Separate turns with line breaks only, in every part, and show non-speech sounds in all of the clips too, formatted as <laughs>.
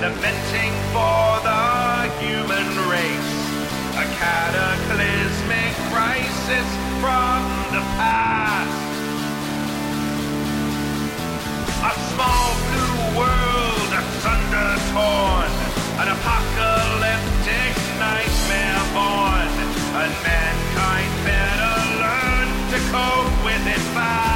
lamenting for the human race. A cataclysmic crisis from the past. A small blue world asunder torn. An apocalyptic nightmare born. And mankind better learn to cope with it fast.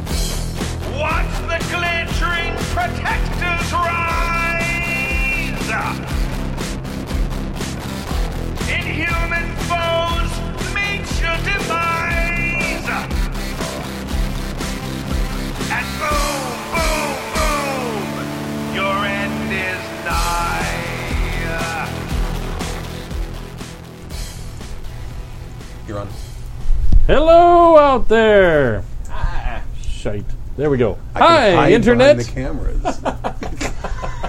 Watch the glittering protectors rise. Inhuman foes meet your demise. And boom, boom, boom, your end is nigh.
You're on.
Hello out there. Ah, Shite. There we go.
I can hide
Hi,
behind
internet.
The cameras.
<laughs>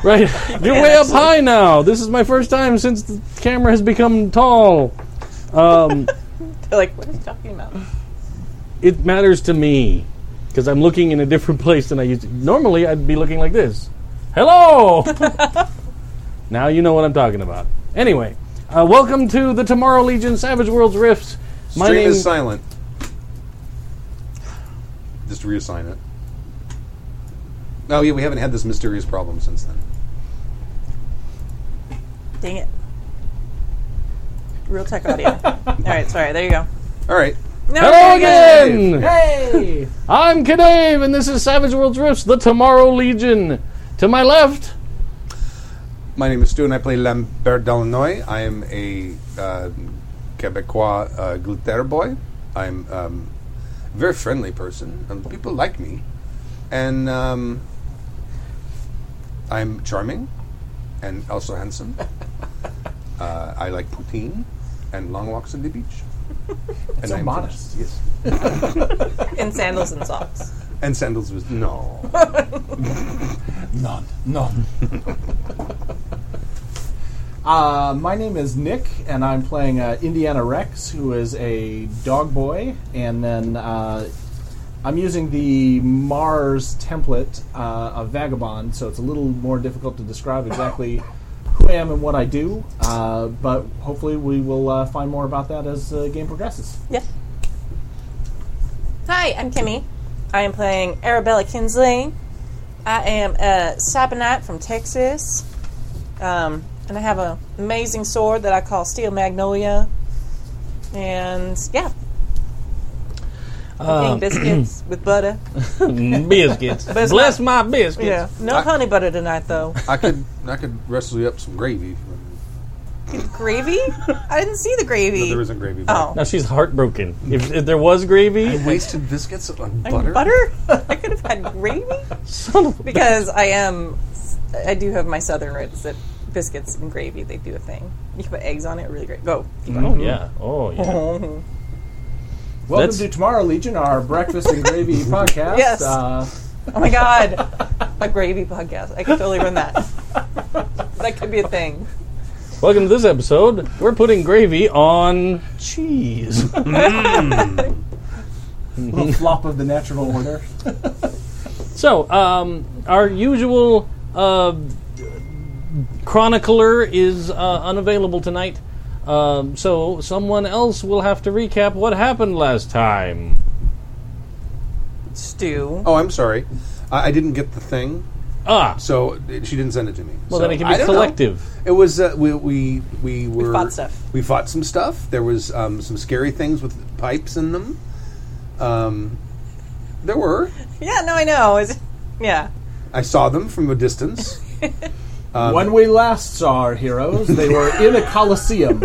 Right,
<laughs>
you're way up high now. This is my first time since the camera has become tall.
They're like, what are you talking about?
It matters to me because I'm looking in a different <laughs> place than I used to. Normally, I'd be looking like this.
<laughs>
Hello. now you know what I'm talking about. Anyway, uh, welcome to the Tomorrow Legion Savage Worlds Rifts. <laughs> My
Stream
name
is silent. Just reassign it. Oh yeah, we haven't had this mysterious problem since then.
Dang it. Real tech <laughs> audio. All right, sorry. There you go.
All right.
No,
Hello
there you go.
again.
Hey!
I'm Kadave, and this is Savage Worlds Rifts, the Tomorrow Legion. To my left,
My name is Stu, and I play Lambert Delanoy. I am a uh, Quebecois uh, glutter boy. I'm um, a very friendly person, and people like me. And um, I'm charming and also
<laughs>
handsome. uh, I like poutine and long walks on the
<laughs>
beach. and
So
I'm
modest.
Yes.
In sandals and socks.
And sandals with
<laughs>
no.
None. None. <laughs> uh, my name is Nick, and I'm playing uh, Indiana Rex, who is a dog boy. And then uh, I'm using the Mars template uh, of Vagabond, so it's a little more difficult to describe <laughs> exactly who I am and what I do. Uh, but hopefully, we will uh, find more about that as the game progresses.
Yes. Hi, I'm Kimmy. I am playing Arabella Kinsley. I am a Sabinite from Texas. Um, and I have an amazing sword that I call Steel Magnolia. And yeah. Eating
<clears throat>
biscuits with butter.
Uh, <laughs> biscuits. Bless my biscuits.
Yeah. No honey butter tonight, though.
I could I could wrestle you up some gravy. if you want.
gravy? I didn't see the
No,
gravy.
there isn't gravy. but-
oh.
Now she's heartbroken. If, if there was gravy,
Wasted biscuits on
Butter?
butter.
I could have had gravy because I am. I do have my southern roots that biscuits and gravy they do a thing. You put eggs on it, really great. Go. keep <laughs> going.
oh yeah, oh yeah.
Welcome
That's-
to Tomorrow Legion, our breakfast and gravy
<laughs>
podcast.
Yes.
Uh,
Oh my god, a gravy podcast. I could totally run that. that could be a thing.
Welcome to this episode. We're putting gravy on <laughs> cheese.
little flop of the natural order.
so, um, our usual uh, chronicler is uh, unavailable tonight. Um, so someone else will have to recap what happened last time.
Stew.
Oh, I'm sorry. I, I didn't get the thing,
Ah,
so it- she didn't send it to me.
well
So,
then it
I
can be
don't know.
collective.
It was uh, we we we were
fought stuff.
We fought some stuff. There was um, some scary things with pipes in them. Um, there were.
Yeah, no, I know. It's, yeah.
I saw them from a distance.
<laughs>
When we last saw our heroes, they were in a coliseum,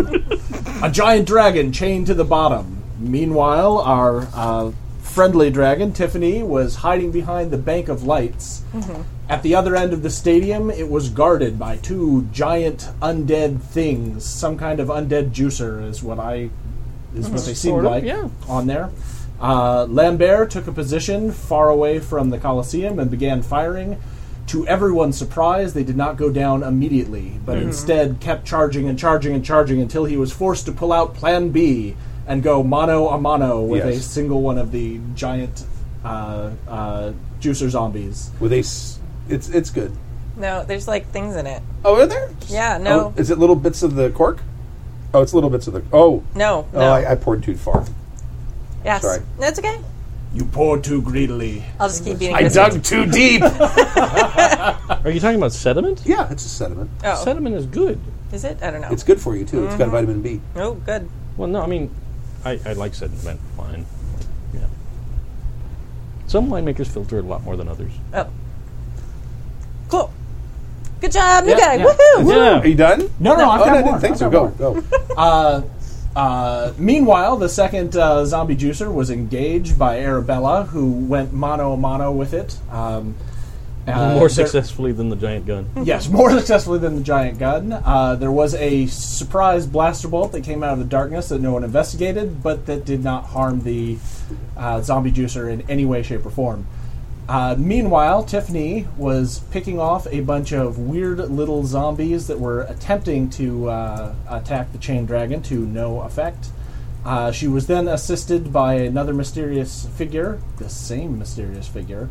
a giant dragon chained to the bottom. Meanwhile, our uh, friendly dragon, Tiffany, was hiding behind the bank of lights.
Mm-hmm.
At the other end of the stadium, it was guarded by two giant undead things. Some kind of undead juicer is what I is what they seemed
Mm-hmm. Sort of,
like
yeah.
on there. Uh, Lambert took a position far away from the Colosseum and began firing. To everyone's surprise, they did not go down immediately, but instead kept charging and charging and charging until he was forced to pull out Plan B and go mano a mano with a
Yes.
single one of the giant uh, uh, juicer zombies.
With a, s- it's it's good.
No, there's like things in it.
Oh, are there?
Yeah, no.
Oh, is it little bits of the cork? Oh, it's little bits of the. Oh,
No, no.
oh, I, I poured too far.
yes.
sorry.
That's okay.
You pour too greedily.
I'll just keep eating
I
biscuits.
dug too deep.
Are you talking about sediment?
<laughs> yeah, it's a sediment.
Oh,
Sediment is good.
is it? I don't know.
It's good for you too. It's got vitamin B.
oh, good.
Well, no, I mean, I, I like sediment wine. Yeah. Some winemakers filter it a lot more than others.
Oh, cool. Good job, new
Yeah,
guy.
yeah.
Woohoo! Woo.
Yeah.
Are you done?
No, no, I've
Oh,
got
no, I
more.
didn't think
I've
so.
got
Go,
more.
go.
Uh, uh, meanwhile, the second uh, zombie juicer was engaged by Arabella, who went mano a mano with it. Um, uh,
More
there-
successfully than the giant gun.
Yes, more <laughs> successfully than the giant gun. Uh, there was a surprise blaster bolt that came out of the darkness that no one investigated, but that did not harm the uh, zombie juicer in any way, shape, or form. Uh, meanwhile, Tiffany was picking off a bunch of weird little zombies that were attempting to uh, attack the chain dragon to no effect. Uh, she was then assisted by another mysterious figure, the same mysterious figure,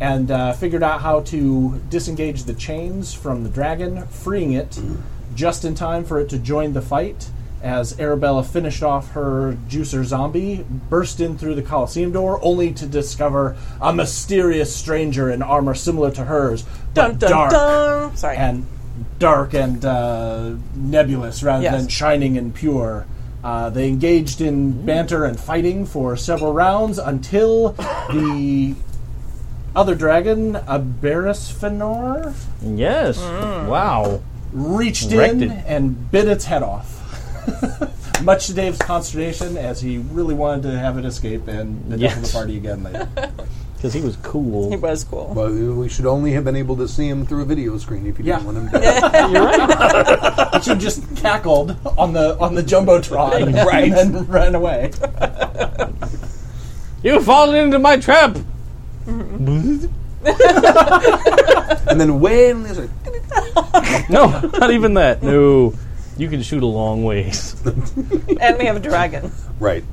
and uh, figured out how to disengage the chains from the dragon, freeing it just in time for it to join the fight. As Arabella finished off her juicer zombie, burst in through the Colosseum door, only to discover a mysterious stranger in armor similar to hers,
Dun
but
dun
dark
dun. Sorry.
and dark and uh, nebulous rather
Yes.
than shining and pure. Uh, they engaged in banter and fighting for several rounds until the other dragon, Aberisfenor,
Yes. Wow.
reached
Wrecked
in
it.
and bit its head off. <laughs> Much to Dave's consternation, as he really wanted to have it escape and the death of the
Yes.
party again later.
Because he was cool.
It was cool.
<laughs> Well, we should only have been able to see him through a video screen if you
Yeah.
didn't want him
<laughs>
dead.
She just cackled on the on the jumbotron
<laughs>
and then ran away.
You've fallen into my trap!
and then way in the
No, <laughs> not even that. No. You can shoot a long ways.
and we have a dragon.
right.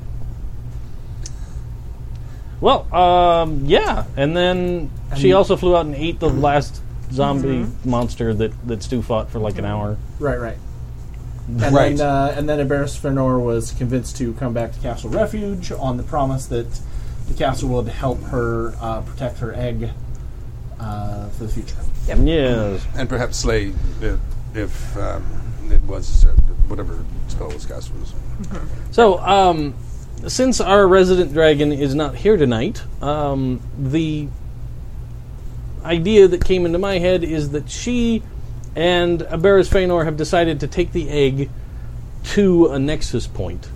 Well, um, yeah. And Mm-hmm. then she also flew out and ate the last zombie monster that, that Stu fought for like an hour.
Right, right. And
Right.
then, uh, and then Embarrassed Fenor was convinced to come back to Castle Refuge on the promise that the castle would help her uh, protect her egg uh, for the future.
Yes.
and perhaps slay if, if um, it was uh, whatever spell was cast was.
So, um, since our resident dragon is not here tonight, um, the idea that came into my head is that she and Aberis Feanor have decided to take the egg to a nexus point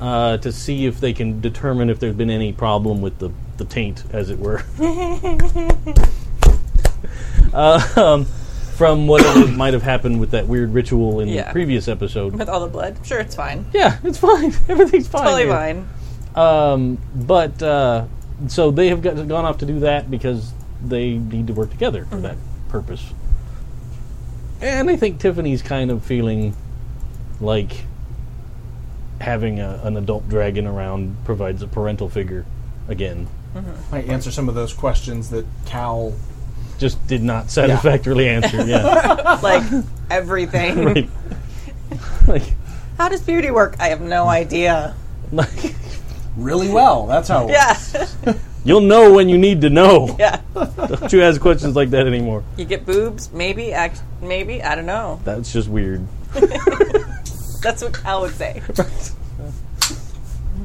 uh, to see if they can determine if there's been any problem with the, the taint, as it
<laughs>
were. uh, um, from whatever might have happened with that weird ritual in
Yeah.
the previous episode.
With all the blood. Sure, it's fine.
Yeah, it's fine. <laughs> Everything's fine.
Totally
here.
fine.
Um, but uh, so they have got, gone off to do that because they need to work together for that
Mm-hmm.
purpose. And I think Tiffany's kind of feeling like having a, an adult dragon around provides a parental figure again.
I answer some of those questions that Cal.
Just did not satisfactorily answer.
<laughs>
Yeah,
Like everything.
right. like,
How does beauty work? I have no idea.
like
Really well. That's how.
Yeah. <laughs>
you'll know when you need to know. <laughs>
yeah.
Don't you ask questions like that anymore.
You get boobs? Maybe. Act- maybe. I don't know.
That's just weird.
That's what Cal would say.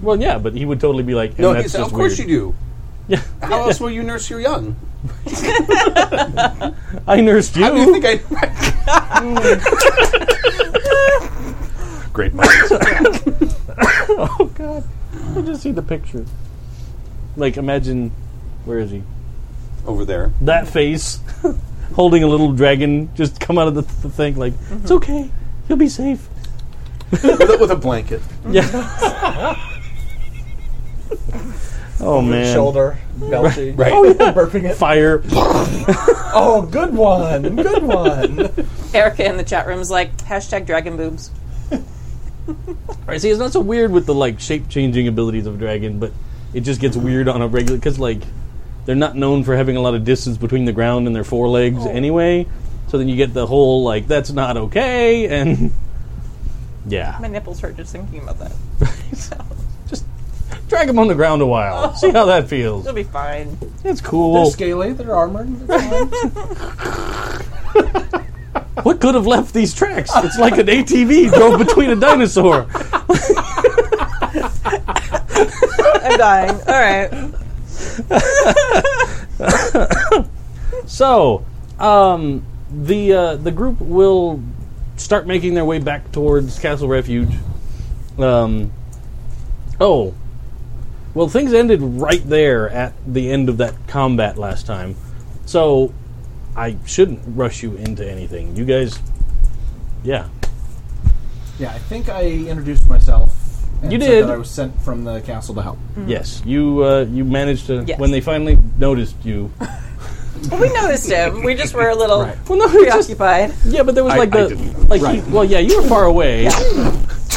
Well, yeah, but he would totally be like, and
No, he
that's
said,
just
of course
weird."
you do. How else will you nurse your <laughs> young?
I nursed you.
How do you think I? Great minds.
Oh God! I just see the picture. Like, imagine, where is he?
Over there.
That
<laughs>
face, holding a little dragon, just come out of the, the thing. Like, it's okay. You'll be safe.
with, a, with a blanket.
Yeah. oh man.
Shoulder belching.
Right.
Oh,
<laughs>
yeah. <laughs> Burping it.
Fire.
Oh, good one. Good one.
<laughs>
Erica in the chat room is like, hashtag dragon boobs.
All right, see, it's not so weird with the like shape changing abilities of a dragon, but it just gets weird on a regular because like they're not known for having a lot of distance between the ground and their forelegs anyway. So then you get the whole like that's not okay, and <laughs>
My
yeah,
nipples hurt just thinking about that.
just drag them on the ground a while, see how that feels.
It'll be fine.
It's
They're
cool.
scaly. They're armored.
<laughs>
They're fine.
What could have left these tracks? It's like an ATV drove between a dinosaur.
I'm dying. All right.
So, um, the uh, the group will start making their way back towards Castle Refuge. Um, oh, well, things ended right there at the end of that combat last time, so I shouldn't rush you into anything. You guys, yeah,
Yeah, I think I introduced myself. And
You
said
did.
That I was sent from the castle to help.
yes, you uh, you managed to
Yes.
when they finally noticed you.
Well, we noticed him. We just were a little
Well, no, it's just-
preoccupied.
Yeah, but there was
I-
like
I
the
didn't.
like he, well, yeah, you were far away,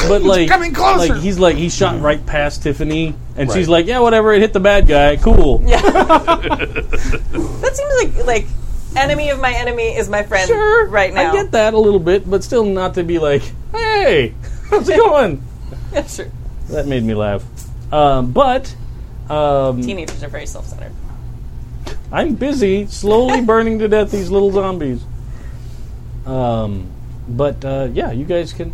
but like
coming closer.
Like he's like he shot right past Tiffany, and she's
Right.
like, yeah, whatever, it hit the bad guy, cool. <laughs>
Yeah. that seems like like enemy of my enemy is my friend
Sure,
right now.
I get that a little bit, but still not to be like, hey, <laughs> how's it going?
that. sure.
That made me laugh. Um, but um,
Teenagers are very self-centered.
I'm busy slowly burning to death these little zombies. Um, but uh, yeah, you guys can.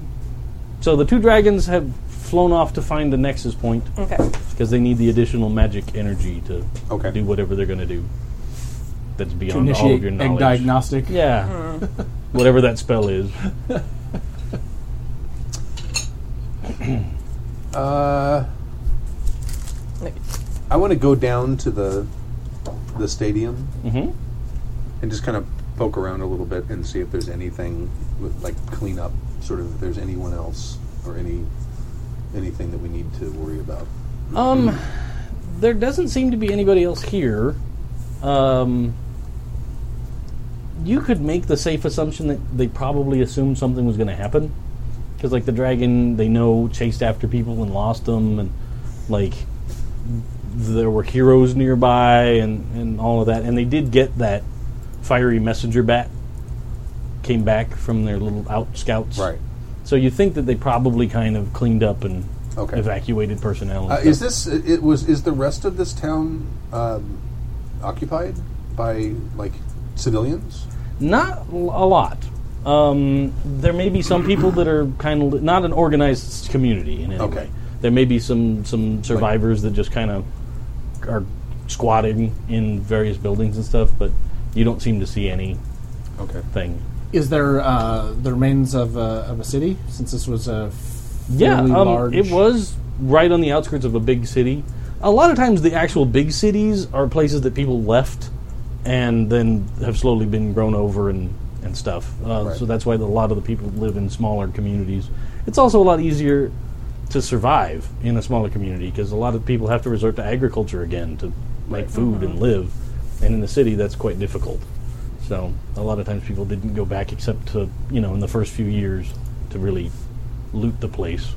So the two dragons have flown off to find the nexus point.
Okay.
because they need the additional magic energy to
Okay.
do whatever they're going to do. That's beyond all of
Initiate
your
egg
knowledge.
diagnostic.
yeah, whatever that spell is.
Uh,
Maybe.
I want to go down to the the stadium
Mhm.
and just kind of poke around a little bit and see if there's anything with, like clean up, sort of. If there's anyone else or any anything that we need to worry about.
Um, there doesn't seem to be anybody else here. Um, you could make the safe assumption that they probably assumed something was going to happen, because like the dragon, they know chased after people and lost them, and like there were heroes nearby and and all of that, and they did get that fiery messenger bat came back from their little out scouts. So you think that they probably kind of cleaned up and
Okay.
evacuated personnel. and
Uh,
stuff.
is this? It was. Is the rest of this town um, occupied by like civilians?
Not l- a lot. Um, there may be some people that are kind of not an organized community in any
Okay.
way. There may be some some survivors that just kind of are squatting in various buildings and stuff, but you don't seem to see anything.
Okay.
Is there uh, the remains of, uh, of a city? Since this was a
Yeah,
fairly
um,
large.
it was right on the outskirts of a big city. A lot of times, the actual big cities are places that people left and then have slowly been grown over and, and stuff. Uh,
Right.
So that's why a lot of the people live in smaller communities. It's also a lot easier to survive in a smaller community because a lot of people have to resort to agriculture again to make food
Uh-huh.
and live. And in the city, that's quite difficult. So a lot of times people didn't go back except to, you know, in the first few years to really loot the place,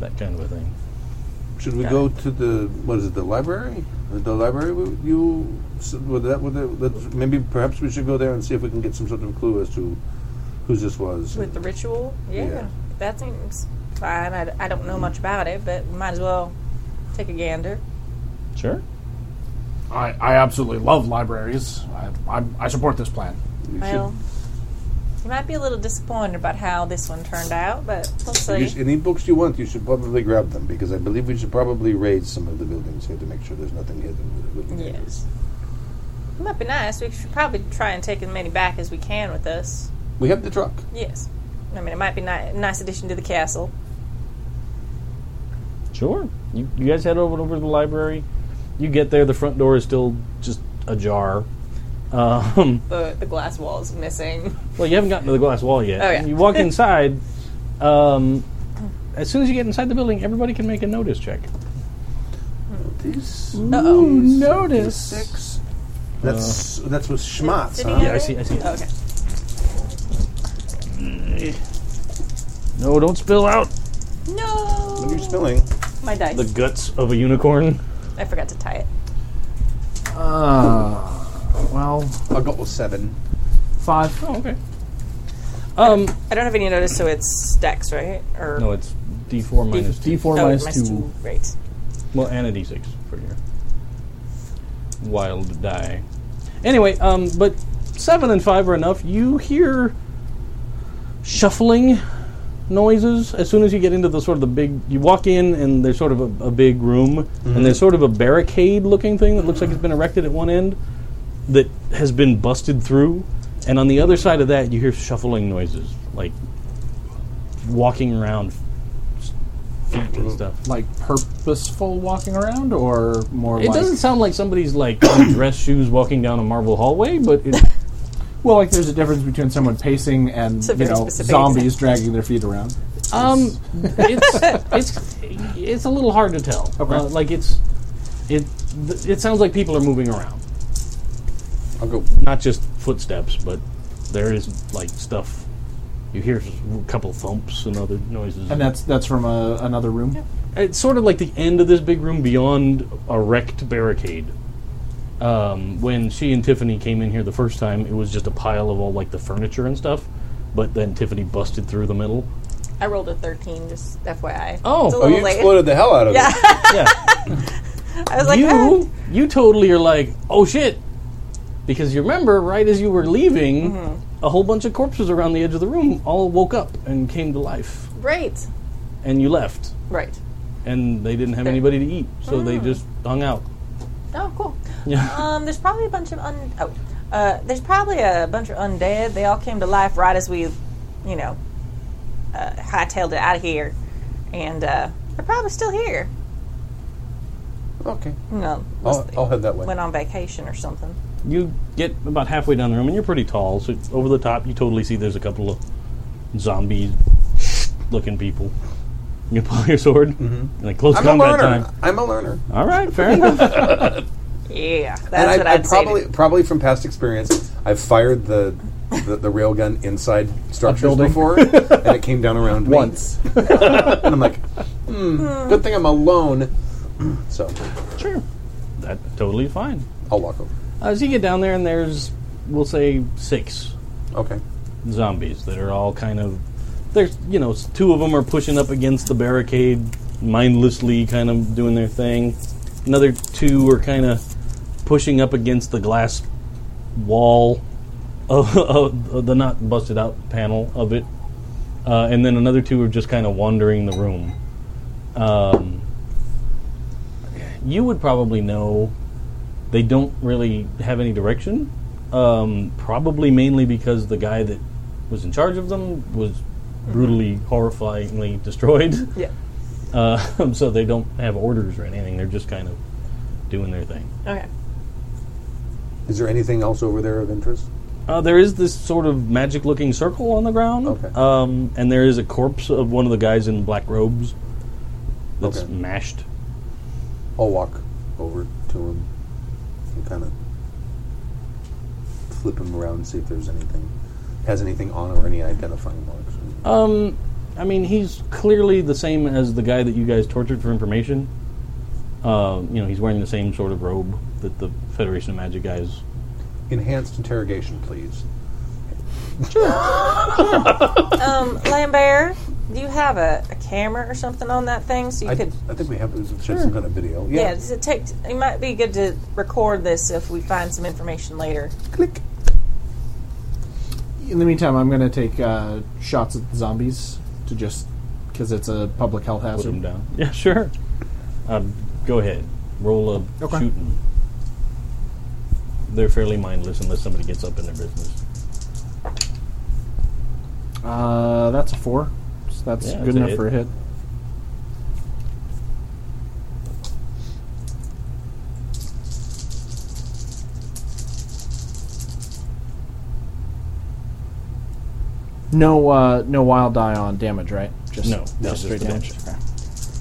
that kind of a thing.
Should we go to the what is it? The library? The library? we- You s- with that? With the, let's- maybe perhaps we should go there and see if we can get some sort of clue as to who this was.
With the ritual, yeah,
Yeah.
that seems fine. I, I don't know much about it, but we might as well take a gander.
Sure.
I, I absolutely love libraries. I, I, I support this plan.
You should-
Well, you might be a little disappointed about how this one turned out, but we'll
you
see.
sh- any books you want, you should probably grab them because I believe we should probably raid some of the buildings here to make sure there's nothing hidden. that wouldn't be
Yes. It might be nice. We should probably try and take as many back as we can with us.
We have the truck.
Yes. I mean, it might be ni- nice addition to the castle.
Sure. You, you guys head over, over to the library. You get there, the front door is still just ajar. <laughs> Um,
The, the glass wall is missing.
well, you haven't gotten to the glass wall yet.
Oh, yeah.
You walk inside. Um, as soon as you get inside the building, everybody can make a notice check.
These
Uh-oh.
Notice.
six. That's that's with schmatz.
Sitting
Huh?
at
Yeah, I
it? Oh,
see. I see.
Okay.
No, don't spill out.
No.
What are you spilling?
My dice.
The guts of a unicorn.
I forgot to tie it.
Uh, well,
I'll go with seven.
five.
Oh, okay. Um,
I don't have any notice, so it's stacks, right? Or
no, it's D4 minus
D
2.
four
oh,
minus
minus
two.
two. Right.
Well, and a D6 for your wild die. Anyway, um, but 7 and 5 are enough. You hear shuffling noises as soon as you get into the sort of the big. You walk in, and there's sort of a, a big room, and there's sort of a barricade looking thing that looks like it's been erected at one end that has been busted through. And on the other side of that, you hear shuffling noises, like walking around feet and stuff.
Like purposeful walking around, or more?
It
like,
doesn't sound like somebody's like <coughs> in dress shoes walking down a marble hallway, but it,
Well, like there's a difference between someone pacing and
a
you
very
know
specific
zombies dragging their feet around.
um, it's it's it's a little hard to tell.
Okay.
Uh, like it's it th- it sounds like people are moving around,
I'll go.
not just footsteps, but there is like stuff. You hear a couple thumps and other noises.
And that's that's from a, another room.
it's sort of like the end of this big room beyond a wrecked barricade. Um, when she and Tiffany came in here the first time, it was just a pile of all like the furniture and stuff. But then Tiffany busted through the middle.
I rolled a 13, just FYI.
Oh.
It's
Oh,
a
Oh,
little
you
late.
exploded the hell out of
Yeah.
it.
Yeah,
I was like, ah.
you you totally are like, oh shit, because you remember right as you were leaving, a whole bunch of corpses around the edge of the room all woke up and came to life,
Right.
and you left,
Right.
and they didn't have anybody to eat, so they
Hmm.
just hung out. <laughs>
Oh, cool.
Yeah.
Um, there's probably a bunch of un. Oh, uh, there's probably a bunch of undead. They all came to life right as we, you know, uh, hightailed it out of here, and uh, they're probably still here.
Okay. Oh,
You know, unless
I'll,
they
I'll head that way.
went on vacation or something.
you get about halfway down the room, and you're pretty tall, so over the top, you totally see there's a couple of zombie-looking people. You pull your sword, and like close
I'm a
combat
learner.
time.
I'm a learner.
All right, fair enough. <laughs>
Yeah, that's
and I,
what
I
I'd say.
probably probably from past experience, I've fired the the, the railgun inside structures
building. <laughs>
before, and it came down around me.
Once.
<laughs> and I'm like, hmm, good thing I'm alone. <clears throat> So
sure, that's totally fine.
I'll walk over.
Uh, so you get down there, and there's, we'll say, six
Okay.
zombies that are all kind of. There's, you know, s- two of them are pushing up against the barricade, mindlessly kind of doing their thing. Another two are kind of pushing up against the glass wall <laughs> of, of, of the not busted out panel of it. Uh, and then another two are just kind of wandering the room. Um, you would probably know they don't really have any direction. Um, probably mainly because the guy that was in charge of them was
Mm-hmm.
brutally, horrifyingly destroyed. <laughs>
Yeah.
Uh, so they don't have orders or anything. They're just kind of doing their thing.
Okay.
Is there anything else over there of interest?
Uh, there is this sort of magic looking circle on the ground.
Okay.
Um, and there is a corpse of one of the guys in black robes that's
Okay.
mashed.
I'll walk over to him and kind of flip him around and see if there's anything has anything on or any identifying marks.
Uh.
Um, I mean, he's clearly the same as the guy that you guys tortured for information. Uh, you know, he's wearing the same sort of robe that the Federation of Magic guys.
Enhanced interrogation, please.
Um, Lambert, do you have a, a camera or something on that thing so you
I,
could?
I think we have sure. some kind of video.
Yeah,
Yeah.
does it take? It might be good to record this if we find some information later.
Click.
In the meantime, I'm going to take uh, shots at the zombies to just because it's a public health
Put him
hazard.
down. Yeah, sure. Um, go ahead. Roll a
Okay.
shooting. They're fairly mindless unless somebody gets up in their business.
Uh, that's a four. So that's
Yeah,
good
that's a
enough
hit.
for a hit. No, uh, no wild die on damage, right? Just
No,
just
no, just
straight
the
damage. Okay.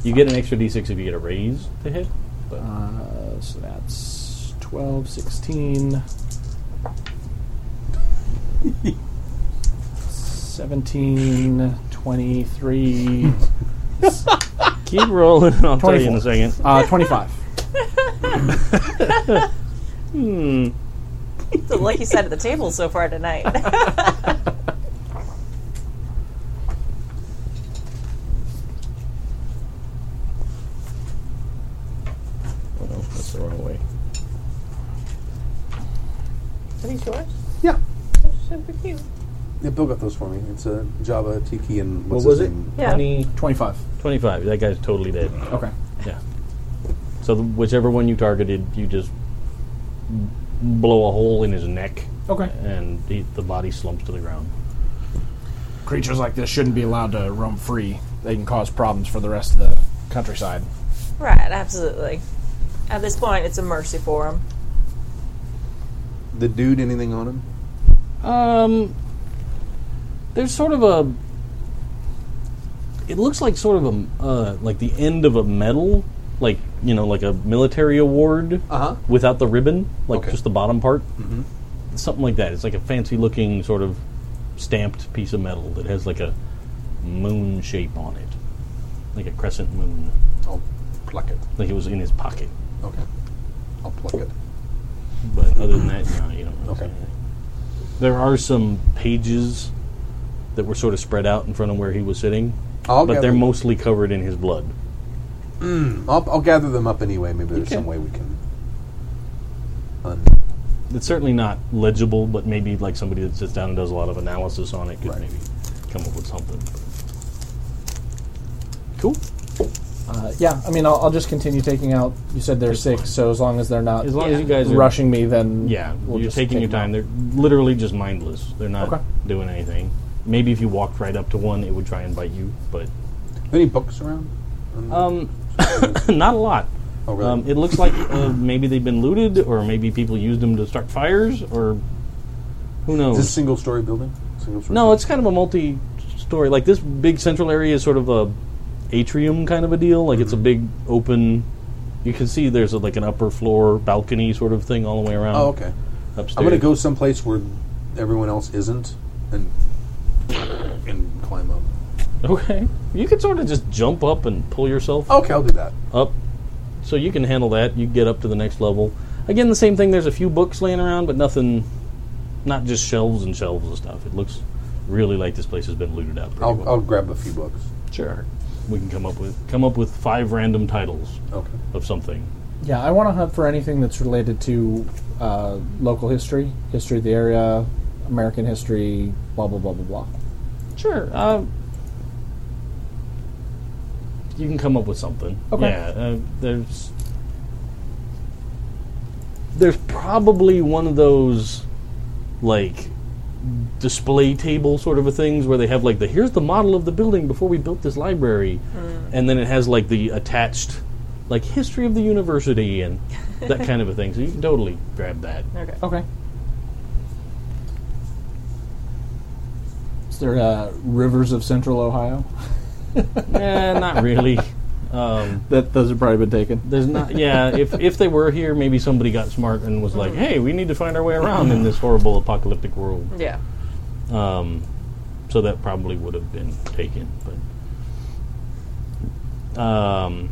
You get an extra d6 if you get a raise to hit. But
Uh, so that's
<laughs>
12, 16, 17, 23, happens.
Keep rolling. and I'll tell you in a second.
Uh, 25.
The lucky side of the table so far tonight. <laughs>
Oh, no, that's the wrong way.
Are you sure?
Yeah.
That's super cute.
Yeah, Bill got those for me. It's a Java Tiki and
What
what's
was
his
it?
name?
Yeah.
20.
25.
25. That guy's totally dead.
Okay.
Yeah. So the, whichever one you targeted, you just b- blow a hole in his neck,
Okay.
and he, the body slumps to the ground.
Creatures like this shouldn't be allowed to roam free. They can cause problems for the rest of the countryside.
Right, absolutely. At this point, it's a mercy for him.
The dude, anything on him?
Um, there's sort of a. It looks like sort of a uh, like the end of a medal, like you know, like a military award
Uh-huh.
without the ribbon, like
Okay.
just the bottom part, mm-hmm. something like that. It's like a fancy looking sort of stamped piece of metal that has like a moon shape on it, like a crescent moon,
I'll pluck it.
like it was in his pocket.
Okay. I'll pluck it.
But other than that, no, you don't really
Okay.
see anything. There are some pages that were sort of spread out in front of where he was sitting,
Oh,
I'll
but
gather,
they're mostly covered in his blood.
I'll, I'll gather them up anyway. Maybe there's
Okay.
some way we can. Un-
It's certainly not legible, but maybe like somebody that sits down and does a lot of analysis on it could
Right.
maybe come up with something. Cool.
Uh, yeah, I mean, I'll, I'll just continue taking out. You said there's six, so as long as they're not
As long as
Yeah.
you guys are
rushing me, then
yeah,
we'll
you're
just
taking
take
your
them out.
time. They're literally just mindless. They're not
Okay.
doing anything. Maybe if you walked right up to one, it would try and bite you, but <laughs>
Any books around?
um, not a lot.
Oh, really?
Um, it looks like uh, maybe they've been looted, or maybe people used them to start fires, or who knows?
Is this a single story building? Single story
no, it's kind of a multi-story. Like this big central area is sort of a atrium kind of a deal. Like
Mm-hmm.
it's a big open. You can see there's a, like an upper floor balcony sort of thing all the way around.
Oh, okay.
Upstairs.
I'm going to go someplace where everyone else isn't and and climb up.
Okay. You can sort of just jump up and pull yourself
Okay, I'll do that.
up. So you can handle that. You get up to the next level. Again, the same thing. There's a few books laying around, but nothing, not just shelves and shelves of stuff. It looks really like this place has been looted out. pretty
I'll,
well.
I'll grab a few books.
sure. We can come up with come up with five random titles
Okay.
of something.
Yeah, I want to hunt for anything that's related to uh, local history, history of the area, American history, blah blah blah blah blah.
Sure. Um, you can come up with something.
Okay.
Yeah. Uh, there's there's probably one of those like display table sort of a things where they have like the here's the model of the building before we built this library, and then it has like the attached like history of the university and that kind of a thing. So you can totally grab that.
Okay.
Okay. Is there uh, rivers of central Ohio?
eh, not really. Um,
That those have probably been taken.
There's not. Yeah, if if they were here, maybe somebody got smart and was like, "Hey, we need to find our way around in this horrible apocalyptic world."
Yeah.
Um, so that probably would have been taken. But um,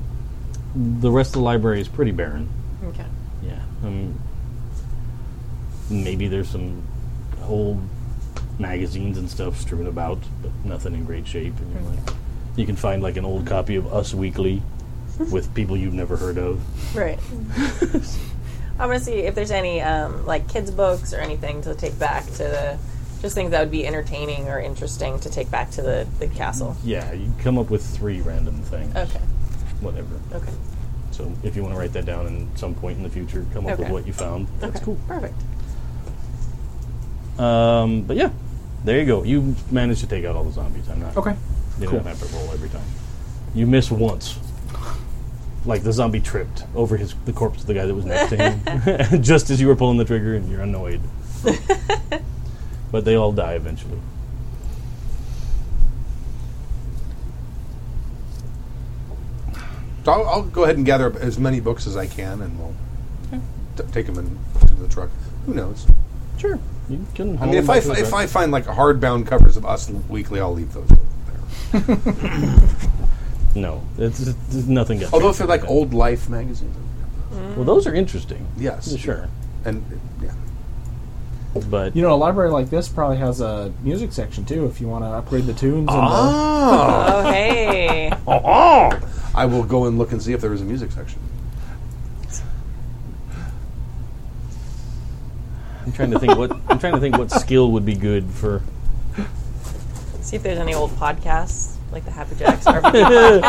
the rest of the library is pretty barren.
Okay.
Yeah. Um, maybe there's some old magazines and stuff strewn about, but nothing in great shape. And you're like, you can find like an old copy of Us Weekly with people you've never heard of.
<laughs> Right. I'm gonna see if there's any um, like kids' books or anything to take back to the, just things that would be entertaining or interesting to take back to the, the castle.
Yeah, you come up with three random things.
Okay.
Whatever.
Okay.
So if you want to write that down at some point in the future, come up with
Okay.
what you found. That's
okay. Perfect.
cool. Um, but yeah, there you go. You managed to take out all the zombies. I'm not.
Okay.
You don't have to roll every time. You miss once. Like the zombie tripped over his the corpse of the guy that was next
<laughs>
to him, <laughs> just as you were pulling the trigger, and you're annoyed. but they all die eventually.
So I'll, I'll go ahead and gather up as many books as I can and we'll t- take them in, to the truck. Who knows?
Sure, you can.
I mean, if I, fi- if I find like hardbound covers of Us Weekly, I'll leave those there.
No, it's, it's nothing good.
Although if they're like old life magazines,
well, those are interesting.
yes,
Sure,
and uh, yeah,
but
You know, a library like this probably has a music section too. If you want to upgrade the tunes,
Uh-huh.
and uh,
ah,
Oh, <laughs> hey.
<laughs> I will go and look and see if there is a music section.
I'm trying to think what I'm trying to think what skill would be good for.
See if there's any old podcasts like the Happy Jacks RPG.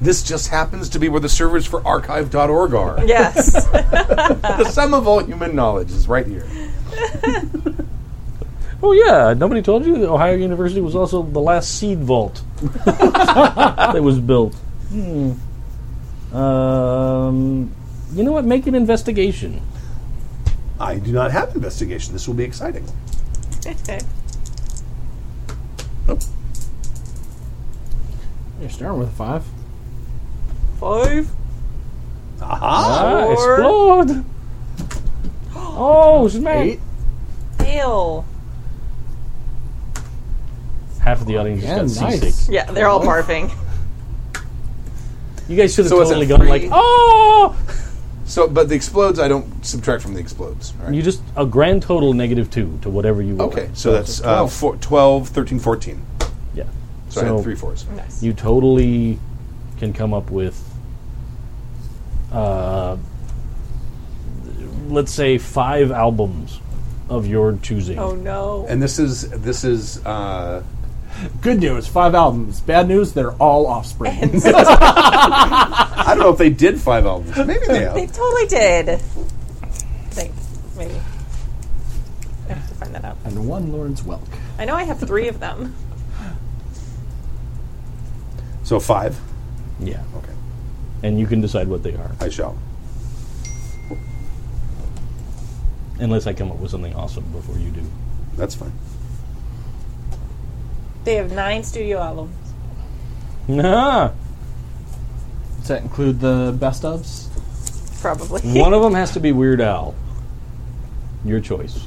This just happens to be where the servers for archive.org are.
<laughs> yes. <laughs>
The sum of all human knowledge is right here.
Oh yeah, nobody told you that Ohio University was also the last seed <laughs> vault that was built. Hmm. Um, you know what? Make an investigation.
I do not have investigation. This will be exciting.
the, you're starting with a five.
Five.
Aha!
Ah,
Four.
explode! Oh, smack!
Eight.
Ew.
Half of the audience
Yeah,
just got
nice.
seasick.
Yeah, they're <laughs> all barfing.
You guys should have
So is it
totally gone like,
three?
oh!
So, but the explodes, I don't subtract from the explodes. Right?
You just a grand total negative two to whatever you want.
okay, so that's uh, four, 12, 13, 14.
yeah.
So, I had three fours.
Nice.
you totally can come up with uh, let's say five albums of your choosing
Oh no.
<laughs>
And this is this is uh,
Good news, five albums. Bad news, they're all offspring.
<laughs>
I don't know if they did five albums. Maybe they
They
have.
totally did. Think maybe. I have to find that out.
and one Lawrence Welk.
I know I have three of them.
So five.
yeah
Okay,
and you can decide what they are
I shall.
unless i come up with something awesome before you do
That's fine.
They have nine studio albums.
nah
Does that include the best ofs?
Probably. <laughs>
one of them has to be weird al your choice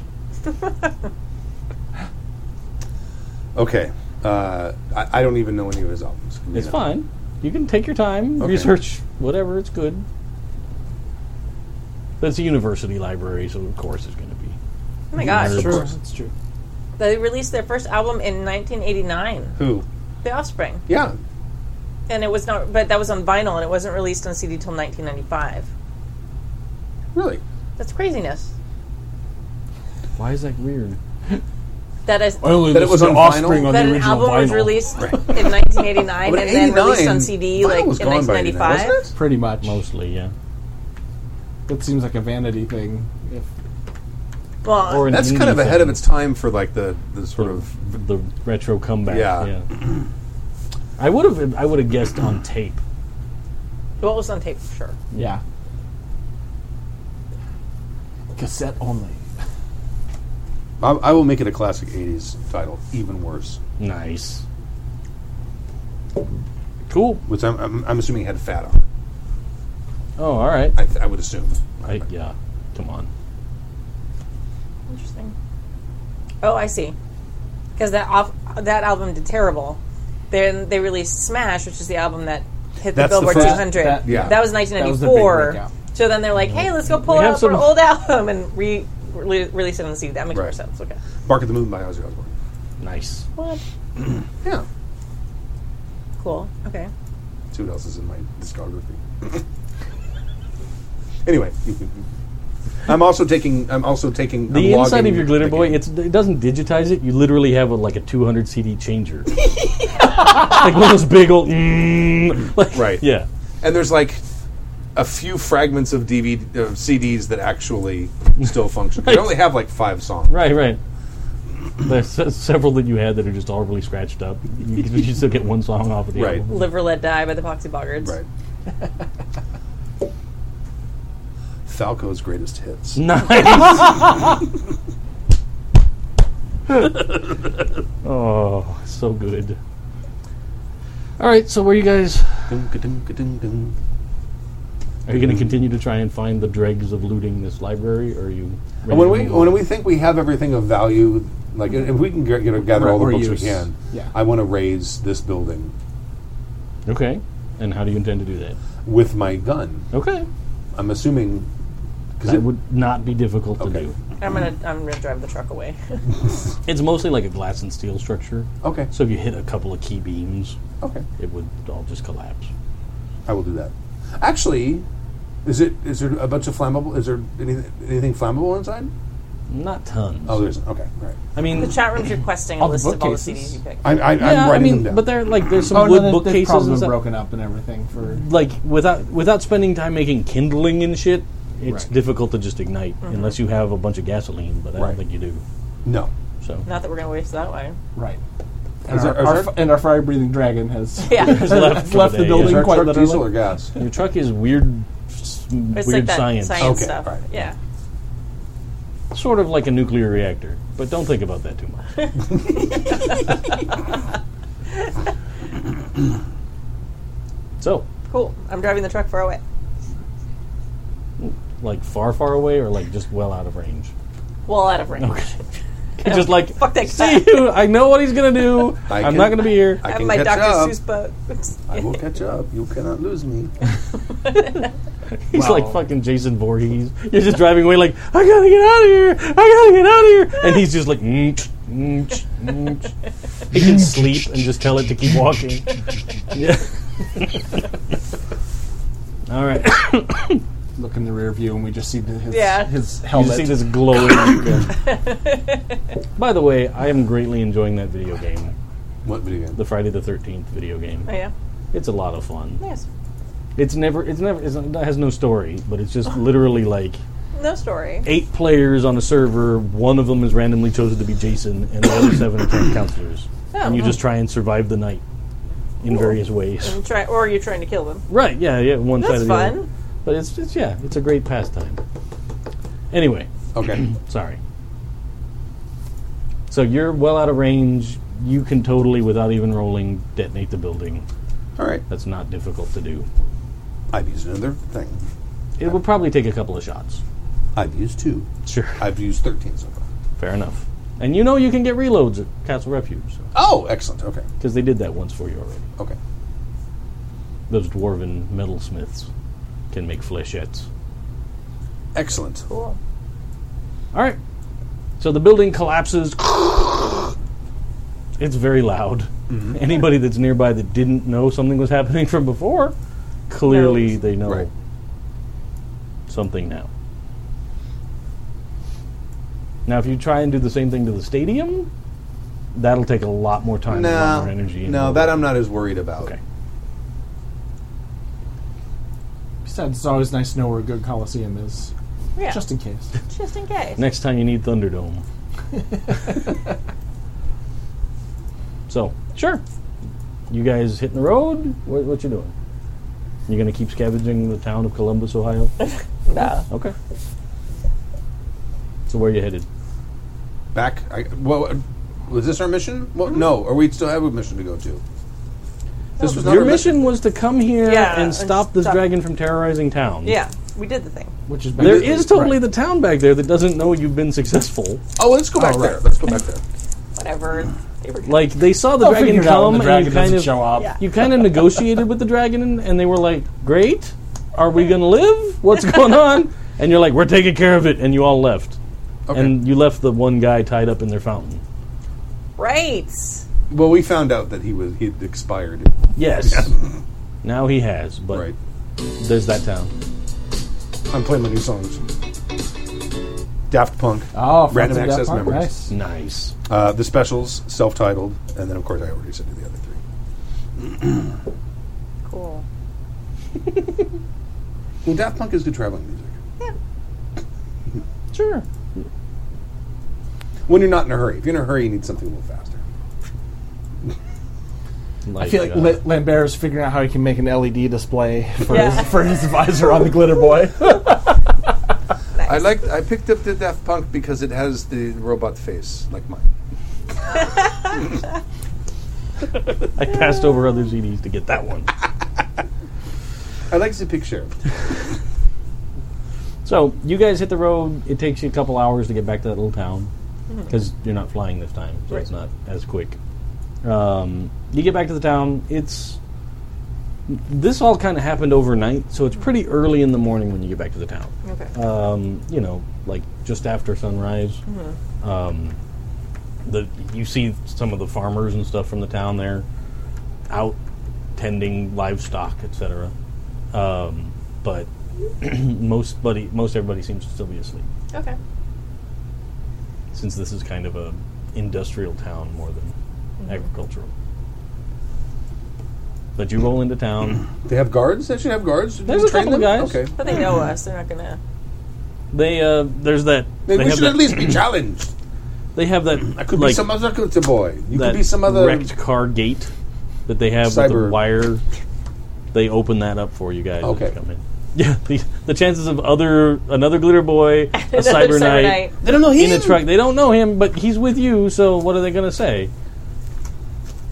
Okay, uh, I, I don't even know any of his albums.
it's
You know.
fine you can take your time
Okay.
research whatever it's good but it's a university library so of course it's going to be
oh my gosh.
Sure.
that's true.
They released their first album in 1989,
Who?
The Offspring,
Yeah,
and it was not. But that was on vinyl, and it wasn't released on CD till 1995.
really.
That's craziness.
why is that weird
That is
Only
That it was
listed
on vinyl?
offspring on
that
the
an
original
album was
vinyl.
released in 1989
But
and then
89
released on CD
vinyl
like in
was gone by then,
1995.
wasn't it?
Pretty much.
mostly yeah
That seems like a vanity thing. If
Well,
Or an
That's
indie
kind of ahead of
thing.
its time for like the, the sort of
the retro comeback.
Yeah.
I would have I would have guessed on tape.
what was on tape for sure?
yeah. Cassette only.
I, I will make it a classic 80s title, even worse.
Nice. Cool.
Which I'm, I'm, I'm assuming had fat on it.
Oh, all right.
I, th- I would assume.
I, yeah. Come on.
Interesting. Oh, I see. Because that off, that album did terrible. Then they released Smash, which is the album that hit the
That's the
Billboard
first-
200.
that-
yeah.
that was
was the big
1994.
breakout.
so then they're like, "Hey, let's go pull
We have
out our
some-
old album and re, re- release it on CD." That makes more
Right.
sense. Okay.
Bark at the Moon by Ozzy Osbourne.
Nice.
<clears throat> What?
Yeah.
Cool. Okay.
See what else is in my discography. <laughs> anyway, <laughs> I'm also taking. I'm also taking.
The
I'm
inside
logging
of your glitter
the
boy,
game.
it's, it doesn't digitize it. You literally have a, like a 200 CD
<laughs>
changer, like one of those big old. Mm, like,
Right.
Yeah.
and there's like a few fragments of DVD of CDs that actually still
<laughs>
function. They only have like five songs.
Right. Right. There's s- several that you had that are just horribly scratched up. You, you still get one song off of the
Right.
album.
Liver Let Die by the Poxy Boggards.
Right. <laughs> Falco's greatest hits.
<laughs> Nice. oh, so good. All right, so where you guys?
Dun, ka, dun, ka, dun, dun.
Are you going to continue to try and find the dregs of looting this library, or are you? ready
when
to
we
move
when
on?
we think we have everything of value, like if we can get, get gather all the
Or
books
use.
we can,
Yeah.
I want to raise this building
okay, and how do you intend to do that?
with my gun.
Okay,
I'm assuming because
that
it
would not be difficult to
Okay.
do.
I'm gonna I'm gonna drive the truck away.
It's mostly like a glass and steel structure,
okay
so if you hit a couple of key beams,
okay
it would all just collapse.
I will do that. Actually, is it is there a bunch of flammable? Is there anything, anything flammable inside?
Not tons.
Oh, there's okay. All right.
I mean,
The chat room's requesting a
Mm. All the
list of all the CDs
bookcases.
you picked.
I, I,
yeah,
I'm
I
writing
mean,
them down.
but they're like there's some
Oh
wood
no, they, they've
bookcases
probably
and
been
stuff.
broken up and everything for.
like without without spending time making kindling and shit, it's
Right.
difficult to just ignite
Uh-huh.
unless you have a bunch of gasoline. But I don't
Right.
think
<laughs>
you do.
no.
So
Not that we're gonna waste that way.
Right. And
Is
our,
there- is
our
there-
f- and our fire breathing dragon
<laughs>
has
Yeah.
left, for
left the
day,
building.
Is our
Quite
truck
literally.
diesel or
<laughs>
gas?
yeah. Your truck is weird, s-
It's
weird
like that
science.
science,
Okay,
stuff.
right.
Yeah.
sort of like a nuclear reactor. But don't think about that too
<laughs>
much. <laughs> so,
Cool. I'm driving the truck far away.
like far, far away, or like just well out of range.
Well, out of range.
just like
<laughs> Fuck that
see
guy.
you. I know what he's
<laughs>
gonna do.
I
I'm
can-
not gonna be here.
I
<laughs> I have
can
my
catch
Dr.
up.
Seuss books.
I will catch up. You cannot lose
<laughs>
me.
He's
Wow.
like fucking Jason Voorhees. You're just driving away like, I gotta get out of here. I gotta get out of here. And he's just like, "Nch, nch, nch." he can sleep and just tell it to keep walking. <laughs> Yeah. All right.
look in the rear view and we just see the, his,
Yeah.
his
You just
helmet.
see this glowing.
<laughs>
By the way, I am greatly enjoying that video game,
What video game?
the Friday the Thirteenth video game.
Oh, <laughs> yeah.
It's a lot of fun.
Yes.
It's never. It's never. It's, it has no story, but it's just literally like.
No story.
eight players on a server. One of them is randomly chosen to be Jason, and the other seven are camp counselors. and you
Oh.
just try and survive the night in various ways.
You try, or you're trying to kill them.
Right? Yeah, yeah. One side
That's
of the other.
fun.
But it's, it's yeah, it's a great pastime. Anyway,
Okay.
sorry. So you're well out of range. You can totally, without even rolling, detonate the building.
All right.
That's not difficult to do.
I've used another thing.
It will probably take a couple of shots.
I've used two.
Sure.
I've used thirteen so far.
Fair enough. And you know you can get reloads at Castle Refuge
Oh, excellent. Okay.
because they did that once for you already.
Okay.
those dwarven metalsmiths can make flechettes.
Excellent.
Cool.
All right. So the building collapses. <laughs> It's very loud. Anybody that's nearby that didn't know something was happening from before, clearly
Knows.
they know
Right.
something now. Now, if you try and do the same thing to the stadium, that'll take a lot more time, and a lot
No,
more energy. and
no,
more-
that I'm not as worried about.
okay.
Besides, it's always nice to know where a good Coliseum is,
Yeah.
just in case.
Just in case.
Next time you
<laughs>
need Thunderdome. so sure, you guys hitting the road? What, what you doing? You gonna keep scavenging the town of Columbus, Ohio?
No.
Okay. So where you headed?
Back. I, well, uh, was this our mission? Well,
Mm-hmm.
no. Are we still have a mission to go to? This was not
Your
our
mission was to come here
Yeah,
and
and
stop this
stop-
dragon from terrorizing town.
Yeah. We did the thing.
Which is
There
basically-
is totally
right.
the town back there that doesn't know you've been successful.
Oh, let's go back
Oh, right.
there. Let's go back there.
Whatever. They were good.
Like they saw the
They'll
dragon
figure it out when
come
the dragon
and you
doesn't
kind of
show up.
Yeah.
you kind of negotiated with the dragon and they were like great are we gonna live what's going on and you're like we're taking care of it and you all left
Okay.
and you left the one guy tied up in their fountain
Right.
well, we found out that he was he'd expired.
yes now he has but
Right.
there's that town
I'm playing my new songs. Daft Punk.
Ah.
Oh,
Random
Fancy Death
access
Park,
memories.
Nice.
nice
Uh, the specials, self-titled, and then of course I already said the other three.
Cool.
Well, Daft Punk is good traveling music
sure
when you're not in a hurry. If you're in a hurry, you need something a little faster.
I feel like
uh,
La- Lambert is figuring out how he can make an LED display for,
Yeah.
his, for his visor on the Glitter
<laughs>
Boy. <laughs>
I like. I picked up the Daft Punk because it has the robot face like mine.
I passed over other CDs to get that one
I I like the picture.
So you guys hit the road. It takes you a couple hours to get back to that little town because you're not flying this time, so it's not as quick. Um, you get back to the town. It's this all kind of happened overnight, so it's pretty early in the morning when you get back to the town.
Okay.
Um, you know, like just after sunrise. Um, the you see some of the farmers and stuff from the town there out tending livestock, etc. Um, but most buddy, most everybody seems to still be asleep,
okay.
since this is kind of a industrial town more than Mm-hmm. agricultural. But you roll into town.
They have guards. They should have guards. Did
There's
you
a
train
couple of
them?
guys.
Okay.
But they know us. They're not gonna.
They uh, there's that.
Then we
they have
should
that,
at least be
<clears throat>
challenged.
They have that.
I could be
like,
some other Kunta boy. You
that
could be some other.
wrecked car gate that they have with the
Cyber-
wire. They open that up for you guys. when you
Okay.
Come in. Yeah, the, the chances of other <laughs> another glitter boy, a cyber knight,
They don't know
in
him.
a truck. They don't know him, but he's with you. So what are they going to say?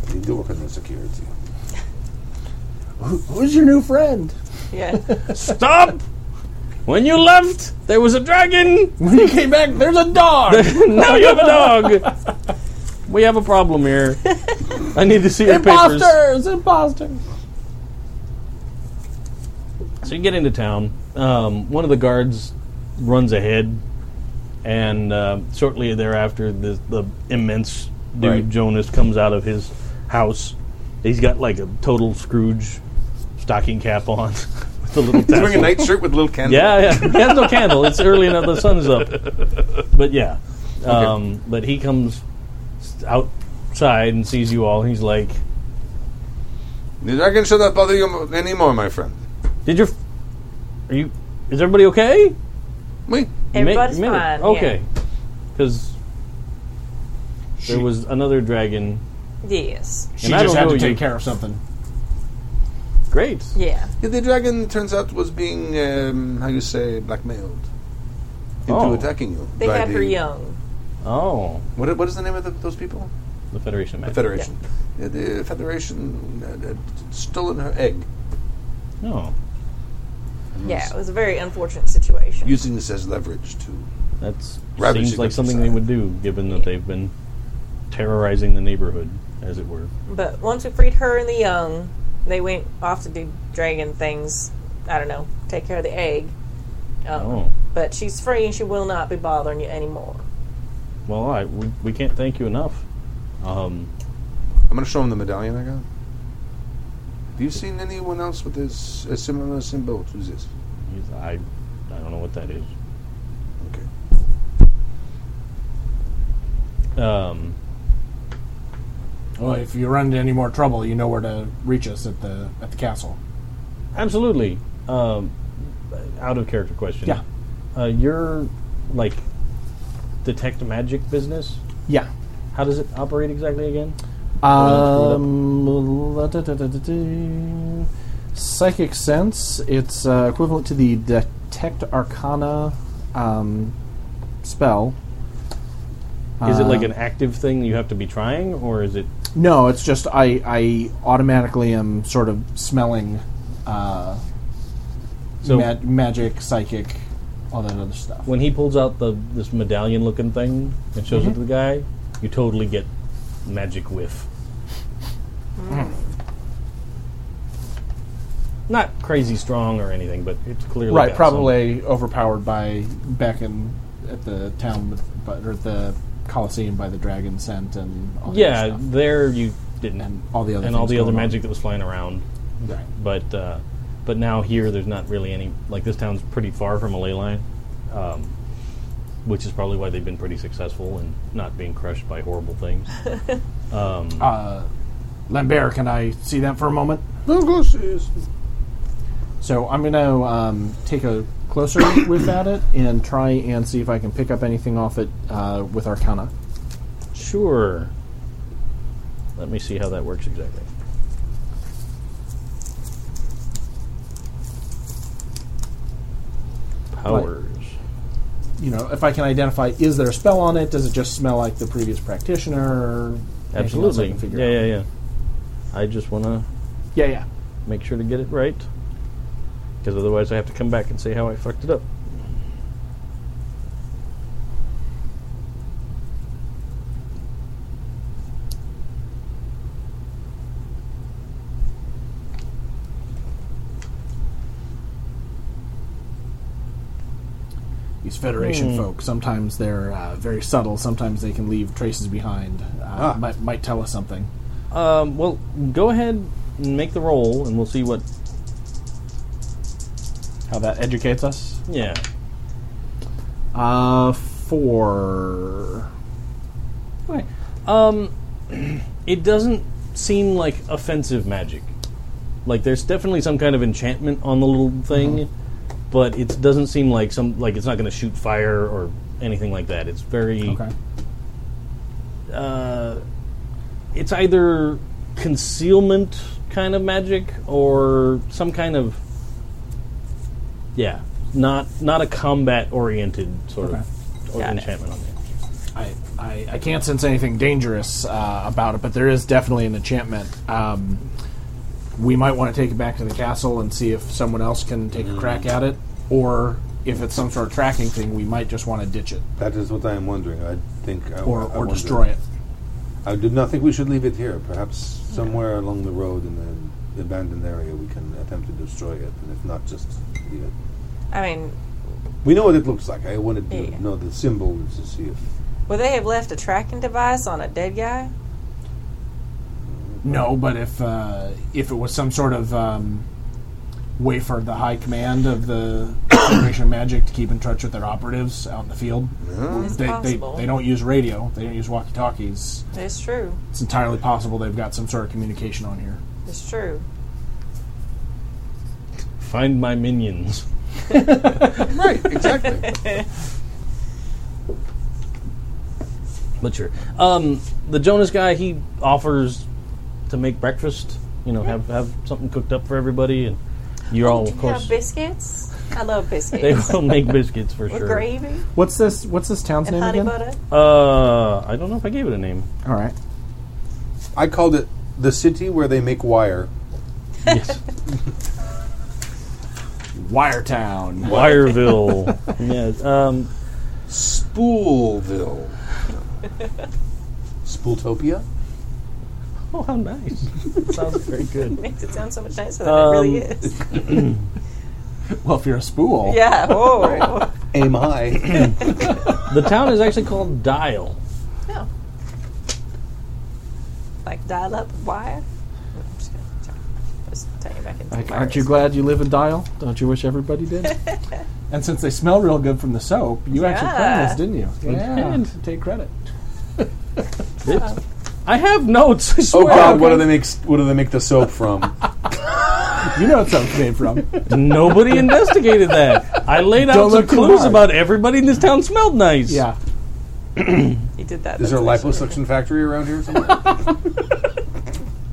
They do work on the security.
Who's your new friend?
<laughs>
Yeah.
Stop! When you left, there was a dragon. <laughs>
When you came back, there's a dog.
now you have a dog. We have a problem here. I need to see your papers.
imposters, imposters.
So you get into town. Um, one of the guards runs ahead, and uh, shortly thereafter, the, the immense dude
Right.
Jonas comes out of his house. He's got like a total Scrooge stocking cap on <laughs> with a little
He's wearing a
tassel.
nightshirt with a
<laughs>
little candle.
Yeah, yeah. He has no candle. It's early enough. The sun's up. But yeah. Um, But he comes s- outside and sees you all. And he's like,
The dragon should not bother you mo- anymore, my friend.
"Did your? f- Are you? Is everybody okay?
We.
You ma-
Everybody's
you made it.
fine. yeah.
Okay. Because there was another dragon.
Yes.
She
And I
just
don't
had
know
to take
you.
care of something.
Great.
Yeah.
Yeah, the dragon turns out was being um, how you say blackmailed into
Oh.
attacking you.
They
by
got
the-
her young.
Oh,
What, i- what is the name of the, those people?
the Federation
The
man.
Federation. Yeah, the Federation had, had stolen her egg,
No,
Yeah. It was a very unfortunate situation.
using this as leverage to.
that
Rather
seems
significant
like something they
sign.
would do, given that they've been terrorizing the neighborhood, as it were.
But once we freed her and the young, they went off to do dragon things. I don't know, take care of the egg. Um,
Oh.
But she's free and she will not be bothering you anymore.
Well, I we, we can't thank you enough. Um,
I'm going to show him the medallion I got. Have you seen anyone else with this a similar symbol to this?
he's- I I don't know what that is.
Okay.
Um,
Well, if you run into any more trouble, you know where to reach us at the at the castle.
absolutely. Um, out of character question.
Yeah.
Uh, your like detect magic business.
Yeah.
How does it operate exactly again?
Um, la- da- da- da- da- da. psychic sense. It's uh, equivalent to the detect arcana um, spell.
Is it like
Uh,
an active thing you have to be trying, or is it?
No, it's just I, I automatically am sort of smelling uh,
So-
ma- magic, psychic, all that other stuff.
When he pulls out the this medallion looking thing and shows
Mm-hmm.
it to the guy, you totally get magic whiff.
Mm.
Not crazy strong or anything, but it's clearly
right,
got
probably overpowered by back in at the town, with, but, or the Colosseum by the dragon scent and all
some-
that
Yeah,
stuff.
there you didn't,
and all the other
and all
things
the other
going on.
magic that was flying around.
Right.
But uh, but now here, there's not really any. Like this town's pretty far from a ley line, um, which is probably why they've been pretty successful and not being crushed by horrible things.
Lambert, can I see that for a moment?
Of course it is.
So I'm going to um, take a closer whiff at it and try and see if I can pick up anything off it uh, with Arcana.
Sure. Let me see how that works exactly. Powers.
You know, if I can identify, is there a spell on it? Does it just smell like the previous practitioner? Anything else I
Absolutely.
can figure
Yeah, yeah,
out?
yeah. I just want to
yeah, yeah.
make sure to get it right. Because otherwise, I have to come back and say how I fucked it up.
These Federation
Hmm.
folk, sometimes they're uh, very subtle. Sometimes they can leave traces behind. Uh, might, might tell us something.
Um, well, go ahead and make the roll, and we'll see what.
How that educates us.
Yeah.
Uh, four.
Okay. Um, it doesn't seem like offensive magic. Like there's definitely some kind of enchantment on the little thing,
Mm-hmm.
but it doesn't seem like some like it's not going to shoot fire or anything like that. It's very.
Okay.
It's either concealment kind of magic or some kind of. Yeah, not not a combat oriented sort
Okay.
of or
Got it.
enchantment on there.
I, I, I can't sense anything dangerous uh, about it, but there is definitely an enchantment. Um, we might want to take it back to the castle and see if someone else can take
Mm-hmm.
a crack at it, or if it's some sort of tracking thing, we might just want to ditch it
That is what I am wondering. I think I,
or,
I
or
wonder.
destroy it.
I do not think we should leave it here. Perhaps somewhere along the road in an abandoned area we can attempt to destroy it, and if not, just leave it.
I mean,
We know what it looks like. I wanted to
Yeah.
know the symbols to see if
would they have left a tracking device on a dead guy?
No, but if uh, if it was some sort of um, way for the high command of the <coughs> Federation of Magic to keep in touch with their operatives out in the field,
It's
they, they,
possible.
they don't use radio, they don't use walkie talkies.
It's true.
It's entirely possible they've got some sort of communication on here.
It's true.
Find my minions.
right exactly.
But sure. Um, the Jonas guy, he offers to make breakfast. You know, have have something cooked up for everybody, and you're all
Oh, Do
Oh, of
you
course.
have biscuits? I love biscuits.
they will make biscuits for
With
sure.
gravy
What's this? What's this town's
and
name
honey
again?
butter.
Uh, I don't know if I gave it a name.
All right.
I called it the city where they make wire.
Yes,
Wiretown.
Wireville. yes. Um,
Spoolville. Spooltopia?
oh, how nice! Sounds very good.
Makes it sound so much nicer than it really
Um,
is. <laughs>
Well, if you're a spool,
<laughs>
Yeah. Oh.
Am I?
The town is actually called Dial.
no. Like dial up wire. No, I'm just gonna- sorry. Let's turn you back into
Like,
the
aren't you
virus.
glad you live in Dial? Don't you wish
<laughs>
everybody did? <coughs> and since they smell real good from the soap, you actually planned this,
Yeah.
didn't you? Yeah. Take credit.
I have notes. I
oh
swear.
God! What do they make? What do they make the soap from?
<laughs> You know what soap came from.
Nobody investigated that. I laid out
Don't
some
look too
clues
hard.
about everybody in this town smelled nice.
yeah.
You did that.
Is there a
that's actually-
liposuction factory around here somewhere?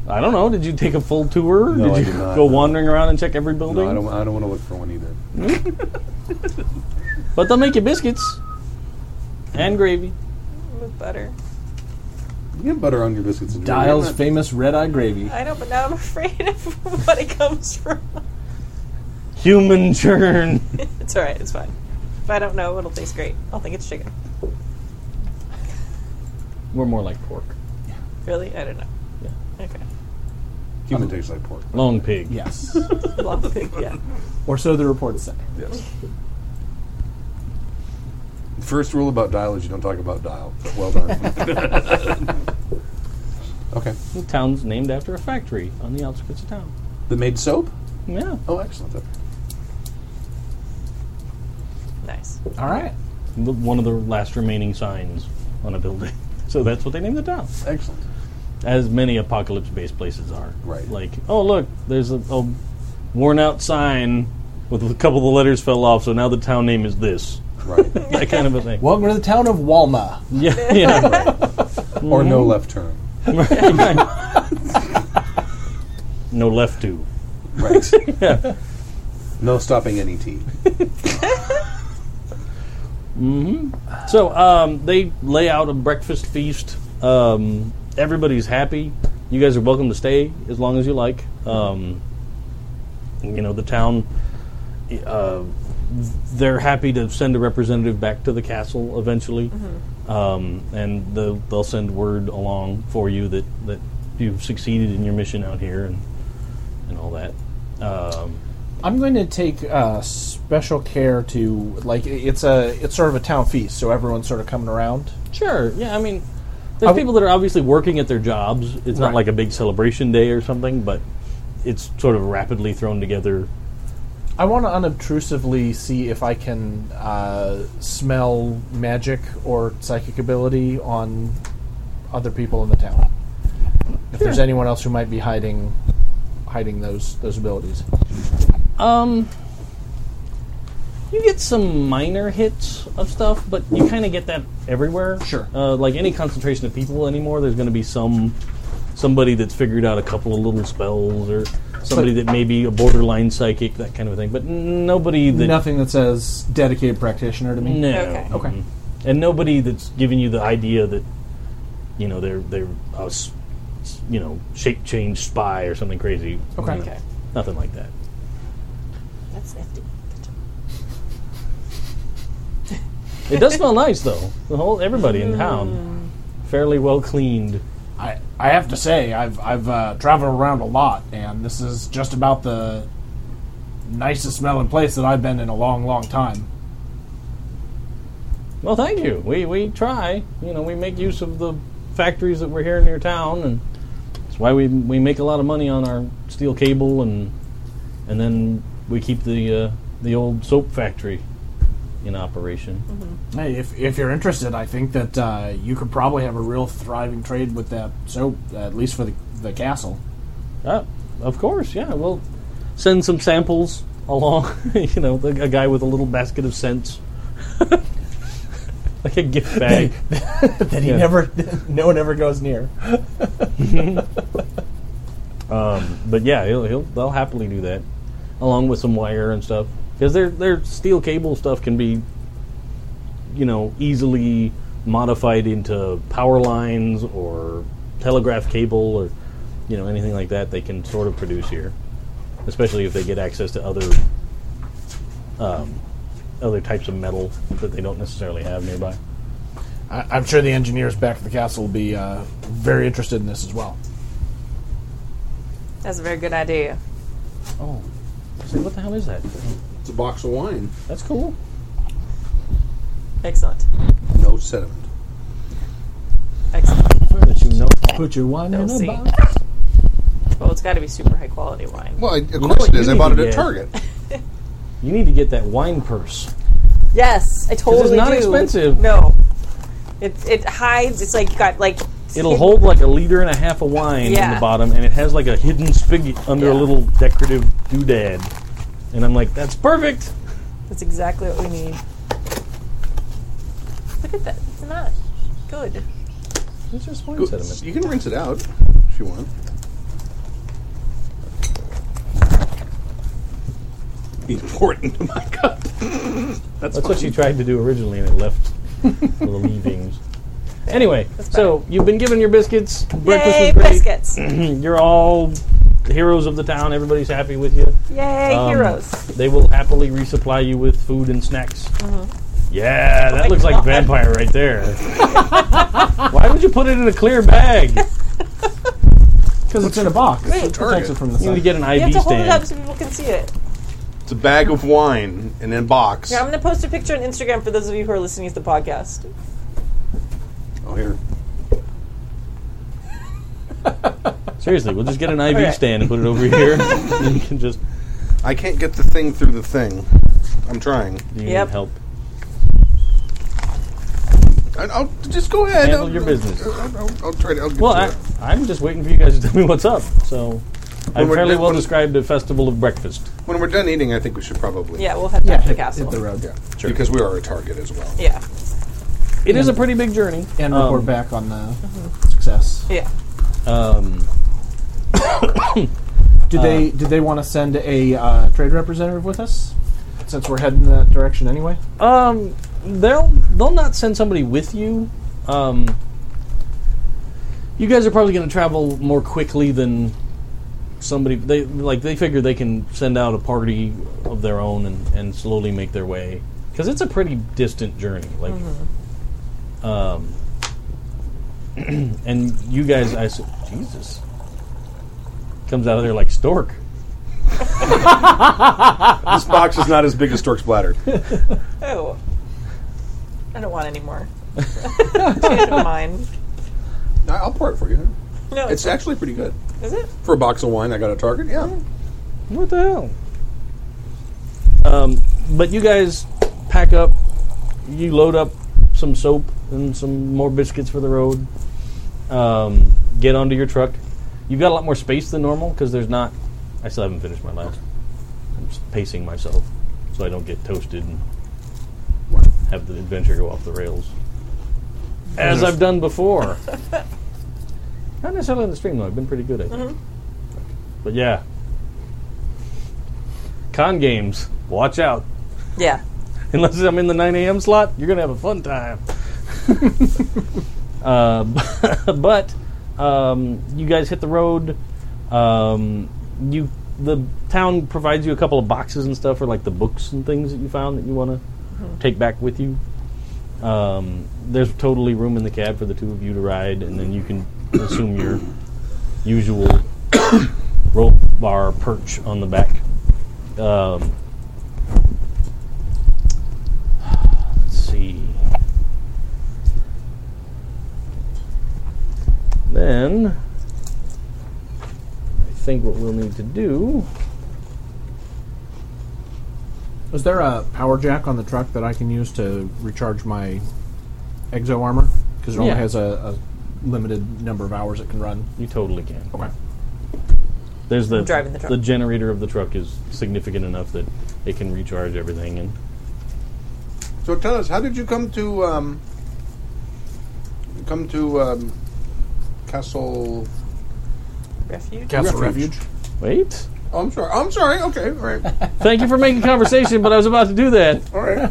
I don't know. Did you take a full tour?
No,
did
I
you
did not.
go wandering around and check every
no,
building?
I don't. I don't want to look for one either.
But they'll make you biscuits and gravy.
with butter?
You have butter on your biscuits. and gravy.
Dial's
I'm not-
famous red eye gravy.
I know, but now I'm <laughs> afraid of what it comes from.
Human <laughs> churn.
It's all right. It's fine. If I don't know, it'll taste great. I'll think it's chicken.
We're more like pork.
Really? I don't know. Yeah. Okay.
Human tastes like pork.
Long pig.
Yes. <laughs>
Love the pig. Yeah.
or so the reports say.
Yes. First rule about dial is you don't talk about dial. But well done.
<laughs>
okay.
The town's named after a factory on the outskirts of town.
The made soap.
Yeah.
Oh, excellent.
Nice.
All right.
The- One of the last remaining signs on a building. <laughs> So that's what they named the town.
Excellent.
As many apocalypse based places are.
Right.
Like, oh, look, there's a, a worn out sign with a couple of the letters fell off, so now the town name is this.
Right.
<laughs> That kind of
<laughs>
a thing.
Welcome to the town of Walma.
Yeah. yeah.
Or no left turn.
no left to. <laughs>
Right. No stopping any tea.
So um, they lay out a breakfast feast. Um, everybody's happy. You guys are welcome to stay as long as you like. Um, you know the town uh, they're happy to send a representative back to the castle eventually, um, and they'll, they'll send word along for you that, that you've succeeded in your mission out here and and all that. Um,
I'm going to take uh, special care to like i- it's a it's sort of a town feast, so everyone's sort of coming around.
sure, yeah, I mean, there's people that are obviously working at their jobs. It's not
Right.
like a big celebration day or something, but it's sort of rapidly thrown together.
I want to unobtrusively see if I can uh, smell magic or psychic ability on other people in the town. If there's anyone else who might be hiding hiding those those abilities.
Um, you get some minor hits of stuff, but you kind of get that everywhere.
Mm-hmm. Sure.
Uh, like any concentration of people anymore, there's going to be some somebody that's figured out a couple of little spells or somebody that may be a borderline psychic, that kind of thing. But n- nobody that
Nothing that says dedicated practitioner to me.
no. Mm-hmm.
Okay.
Okay.
and nobody that's giving you the idea that you know they're they're a s- s- you know shape change spy or something crazy.
Okay.
You know, Nothing like that.
That's nifty.
It does smell nice though. The whole everybody in town fairly well cleaned.
I, I have to say I've I've uh, traveled around a lot, and this is just about the nicest smelling place that I've been in a long, long time.
Well, thank you. We we try. You know, we make use of the factories that were here near town, and that's why we we make a lot of money on our steel cable, and and then we keep the uh, the old soap factory in operation.
Hey, if, if you're interested, I think that uh, you could probably have a real thriving trade with that soap, at least for the, the castle.
Uh, of course, yeah. We'll send some samples along. <laughs> you know, the, a guy with a little basket of scents, <laughs> like a gift bag.
That he
Yeah.
never, <laughs> no one ever goes near.
but yeah, he'll, he'll they'll happily do that, along with some wire and stuff, because their their steel cable stuff can be, you know, easily modified into power lines or telegraph cable or, you know, anything like that. They can sort of produce here, especially if they get access to other, um, other types of metal that they don't necessarily have nearby.
I, I'm sure the engineers back at the castle will be uh, very interested in this as well.
That's a very good idea.
Oh, I said, what the hell is that?
It's a box of wine.
That's cool.
Excellent.
No sediment.
Excellent.
That you know.
Put your wine
They'll
in
see.
a box.
Well, it's got to be super high quality wine.
Well, I, of
what
course it
you
is. I
need
bought
to
it at
get?
Target.
You need to get that wine purse.
Yes, I totally
not
do.
expensive.
No, it it hides. It's like got like
It'll
hidden-
hold like a liter and a half of wine in
Yeah.
the bottom, and it has like a hidden spig under a
Yeah.
little decorative doodad. And I'm like, that's perfect.
That's exactly what we need. Look at that. It's not good.
It's just wine sediment.
You can rinse it out if you want. You pour it into my cup. That's,
That's what she
fine.
tried to do originally, and it left the leavings. Anyway, so you've been given your biscuits. Breakfast
Yay,
was great. <clears throat>
biscuits!
You're all heroes of the town. Everybody's happy with you.
Yay,
Um,
heroes!
They will happily resupply you with food and snacks.
Mm-hmm.
Yeah, that
my
looks like
God.
vampire right
<laughs>
there. Why would you put it in a clear bag?
Because it's in a box.
Wait.
It protects it from the
You
sun.
need to get an
You
ID
have to hold
stand.
it up so people can see it.
It's a bag of wine and in a box.
Here, I'm going to post a picture on Instagram for those of you who are listening to the podcast.
Oh, here.
Seriously, we'll just get <laughs> an IV
Okay.
stand and put it over <laughs> here. and you can just
I can't get the thing through the thing. I'm trying.
you
Yep.
need help.
I, I'll just go ahead.
Handle
I'll-
your business.
I'll, I'll- I'll try to. I'll get
Well,
to
I,
it.
I'm just waiting for you guys to tell me what's up. So, I
When we're
fairly
done-
well
when-
described a festival of breakfast.
When we're done eating, I think we should probably.
Yeah, we'll head back
Yeah,
to the
hit,
castle.
hit the road. Yeah.
Sure. Because we are a target as well.
Yeah,
It is a pretty big journey.
And
Um,
report back on the Mm-hmm. success.
yeah.
Um,
Do they do they want to send a uh, trade representative with us? Since we're heading that direction anyway.
um, they'll they'll not send somebody with you. Um, you guys are probably going to travel more quickly than somebody they like they figure they can send out a party of their own and, and slowly make their way because it's a pretty distant journey like um <clears throat> and you guys i said jesus comes out of there like stork
This box is not as big as Stork's <laughs> bladder.
Oh. I don't want any
<laughs>
more. <laughs> Change of mind.
I- I'll pour it for you.
No,
It's actually pretty good
is it?
for a box of wine I got at Target. Yeah,
What the hell? Um, but you guys pack up, you load up some soap and some more biscuits for the road. Um, get onto your truck. You've got a lot more space than normal because there's not. I still haven't finished my last. I'm just pacing myself so I don't get toasted and have the adventure go off the rails. As I've done before. Not necessarily in the stream, though. I've been pretty good at it. But yeah, con games, watch out. <laughs>
Yeah.
Unless I'm in the 9 a.m. slot, you're going to have a fun time. <laughs> uh, <laughs> but um, you guys hit the road. Um, you the town provides you a couple of boxes and stuff for like the books and things that you found that you want to take back with you. Um, there's totally room in the cab for the two of you to ride, and then you can <coughs> assume your usual <coughs> roll bar perch on the back. Um, let's see. Then I think what we'll need to do.
Is there a power jack on the truck that I can use to recharge my exo armor? Because it only
Yeah.
has a, a limited number of hours it can run.
You totally can.
Okay.
There's the
Driving the truck.
generator of the truck is significant enough that it can recharge everything and
So tell us, how did you come to um, come to um, Castle?
Refuge?
Castle
Refuge.
Refuge.
wait. <laughs>
Oh, I'm sorry. I'm sorry. Okay, all right,
Thank you for making conversation, but I was about to do that.
all right.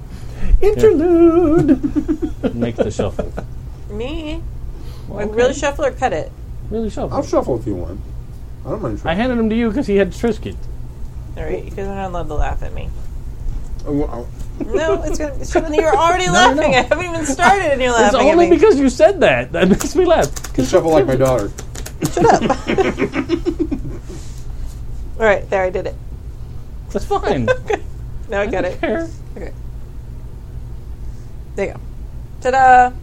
<laughs> Interlude. Make
<laughs>
the shuffle.
Me? Like,
Okay.
really shuffle or cut it?
Really shuffle.
I'll shuffle if you want. I don't mind.
I
Shuffling.
handed him to you because he had Trisket.
All right, because I don't love to laugh at me.
Oh, well, I'll-
No, it's gonna. Suddenly
<laughs>
you're already laughing. I haven't even started, and you're
It's
laughing at
only
me.
because you said that. That makes me laugh.
shuffle like my daughter.
All right, there I did it.
That's fine.
Now I got
don't
it.
care.
Okay. There you go. Ta-da!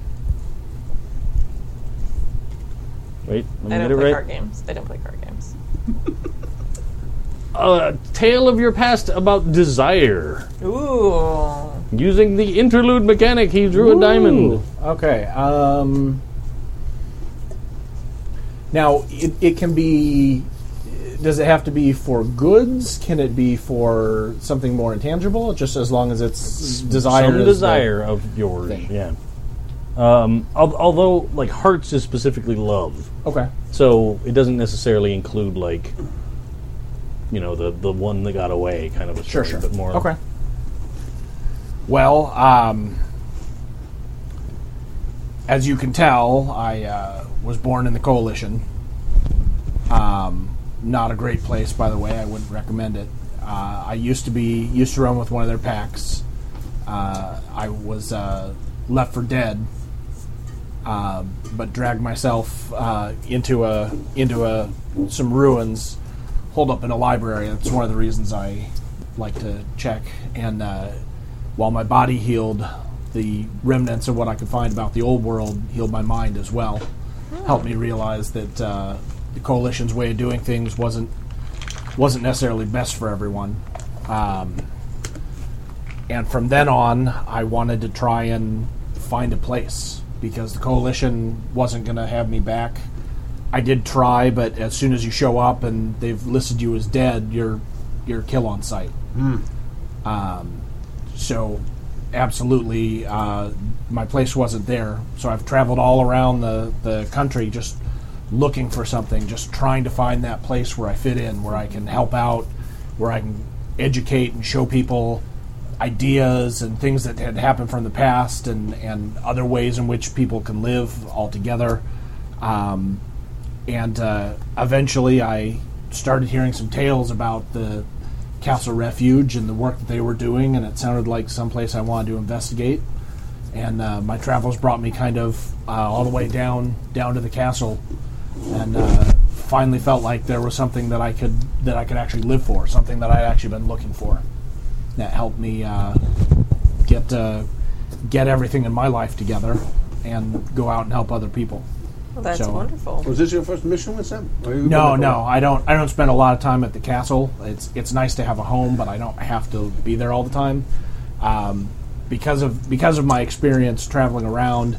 Wait, let me
I
get
don't
it
play
right.
card games. I don't play card games.
A tale of your past about desire.
Ooh.
Using the interlude mechanic, he drew a diamond.
Okay. Um, now it, it can be. Does it have to be for goods? Can it be for something more intangible? Just as long as it's desire.
Some
is the-
desire of yours.
thing.
Yeah. Um, al- although, like, hearts is specifically love.
okay.
So it doesn't necessarily include, like, you know, the, the one that got away kind of a story, but more.
Okay. Well, um, as you can tell, I uh, was born in the Coalition. Um, not a great place, by the way. I wouldn't recommend it. Uh, I used to be used to run with one of their packs. Uh, I was uh, left for dead, uh, but dragged myself uh, into a into a some ruins, holed up in a library. That's one of the reasons I like to check. And uh, while my body healed, the remnants of what I could find about the old world healed my mind as well. Helped me realize that uh, the coalition's way of doing things wasn't wasn't necessarily best for everyone. Um, and from then on, I wanted to try and find a place because the coalition wasn't going to have me back. I did try, but as soon as you show up and they've listed you as dead, you're you're kill on sight. Um, so, absolutely, uh, my place wasn't there. So I've traveled all around the the country just looking for something, just trying to find that place where I fit in, where I can help out, where I can educate and show people ideas and things that had happened from the past and, and other ways in which people can live altogether. Um, and uh, eventually I started hearing some tales about the Castle Refuge and the work that they were doing, and it sounded like someplace I wanted to investigate. And uh, my travels brought me kind of uh, all the way down down to the castle, and uh, finally felt like there was something that I could that I could actually live for, something that I'd actually been looking for. That helped me uh, get uh, get everything in my life together and go out and help other people.
Well, that's
So-
wonderful.
Was this your first mission with them? Or you
No,
been there
no, I don't. I don't spend a lot of time at the castle. It's it's nice to have a home, but I don't have to be there all the time. Um, because of because of my experience traveling around,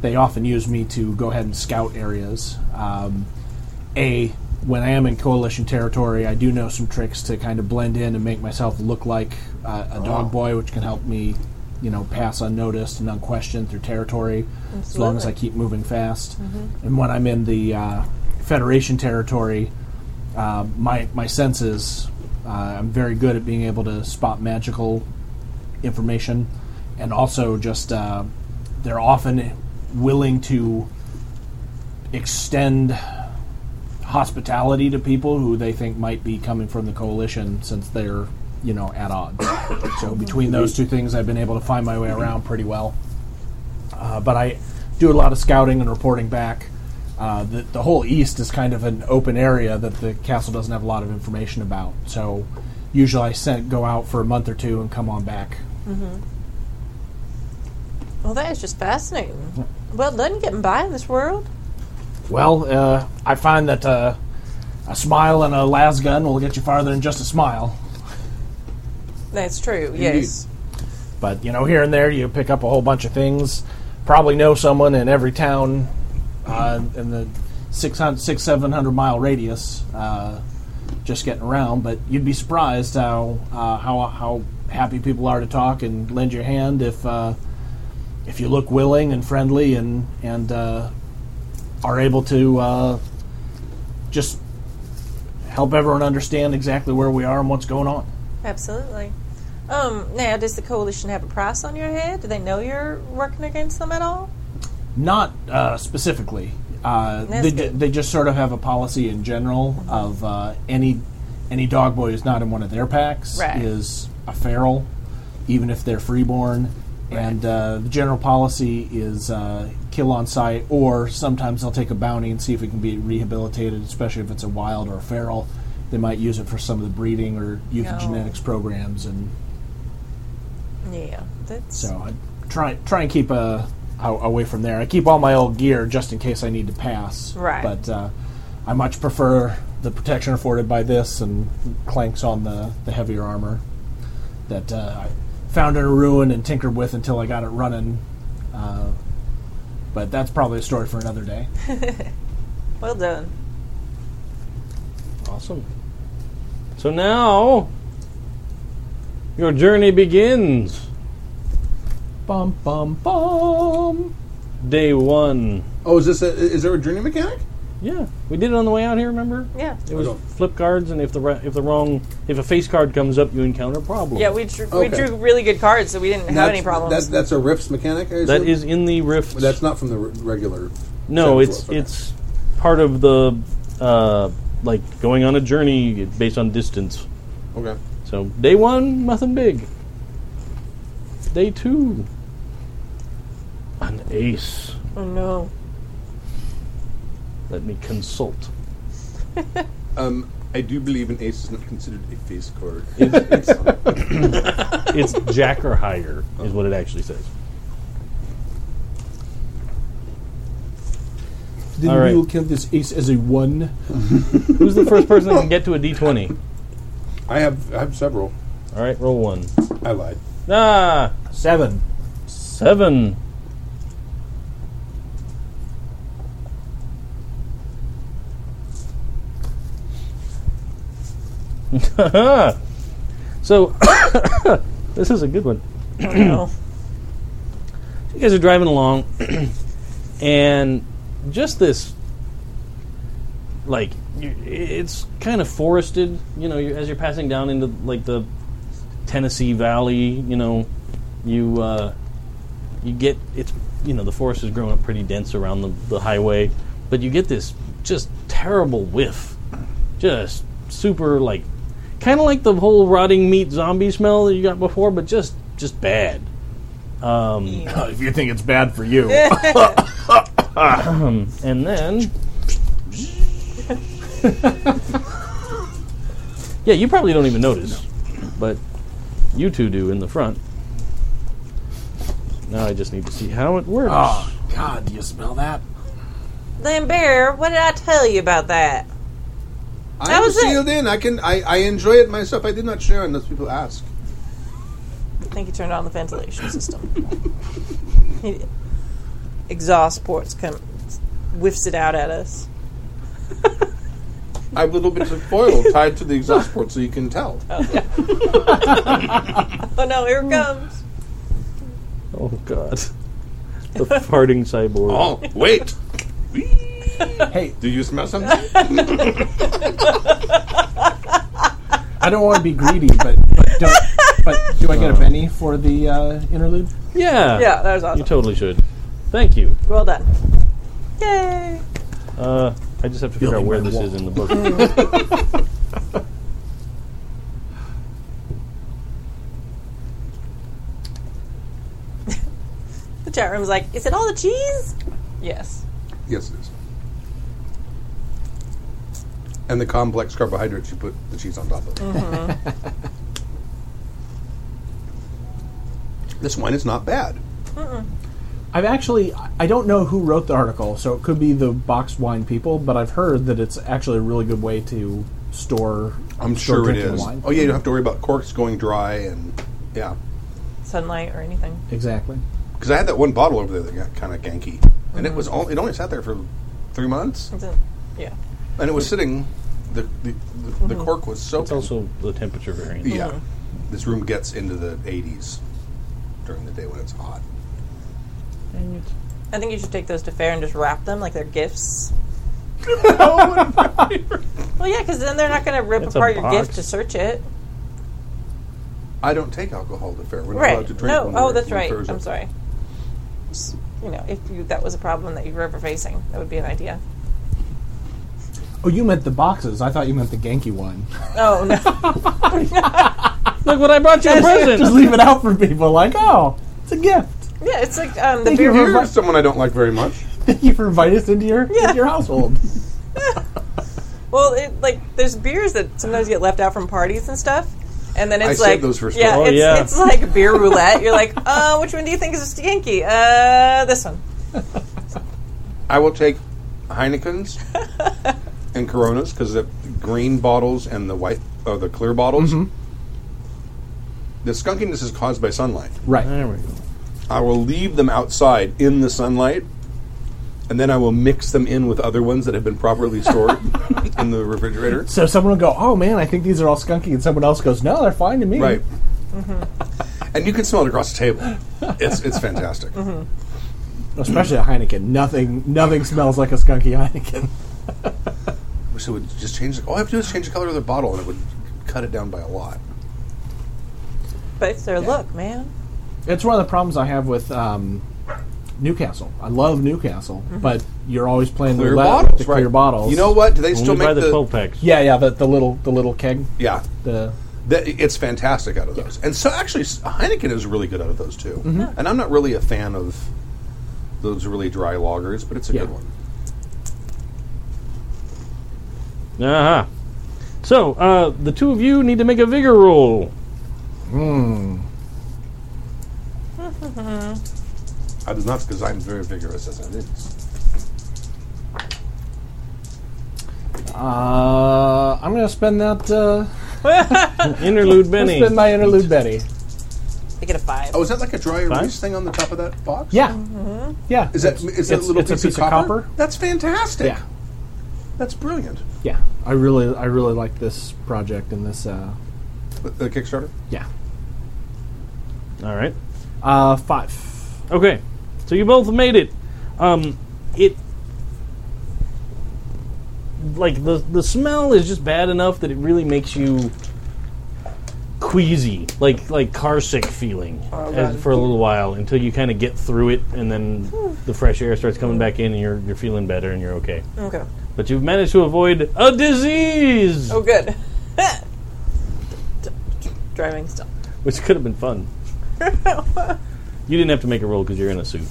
they often use me to go ahead and scout areas. Um, a when I am in coalition territory, I do know some tricks to kind of blend in and make myself look like uh, a dog boy, which can help me, you know, pass unnoticed and unquestioned through territory as long as I keep moving fast. And when I'm in the uh, Federation territory, uh, my my senses, uh, I'm very good at being able to spot magical information, and also just uh, they're often willing to extend hospitality to people who they think might be coming from the coalition since they're you know at odds so between those two things i've been able to find my way around pretty well uh, but i do a lot of scouting and reporting back uh, the, the whole east is kind of an open area that the castle doesn't have a lot of information about so usually i sent go out for a month or two and come on back
Well, that is just fascinating. Well done getting by in this world.
well uh, i find that uh, a smile and a las gun will get you farther than just a smile
That's true. Yes.
But you know, here and there, you pick up a whole bunch of things. Probably know someone in every town uh, in the 600, six seven hundred mile radius. Uh, just getting around, but you'd be surprised how uh, how how happy people are to talk and lend your hand if uh, if you look willing and friendly and and uh, are able to uh, just help everyone understand exactly where we are and what's going on.
Absolutely. Um, now, does the coalition have a price on your head? Do they know you're working against them at all?
Not uh, specifically. Uh,
That's
they, ju-
good.
they just sort of have a policy in general of uh, any any dog boy who's not in one of their packs
Right.
is a feral, even if they're freeborn. And uh, the general policy is uh, kill on sight, or sometimes they'll take a bounty and see if it can be rehabilitated, especially if it's a wild or a feral. They might use it for some of the breeding or euthogenics programs, and
Yeah. That's
so I try try and keep uh, a- away from there. I keep all my old gear just in case I need to pass.
Right.
But uh, I much prefer the protection afforded by this and clanks on the, the heavier armor that uh, I found in a ruin and tinkered with until I got it running. Uh, but that's probably a story for another day.
well done.
Awesome. So now your journey begins.
bum bum bum.
Day one.
before? Oh, is this a, is there a journey mechanic?
Yeah, we did it on the way out here. Remember?
Yeah.
It was
don't-
flip cards, and if the ri- if the wrong if a face card comes up, you encounter a problem.
Yeah, we drew, we
Okay.
drew really good cards, so we didn't have any problems.
That's, that's a riffs mechanic. I
that
assume?
is in the rift.
That's not from the r- regular. Seven
no, it's
dwarf, okay.
it's part of the uh, like going on a journey based on distance.
Okay.
So day one, nothing big. Day two, an ace.
oh no.
Let me consult.
Um, I do believe an ace is not considered a face <laughs> card.
It's jack or higher is what it actually says.
Then
All right.
we will count this ace as a one.
Who's the first person that can get to a D twenty?
I have I have several.
All right, roll one.
I lied.
Ah,
Seven. <laughs>
seven. <laughs> so, <coughs> this is a good one.
Oh, no.
You guys are driving along, <clears throat> and just this, like, you- it's kind of forested. You know, you as you're passing down into like the Tennessee Valley, you know, you uh, you get it's you know the forest is growing up pretty dense around the, the highway, but you get this just terrible whiff, just super like kind of like the whole rotting meat zombie smell that you got before, but just just bad.
if you think it's bad for you.
And then. <laughs> yeah, you probably don't even notice, but you two do in the front. Now I just need to see how it works.
Ah.
oh, God, do you smell that?
Lambert, what did I tell you about that?
I'm
was it.
sealed in. I can. I, I enjoy it myself. I did not share unless people ask.
I think he turned on the ventilation system. he, exhaust ports come, whiffs it out at us.
I have little
<laughs>
bits of foil tied to the exhaust port so you can tell.
Oh no, here it comes.
Oh God, the farting
<laughs>
cyborg.
Oh, wait.
Hey,
Do you smell something?
I don't want to be greedy, but but, don't, but do I get a penny for the uh, interlude?
Yeah,
Yeah, that was
You
awesome.
totally should. Thank you.
well done. Yay!
Uh, I just have to figure out where this is in the book.
<laughs>
The chat room's like, is it all the cheese? Yes.
<laughs> yes, it is. And the complex carbohydrates you put the cheese on top of. this wine is not bad.
I've actually I don't know who wrote the article, so it could be the boxed wine people, but I've heard that it's actually a really good way to store.
I'm
store
sure it
drinking
is.
Wine.
Oh yeah, you don't have to worry about corks going dry and yeah.
Sunlight or anything.
exactly.
Because I had that one bottle over there that got kind of ganky, and it was all, it only sat there for three months,
Is it? Yeah.
and it was sitting. The the, the, the cork was so
It's also the temperature variance.
Yeah.
Uh-huh.
This room gets into the 80s during the day when it's hot.
I think you should take those to fair and just wrap them like they're gifts. well, yeah, because then they're not going to rip
It's a
apart your gift
box.
to search it.
I don't take alcohol to fair. We're not allowed
Right.
to drink.
No.
when
Oh,
we're-
that's
when
right.
fair's
I'm
up.
sorry. Just, you know, if you, that was a problem that you were ever facing, that would be an idea.
Oh, you meant the boxes. I thought you meant the Genki <laughs> wine.
Oh no.
Look what I brought you a
<laughs> Just
present.
leave it out for people. Like, oh, it's a gift. <laughs>
yeah, it's like um, the
Thank you
beer.
very
Here's someone I don't like very much.
Thank you for inviting us into your into your <laughs> household.
Well, it, like there's beers that sometimes get left out from parties and stuff, and then it's
I saved
like
those for store.
yeah,
Oh,
it's,
yeah.
it's like beer roulette. You're like, <laughs> uh, which one do you think is a stinky? Uh, this one.
I will take
<laughs>
Heineken's and Coronas because the green bottles and the white or the clear bottles.
Mm-hmm.
The skunkiness is caused by sunlight.
right.
There we go.
I will leave them outside in the sunlight, and then I will mix them in with other ones that have been properly
<laughs>
stored in the refrigerator.
So someone will go, "Oh man, I think these are all skunky," and someone else goes, "No, they're fine to me."
Right.
Mm-hmm.
And you can smell it across the
<laughs>
table. It's it's fantastic.
Especially a Heineken. Nothing nothing smells like a skunky Heineken.
Wish it would just change. The, all I have to do is change the color of the bottle, and it would cut it down by a lot.
But it's their look, man.
It's one of the problems I have with um, Newcastle. I love Newcastle, but you're always playing
Clear
roulette with
bottles,
the
right?
clear bottles.
You know what? Do they
Only
still
buy
make
the,
the?
12 packs.
Yeah, yeah, the, the little the little keg.
yeah,
The
That- it's fantastic out of those. And so actually, s- Heineken is really good out of those too.
Mm-hmm.
And I'm not really a fan of those really dry lagers, but it's a
Yeah.
good one.
Uh huh. So uh, the two of you need to make a vigor roll.
I do not because I'm very vigorous as it is.
uh, I'm gonna spend that uh,
Interlude Benny.
spend my interlude Betty.
They get a five.
Oh, is that like a dry
Fine.
erase thing on the top of that box?
Yeah, yeah.
Is that is that
it's-
a little
it's a
piece,
piece of copper?
That's fantastic.
Yeah,
That's brilliant.
yeah. I really I really like this project and this. Uh,
The, the Kickstarter.
yeah,
All right.
uh, five.
Okay. So you both made it. Um, it like the the smell is just bad enough that it really makes you queasy, like like car sick feeling as- for a little while until you kind of get through it, and then the fresh air starts coming back in, and you're you're feeling better and you're okay.
Okay.
but you've managed to avoid a disease,
Oh, good. <laughs> Driving still.
which could have been fun. you didn't have to make a roll because you're in a suit.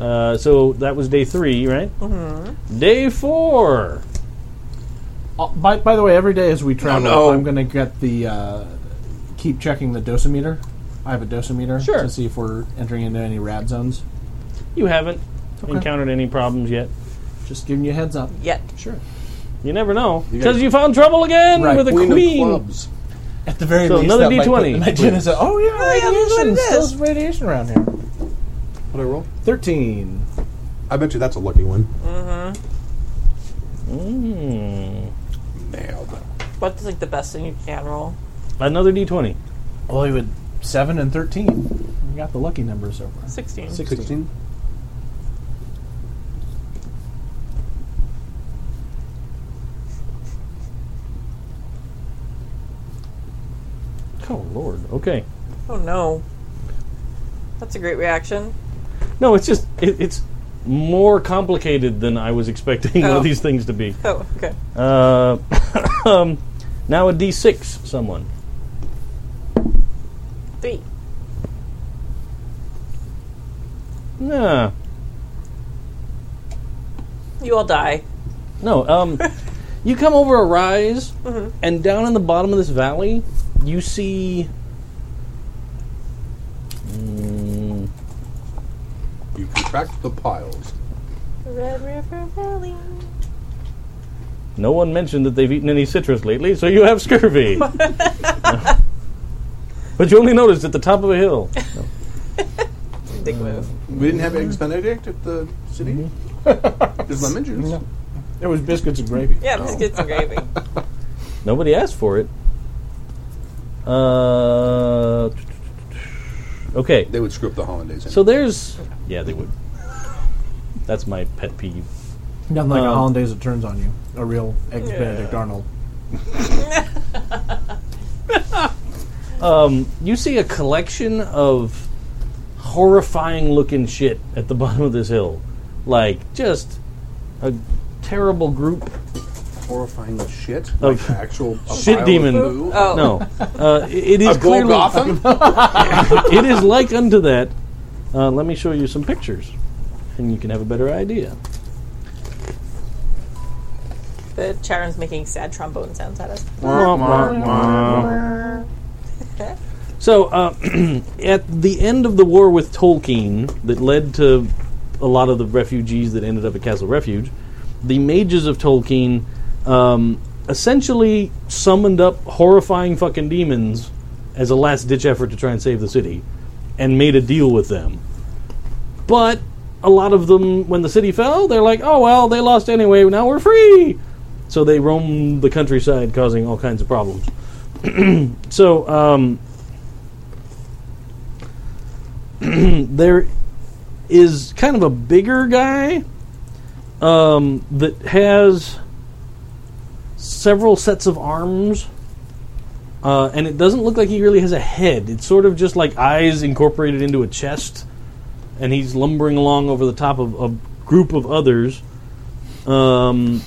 Uh, so that was day three, right? Mm-hmm. Day four.
Uh, by, by the way, every day as we travel,
no.
I'm going to get the uh, keep checking the dosimeter. I have a dosimeter
Sure.
to see if we're entering into any rad zones.
You haven't encountered any problems yet.
Just giving you a heads up.
Yet.
Sure.
You never know because
gotta-
you, found trouble again
Right,
with a
Queen,
queen.
of clubs.
At the very
So
least,
another
that might put
D20,
My gin is a, oh yeah,
yeah, that's what
radiation.
it
Still
is.
radiation around here.
What I roll?
Thirteen.
I bet you that's a lucky one.
Mm.
Nailed.
What's like the best thing you can roll?
Another d20.
Well, he would seven and thirteen. We got the lucky numbers so far.
16.
Sixteen.
Oh lord. Okay.
Oh no. That's a great reaction.
No, it's just it, it's more complicated than I was expecting one
Oh.
of <laughs> these things to be.
Oh, okay.
Uh, <coughs> um, now a d6. Someone.
Three.
Nah.
You all die.
No. Um, you come over a rise, and down in the bottom of this valley, you see. Mm,
You contract the piles.
Red River Valley.
No one mentioned that they've eaten any citrus lately, so you have scurvy. <laughs> but you only noticed at the top of a hill.
Dick move.
We didn't have eggs
Mm-hmm.
Benedict at the city. There's lemon juice.
It was biscuits and gravy.
Yeah,
Oh.
biscuits
<laughs>
and gravy.
Nobody asked for it. Uh, okay,
They would screw up the hollandaise. in.
so there's. Yeah, they would. That's my pet peeve.
Nothing like a
Um,
hollandaise that turns on you. A real eggs Benedict Arnold.
Um, you see a collection of horrifying looking shit at the <laughs> bottom of this hill. Like, just a terrible group
horrifying as shit.
Of
Like actual a
Oh. shit
pile of
demon.
poo.
Oh.
No, uh, it it
A
is
gold
clearly
Gotham.
it is like unto that. Uh, let me show you some pictures, and you can have a better idea.
The Charon's making sad trombone sounds at us.
So, uh, <clears throat> at the end of the war with Tolkien, that led to a lot of the refugees that ended up at Castle Refuge, the mages of Tolkien um, essentially summoned up horrifying fucking demons as a last ditch effort to try and save the city and made a deal with them. But a lot of them, when the city fell, they're like, oh, well, they lost anyway, now we're free! So they roam the countryside causing all kinds of problems. <clears throat> So, um, there is kind of a bigger guy um, that has several sets of arms. Uh, and it doesn't look like he really has a head. It's sort of just like eyes incorporated into a chest. And he's lumbering along over the top of a group of others. Um,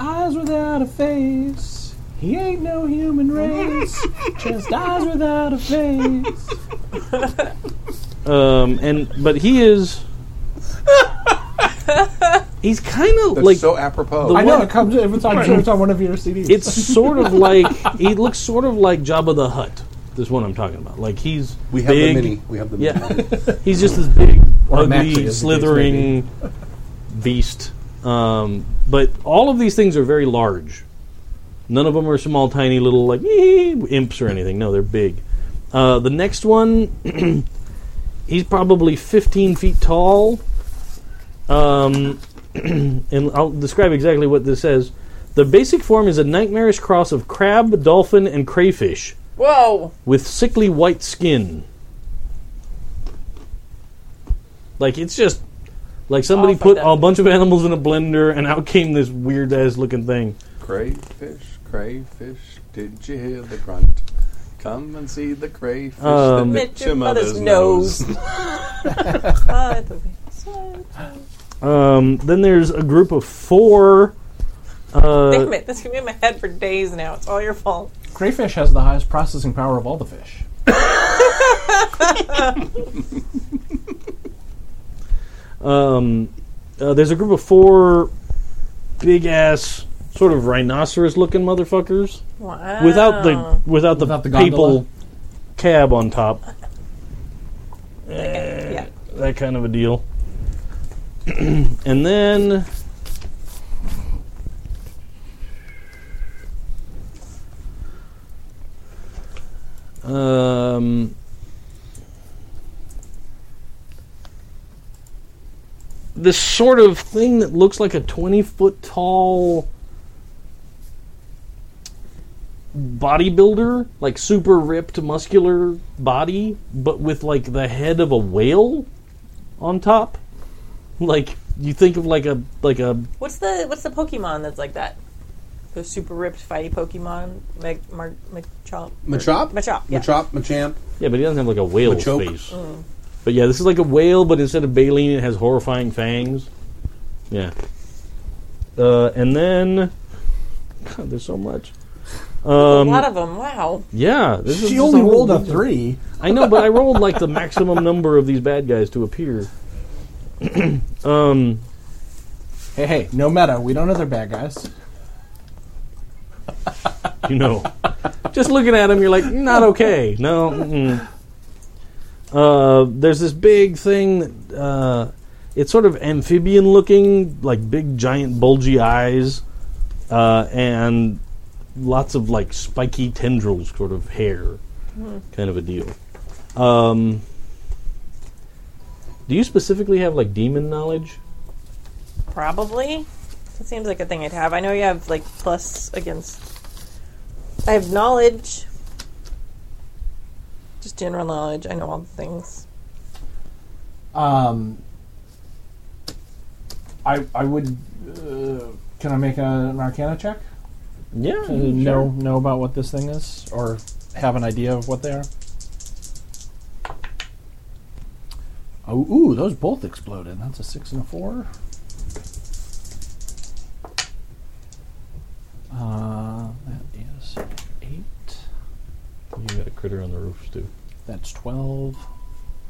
Eyes without a face. He ain't no human race. Just eyes without a face.
um, and But he is. he's kind of
That's
like. <laughs>
so apropos.
the
<laughs> I know
one-
it comes. It was on, it's on one of your CDs.
it's sort of like he looks sort of like Jabba the Hutt. This one I'm talking about. Like he's
we have
big.
the mini. We have the mini.
<laughs> Yeah, he's just this big,
Or a maxi, as the
ugly,
case may
slithering beast. Um, but all of these things are very large. None of them are small, tiny little like <laughs> "Ee," imps or anything. No, they're big. Uh, the next one, <clears throat> he's probably 15 feet tall. Um, <clears throat> and I'll describe exactly what this says. The basic form is a nightmarish cross of crab, dolphin, and crayfish
Whoa!
with sickly white skin. Like it's just like somebody
Oh,
All
put
fucked up.
a bunch of animals in a blender and out came this weird ass looking thing.
Crayfish, crayfish, did you hear the grunt? Come and see the crayfish
Um,
that
Bit
bit your mother's nose.
nose. Ah, that's okay.
Um, then there's a group of four. Uh,
Damn it, that's gonna be in my head for days now. It's all your fault.
Crayfish has the highest processing power of all the fish.
um, uh, there's a group of four big ass, sort of rhinoceros looking motherfuckers
Wow.
without the without the,
Without the gondola.
papal cab on top.
yeah.
that kind of a deal. <clears throat> and then um this sort of thing that looks like a 20 foot tall bodybuilder like super ripped muscular body but with like the head of a whale on top. Like you think of like a like a
What's the what's the Pokemon that's like that? The super ripped fighty Pokemon, like Mar- Machop.
<laughs> Machop?
Machop, yeah.
Machop, Machamp.
yeah, but he doesn't have like a whale
Machoke.
face. But yeah, this is like a whale, but instead of baleen, it has horrifying fangs. Yeah. Uh, and then God, there's so much.
a lot
Um,
of them. Wow.
Yeah, this is
She
just
only
whole
rolled a
bunch of-
three.
I know, but I rolled like the maximum number of these bad guys to appear. um,
Hey, hey, no meta. We don't know they're bad guys.
you know. Just looking at him, you're like, not okay. No. mm-mm. Uh, there's this big thing. That, uh, it's sort of amphibian looking, like big, giant, bulgy eyes, uh, and lots of like spiky tendrils, sort of hair, kind of a deal. Um, do you specifically have like demon knowledge?
Probably. That seems like a thing I'd have. I know you have like plus against. I have knowledge. Just general knowledge. I know all the things.
Um, I I would. Uh, can I make a, an Arcana check?
Yeah.
To Uh, Know know about what this thing is, or have an idea of what they are. Oh, ooh, those both exploded. That's a six and a four. Uh, that is eight.
You got a critter on the roof, Stu.
That's twelve.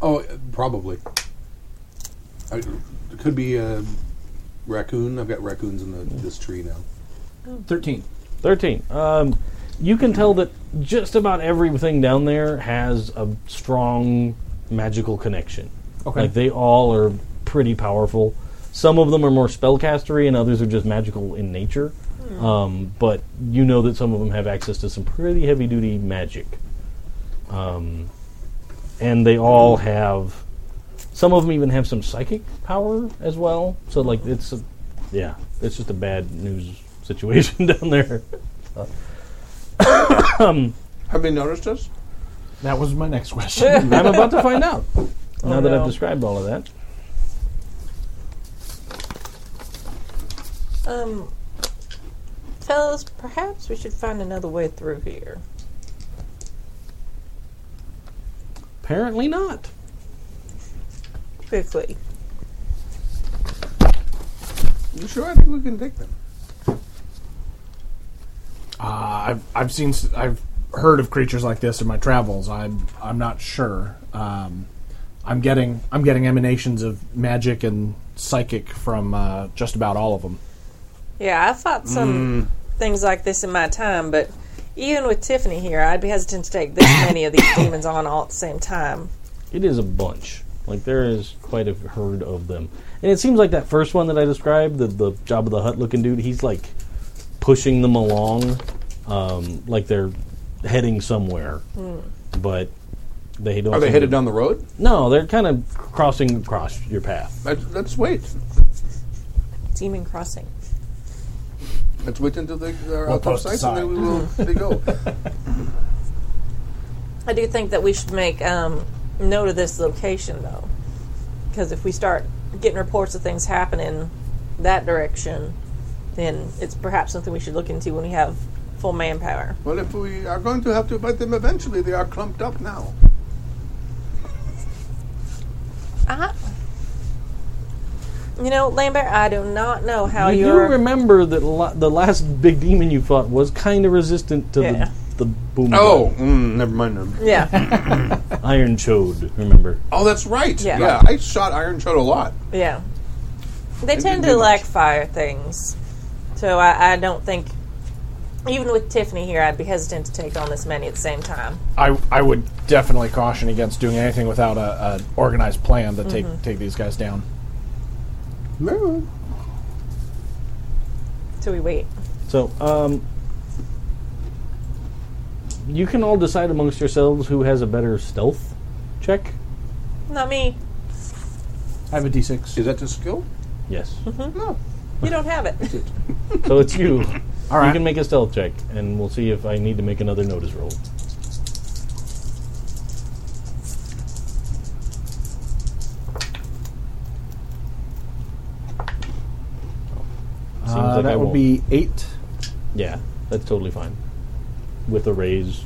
Oh, uh, probably. I, it could be a raccoon. I've got raccoons in the, this tree now.
Thirteen.
13. Um, you can tell that just about everything down there has a strong magical connection.
Okay.
Like they all are pretty powerful. Some of them are more spellcastery, and others are just magical in nature. Um, but you know that some of them have access to some pretty heavy duty magic. Um, and they all have. Some of them even have some psychic power as well. So, like, it's. A, yeah, it's just a bad news situation <laughs> down there.
Have they noticed us?
That was my next <laughs> question.
I'm about to find out. now that I've
no.
described all of that.
Um, fellas, perhaps we should find another way through here.
Apparently not.
Quickly.
You sure? I think we can take them.
Uh, I've I've seen s- I've heard of creatures like this in my travels. I'm I'm not sure. Um, I'm getting I'm getting emanations of magic and psychic from uh, just about all of them.
Yeah, I fought some things like this in my time, but even with Tiffany here, I'd be hesitant to take this many of these demons on all at the same time.
It is a bunch. Like there is quite a herd of them. And it seems like that first one that I described, the the Job of the Hut looking dude, he's like pushing them along, um, like they're heading somewhere. But they don't.
Are
seem
they
to-
headed down the road?
No, they're kind of crossing across your path.
Let's, let's wait.
Demon Crossing.
Let's wait until they, they're
We'll
out of
post
sight,
a
and then we will they go. <laughs>
I do think that we should make um, note of this location, though, because if we start getting reports of things happening that direction, then it's perhaps something we should look into when we have full manpower.
Well, if we are going to have to bite them eventually, they are clumped up now.
I, Uh-huh. You know, Lambert, I do not know how
you do
you're.
remember that la- the last big demon you fought was kind of resistant to
Yeah.
the, the boom.
Oh, mm, never mind. Them.
<laughs>
yeah,
gun. Iron Chode, remember?
Oh, that's right.
Yeah.
I shot Iron Chode a lot.
yeah. They tend
didn't do
to like
much.
fire things, so I, I don't think, even with Tiffany here, I'd be hesitant to take on this many at the same time.
I, I would definitely caution against doing anything without a, an organized plan to take take these guys down.
No.
So we wait.
So, um, you can all decide amongst yourselves who has a better stealth check.
Not me.
I have a d6.
Is that the skill?
Yes.
No.
You don't have it.
<laughs> so it's you.
All
You
right.
can make a stealth check, and we'll see if I need to make another notice roll. Seems
Uh, that would
won't.
be eight.
Yeah, that's totally fine. With a raise,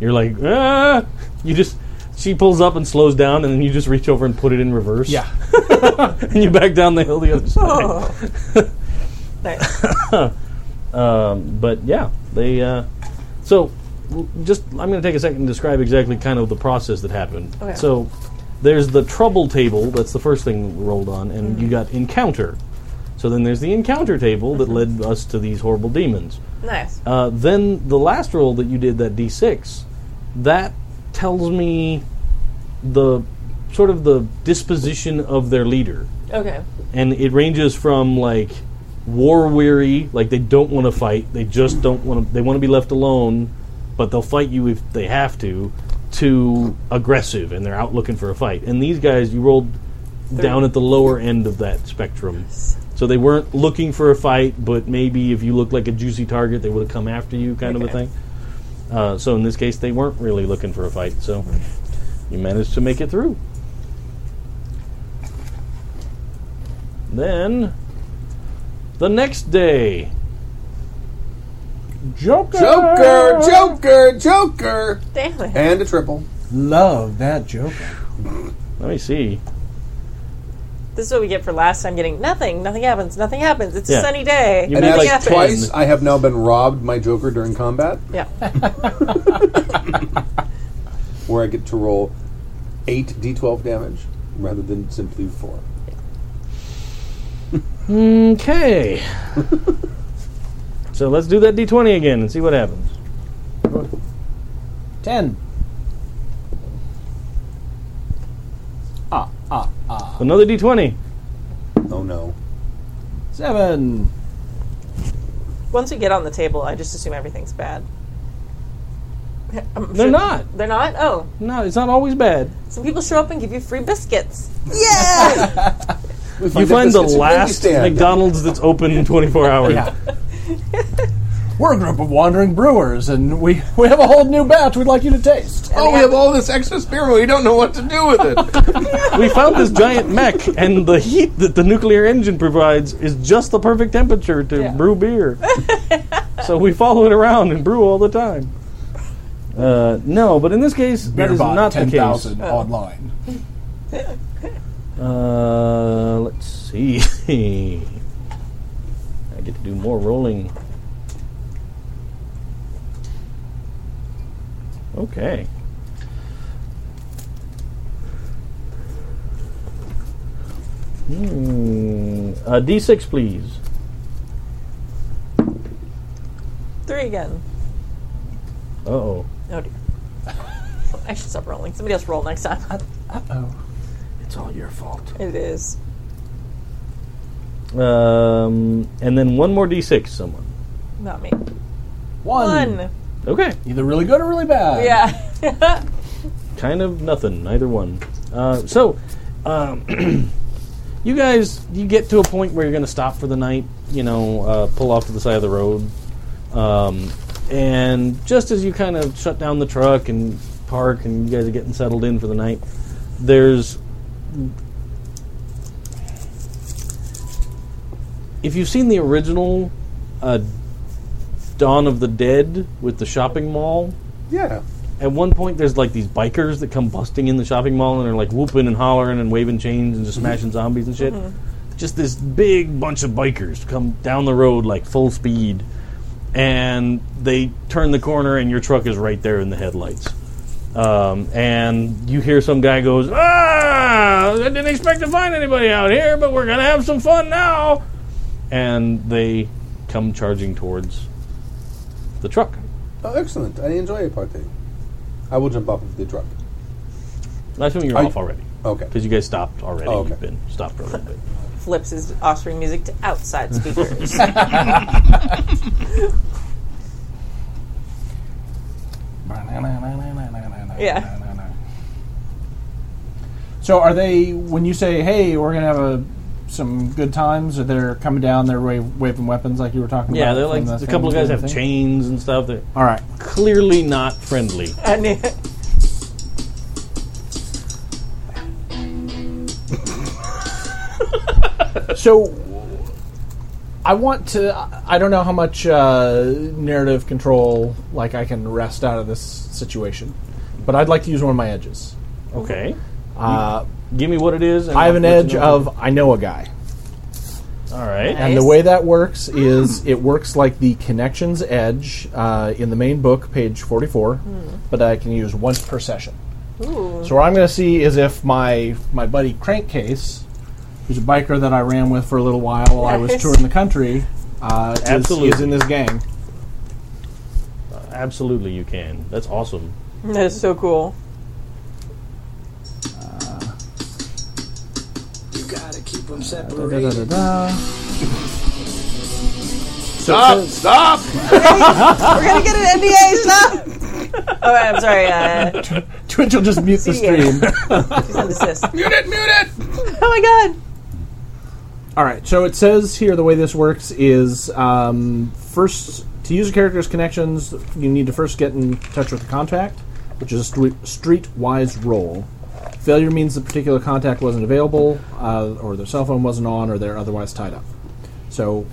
you're like, ah! You just she pulls up and slows down, and then you just reach over and put it in reverse. <laughs> and you back down the hill the other side.
Oh. Nice.
Um, but yeah, they. Uh, so, l- just I'm going to take a second and describe exactly kind of the process that happened.
Okay.
So, there's the trouble table. That's the first thing that we rolled on, and you got encounter. So then there's the encounter table that led us to these horrible demons.
nice.
Uh, then the last roll that you did, that d6, that tells me the sort of the disposition of their leader
Okay.
and it ranges from like war weary, like they don't want to fight, they just don't want to, they want to be left alone, but they'll fight you if they have to, to aggressive and they're out looking for a fight. And these guys, you rolled down at the lower end of that spectrum. So they weren't looking for a fight, but maybe if you looked like a juicy target, they would have come after you, kind of a
Okay.
thing. Uh, so in this case, they weren't really looking for a fight, so you managed to make it through. Then, the next day,
Joker.
Joker, Joker, Joker,
Damn it.
and a triple.
Love that Joker.
let me see.
This is what we get for last time getting nothing. Nothing happens. Nothing happens. It's
Yeah.
a sunny day.
You
And
made
nothing
as
like
happens.
twice, I have now been robbed my Joker during combat,
Yeah.
where I get to roll eight d12 damage rather than simply four.
Okay. so let's do that d20 again and see what happens.
Ten. Ah,
Another d20.
Oh no!
Seven.
Once we get on the table, I just assume everything's bad. I'm
They're
sure-
not.
They're not? Oh.
No, it's not always bad.
Some people show up and give you free biscuits.
We
You
that
find the
biscuits and whiskey
last
stand.
McDonald's that's open in 24 hours.
We're a group of wandering brewers, and we, we have a whole new batch we'd like you to taste.
Oh, we have all this extra spirit. We don't know what to do with it.
We found this giant mech, and the heat that the nuclear engine provides is just the perfect temperature to
Yeah.
brew beer. so we follow it around and brew all the time. Uh, no, but in this case, that is
Beerbot
not the case.
10,000 online.
Uh, let's see. <laughs> I get to do more rolling. Okay. Hmm. A D6, please.
Three again.
Uh oh.
Oh dear. <laughs> I should stop rolling. Somebody else roll next time. <laughs>
It's all your fault.
It is.
Um, and then one more D6, someone.
Not me.
One.
One.
Okay.
Either really good or really bad.
Yeah. <laughs>
kind of nothing, neither one. Uh, so, um, <clears throat> you guys, you get to a point where you're going to stop for the night, you know, uh, pull off to the side of the road. Um, and just as you kind of shut down the truck and park and you guys are getting settled in for the night, there's. If you've seen the original uh, Dawn of the Dead with the shopping mall,
yeah.
at one point there's like these bikers that come busting in the shopping mall and are like whooping and hollering and waving chains and just smashing zombies and shit.
just this big bunch of bikers come down the road like full speed, and they turn the corner, and your truck is right there in the headlights. Um, and you hear some guy goes, "Ah! I didn't expect to find anybody out here, but we're gonna have some fun now." And they come charging towards the truck.
Oh, excellent. I enjoy a party. I will jump off of the truck.
I assume you're
Are
off
you-
already.
Okay.
Because you guys stopped already.
Oh, okay.
You've been stopped for a little bit.
Flips his offspring music to
<laughs>
outside speakers. Yeah.
So are they when you say, "Hey, we're gonna have a some good times"? Are they coming down? They're wa- waving weapons like you were talking
Yeah,
about.
they're
from
like
the
a couple of guys
thing?
have chains and stuff. They're
All right.
<laughs> clearly not friendly.
I knew it.
So I want to. I don't know how much uh, narrative control like I can wrest out of this situation, but I'd like to use one of my edges.
Okay.
Uh,
Give me what it is. and
I have an
I'll let
edge
you know.
of I know a guy.
All right.
And the
Nice.
way that works is it works like the connections edge uh, in the main book, page 44,
Hmm.
but I can use once per session. So what I'm going to see is if my my buddy Crankcase, who's a biker that I ran with for a little while while I was
Nice.
touring the country, uh, is-
Absolutely.
is in this gang.
Absolutely, you can. That's awesome.
That's so cool.
You gotta keep them
Da, da,
separated.
da, da.
Stop! Stop!
We're gonna get an NDA, stop! <laughs> oh, wait, I'm sorry. Uh,
Twitch will just mute the
See ya. <laughs>
stream.
cease and desist.
mute it! Mute it!
<laughs> Oh my god!
All right, so it says here the way this works is um, first to use a character's connections, you need to first get in touch with the contact, which is a street streetwise roll. Failure means the particular contact wasn't available, uh, or their cell phone wasn't on, or they're otherwise tied up. So,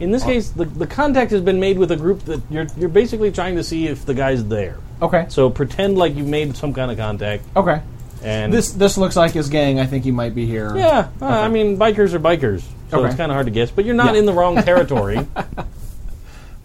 In this case, the, the contact has been made with a group that you're you're basically trying to see if the guy's there.
okay,
So pretend like you've made some kind of contact,
okay,
and
this this looks like his gang. I think he might be here.
yeah, uh, I mean bikers are bikers, so
Okay.
it's kind of hard to guess. But you're not
Yeah.
in the wrong territory.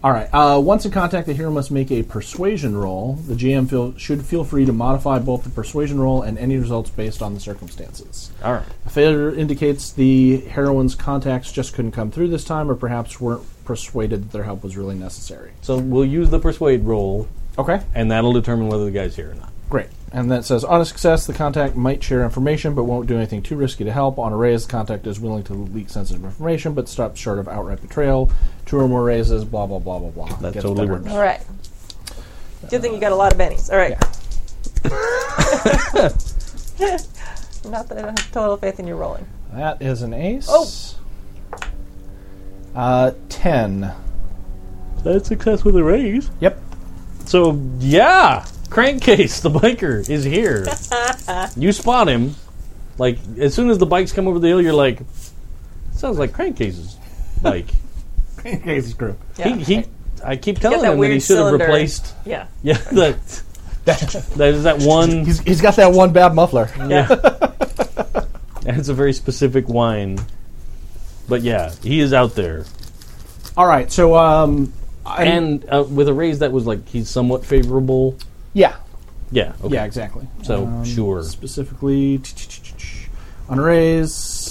All right. Uh, once in contact, the hero must make a persuasion roll. The GM feel, should feel free to modify both the persuasion roll and any results based on the circumstances.
All right.
A failure indicates the heroine's contacts just couldn't come through this time, or perhaps weren't persuaded that their help was really necessary.
So we'll use the persuade roll,
Okay,
and that'll determine whether the guy's here or not.
great. And that says on a success, the contact might share information, but won't do anything too risky to help. On a raise, the contact is willing to leak sensitive information, but stops short of outright betrayal. Two or more raises, blah blah blah blah blah.
That
Gets
totally
better.
works.
Alright. Good thing you got a lot of bennies. Alright. <laughs> Not that I don't have total faith in your rolling.
That is an ace.
Oh.
Uh, ten.
That's success with a raise.
Yep.
So yeah, crankcase the biker
<laughs>
is here. you spot him, like as soon as the bikes come over the hill, you're like, sounds like crankcase's
<laughs>
bike.
<laughs> Crazy crew.
Yeah.
he, he, I keep
got
telling
that
him that he
weird
should have
cylinder.
replaced. <laughs>
Yeah. <laughs>
Yeah, that that is that one.
He's, he's got that one bad muffler.
Yeah, and it's a very specific wine. But yeah, he is out there,
All right. So um, I'm-
and uh, with a raise that was like he's somewhat favorable.
yeah,
Yeah. Okay.
yeah, Um, exactly.
So sure.
Specifically, on raise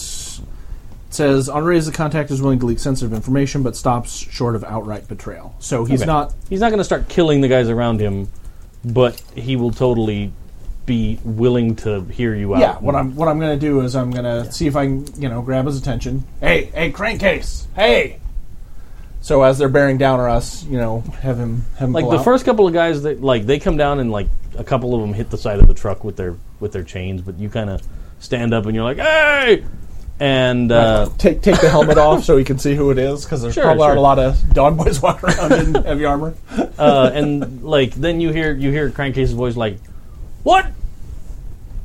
it says on raise the contact is willing to leak sensitive information, but stops short of outright betrayal. So he's
Okay.
not.
He's not going to start killing the guys around him, but he will totally be willing to hear you out.
Yeah. uh, What I'm what I'm gonna do is I'm gonna see if I can you know grab his attention. Hey, hey, crankcase. Hey. So as they're bearing down on us, you know, have him have him
like
pull
the
out.
first couple of guys that like they come down and like a couple of them hit the side of the truck with their with their chains, but you kind of stand up and you're like, "Hey!" And
<laughs>
uh,
take take the helmet off so he can see who it is because there's
Sure,
probably aren't
sure.
a lot of dog boys <laughs> walking around in heavy armor.
uh, and like then you hear you hear Crankcase's voice like, "What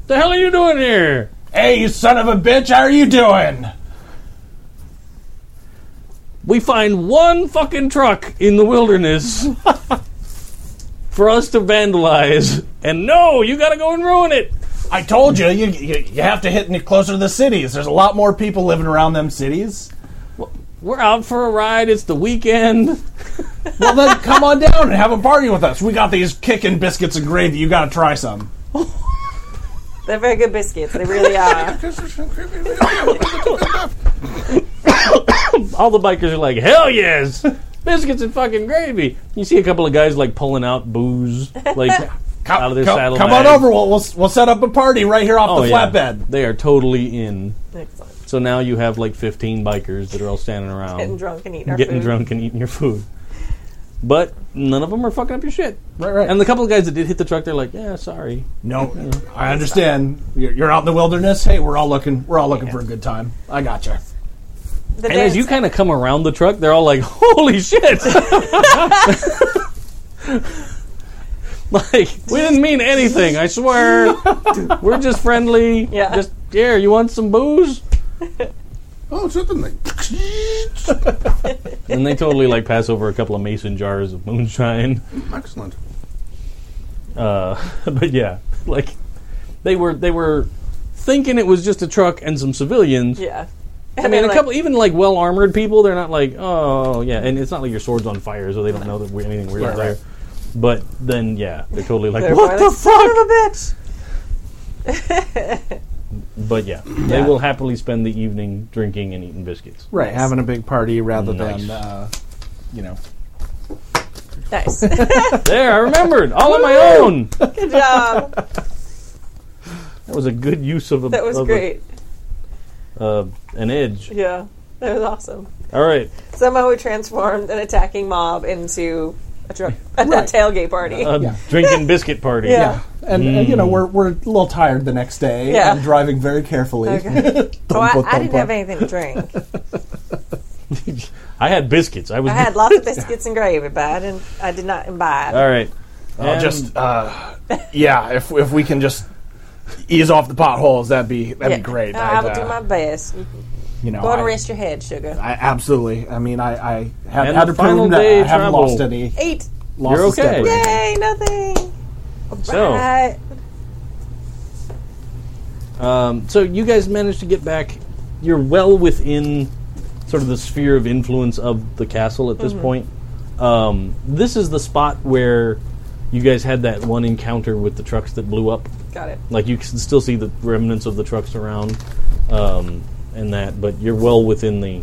the hell are you doing here?"
Hey, you son of a bitch, how are you doing?
We find one fucking truck in
<laughs>
the wilderness for us to vandalize, and no, you gotta go and ruin it.
I told you, you, you, you have to hit any closer to the cities. There's a lot more people living around them cities.
We're out for a ride. It's the weekend.
Well, then come on down and have a party with us. We got these kicking biscuits and gravy. You got to try some.
They're very good biscuits. They
<laughs>
really are.
All the bikers are like,
<laughs>
hell yes, biscuits and fucking gravy. You see a couple of guys like pulling out booze, like
<laughs>
Come,
out of their
come-
saddle.
come on over. We'll, we'll we'll set up a party right here off
Oh,
the
yeah.
flatbed.
They are totally in.
Excellent.
So now you have like 15 bikers that are all standing
Getting
around,
drunk and eating our
getting
food.
drunk and eating your food. But none of them are fucking up your shit.
Right, right.
And the couple of guys that did hit the truck, they're like, yeah, sorry.
No, I understand. You're, you're out in the wilderness. Hey, we're all looking. We're all looking for a good time. I gotcha.
The
And as
dance-
you kind of come around the truck, they're all like, "Holy shit!" <laughs> like we didn't mean anything. I swear, we're just friendly.
Yeah.
Just here. You want some booze?
Oh, certainly.
And they totally like pass over a couple of mason jars of moonshine. <laughs>
Excellent.
Uh, but yeah, like they were they were thinking it was just a truck and some civilians.
yeah.
I mean,
they're
a
like-
couple, even like well armored people, they're not like, oh yeah, and it's not like your sword's on fire, so they don't know that we anything weird is
Right,
there.
right.
But then, yeah, they're totally like,
They're
what
like,
the
Son of
fuck?
a bitch.
<laughs> But yeah, they will happily spend the evening drinking and eating biscuits.
Right, having a big party rather
Nice.
than uh, you know.
<laughs>
Nice.
There, I remembered, all on my own. That
good job.
was a good use of a,
That was
of a-
great.
uh, an edge.
Yeah. That was awesome.
All right,
Somehow we transformed an attacking mob into a, truck, a, tailgate party.
a
Yeah.
drinking biscuit
<laughs>
party.
yeah.
And, and you
Mm.
know we're, we're a little tired the next day.
Yeah.
and driving very carefully.
<laughs>
Okay. Oh, I,
Dump,
I didn't
dump,
have
dump.
anything to drink.
I had biscuits. I was
I had lots of biscuits and gravy, but I didn't. I did not imbibe.
all right.
I'll
And-
just uh, yeah, if if we can just ease off the potholes, that'd be that'd
Yeah.
be great.
No, I
I'd,
will
uh,
do my best. You
you know,
Go and
I-
rest your head, sugar.
I absolutely. I mean, I, I have
And
had
the
to prove
final
that I
day
haven't
travel.
lost any.
Eat.
Lost
You're
a step
okay.
or anything.
Yay, nothing.
So-
Right.
Um, so you guys managed to get back. You're well within sort of the sphere of influence of the castle at this point. Um, this is the spot where you guys had that one encounter with the trucks that blew up.
Got it.
Like you can still see the remnants of the trucks around um, and that, but you're well within the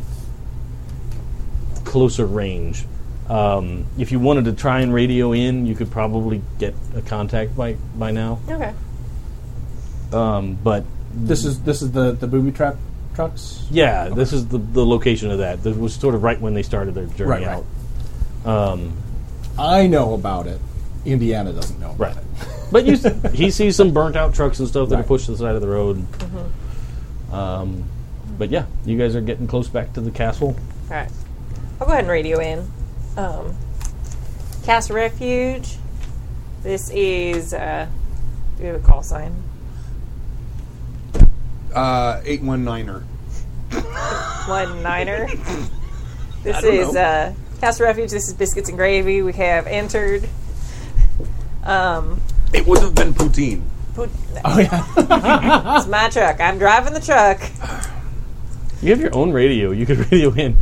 closer range. Um, if you wanted to try and radio in, you could probably get a contact by by now.
Okay.
Um, but
This is this is the the booby trap trucks.
Yeah, this is the, the location of that. This was sort of right when they started their journey
Right, right.
out.
I know about it. Indiana doesn't know. About
Right. <laughs> But you, he sees some burnt out trucks and stuff that are
Right.
pushed to the side of the road. Um, but yeah, you guys are getting close back to the castle.
All right. I'll go ahead and radio in. Um, Cast Refuge. This is. Uh, do we have a call sign?
Uh, 819er.
One
<laughs>
niner. this is uh, Cast Refuge. This is Biscuits and Gravy. We have entered. Um,
It would have been poutine.
put, oh, yeah. <laughs> it's my truck. I'm driving
<laughs>
the truck. <laughs>
You have your own radio. You could <laughs> radio in.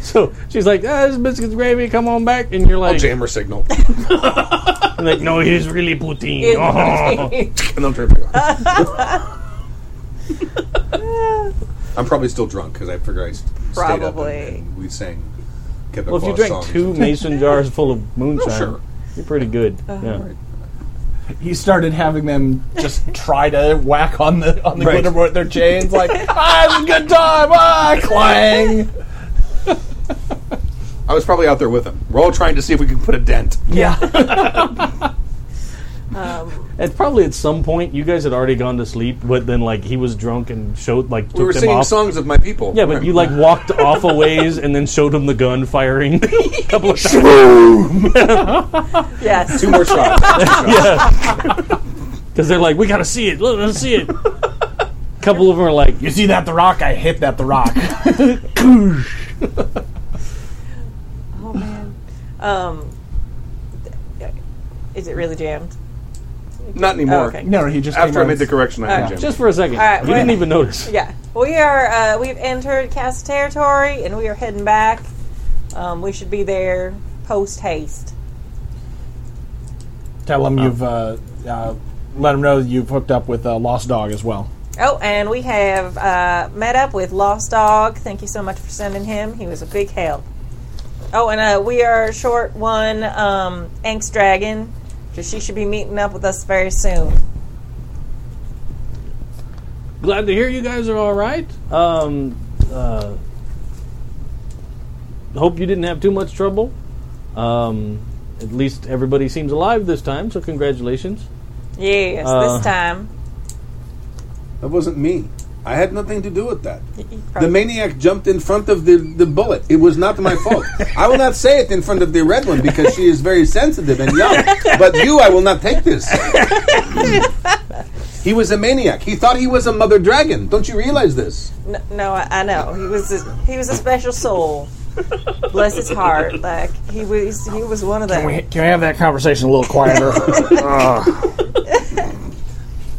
so she's like, ah, this is biscuits and gravy. Come on back." And you're
Oh,
like,
jammer signal.
I'm like, "No, it is really poutine." Oh.
and I'll turn it back on. I'm probably still drunk because I figure I s- stayed up
Probably.
and, and we sang Quebecois
well, if you drank
songs.
two mason jars full of moonshine,
sure.
you're pretty good. Yeah.
it. He started having them <laughs> just try to whack on the on the
Right.
glitterboard with their chains, like ah, it's a good time, ah, clang.
I was probably out there with him. We're all trying to see if we can put a dent.
Yeah,
Um,
At probably at some point you guys had already gone to sleep, but then like he was drunk and showed like took
We were
them
singing
off.
songs of my people.
Yeah, but you like walked <laughs> off a ways and then showed him the gun firing <laughs> a couple of times.
Yes.
two more shots.
because they're like, we gotta see it, Let- let's see
<laughs>
it. A couple of them are like,
you see that the rock? I hit that the rock.
Oh man. Um, th- is it really jammed?
Not anymore.
okay.
No, he just came
After I
out
made
as-
the correction, I had
Alright.
Jim.
Just for a second.
Alright,
you
wait.
didn't even notice.
Yeah, we are. Uh, we've entered Casa territory, and we are heading back. Um, we should be there post haste.
Tell him you've uh, uh, let him know that you've hooked up with a lost dog as well.
Oh, and we have uh, met up with Lost Dog. Thank you so much for sending him. He was a big help. Oh, and uh, we are short one um, Angst Dragon, so she should be meeting up with us very soon.
Glad to hear you guys are all right. Um, <laughs> uh, hope you didn't have too much trouble. Um, at least everybody seems alive this time, so congratulations.
Yes,
Uh.
this time.
That wasn't me. I had nothing to do with that.
You
The
probably-
maniac jumped in front of the, the bullet. It was not my fault. I will not say it in front of the red one because she is very sensitive and young. But you, I will not take
<laughs>
this. he was a maniac. He thought he was a mother dragon. Don't you realize this?
No, no I, I know he was a, he was a special soul. Bless his heart, like he was he was one of the.
Can we have that conversation a little quieter?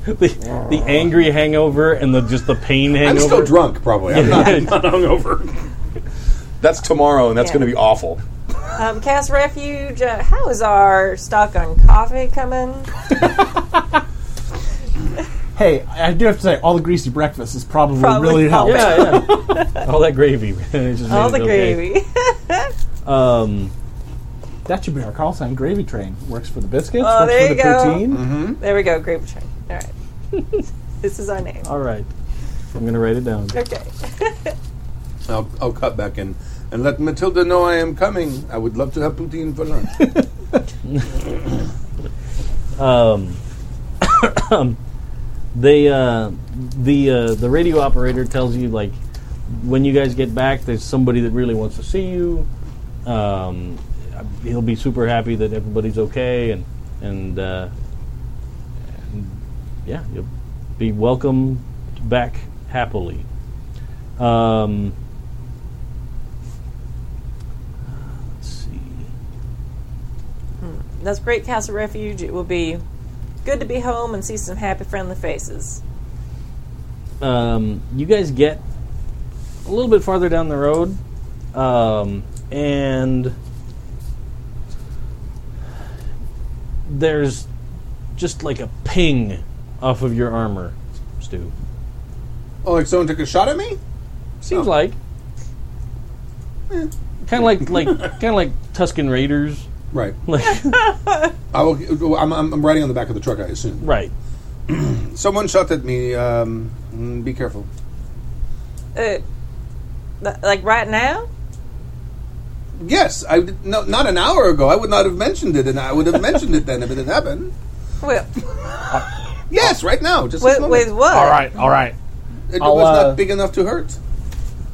The, the angry hangover and the just the pain
I'm
hangover.
still drunk, probably. I'm not, I'm not hungover. That's tomorrow, and that's
Yeah.
going to be awful.
Um, Cast Refuge, uh, how is our stock on coffee coming?
<laughs> hey, I do have to say, all the greasy breakfast is probably,
Probably
really helped.
helped.
yeah,
<laughs>
yeah. all that gravy. <laughs> It just
All
made
the
it okay.
gravy. <laughs>
Um,
That should be our call sign, Gravy Train. Works for the biscuits,
Oh,
works
there
for
you
the
go.
poutine.
there we go, gravy train. All right,
<laughs>
this is our name.
all right. I'm going to write it down.
Okay,
I'll, I'll cut back in and let Matilda know I am coming. I would love to have poutine for <laughs> lunch.
um, they uh, the uh, the radio operator tells you like when you guys get back, there's somebody that really wants to see you. Um, he'll be super happy that everybody's okay and and, uh, and yeah, you'll be welcome back happily. Um, let's see.
that's great, Castle Refuge. It will be good to be home and see some happy, friendly faces.
um, you guys get a little bit farther down the road, um, and there's just like a ping off of your armor, Stu.
oh, like someone took a shot at me?
Seems
Oh.
like kind of like <laughs> like kind of like Tuscan Raiders, <laughs>
Right.
like
I will, I'm, I'm I'm riding on the back of the truck, I assume.
right.
<clears throat> Someone shot at me. Um, mm, be careful.
Uh, li- like right now,
Yes, I did- no, not an hour ago. I would not have mentioned it, and I would have mentioned it then if it had happened.
<laughs>
well,
Yes, right now, just this
with,
moment.
with what?
All right, all right.
it, it
I'll,
was
uh,
not big enough to hurt.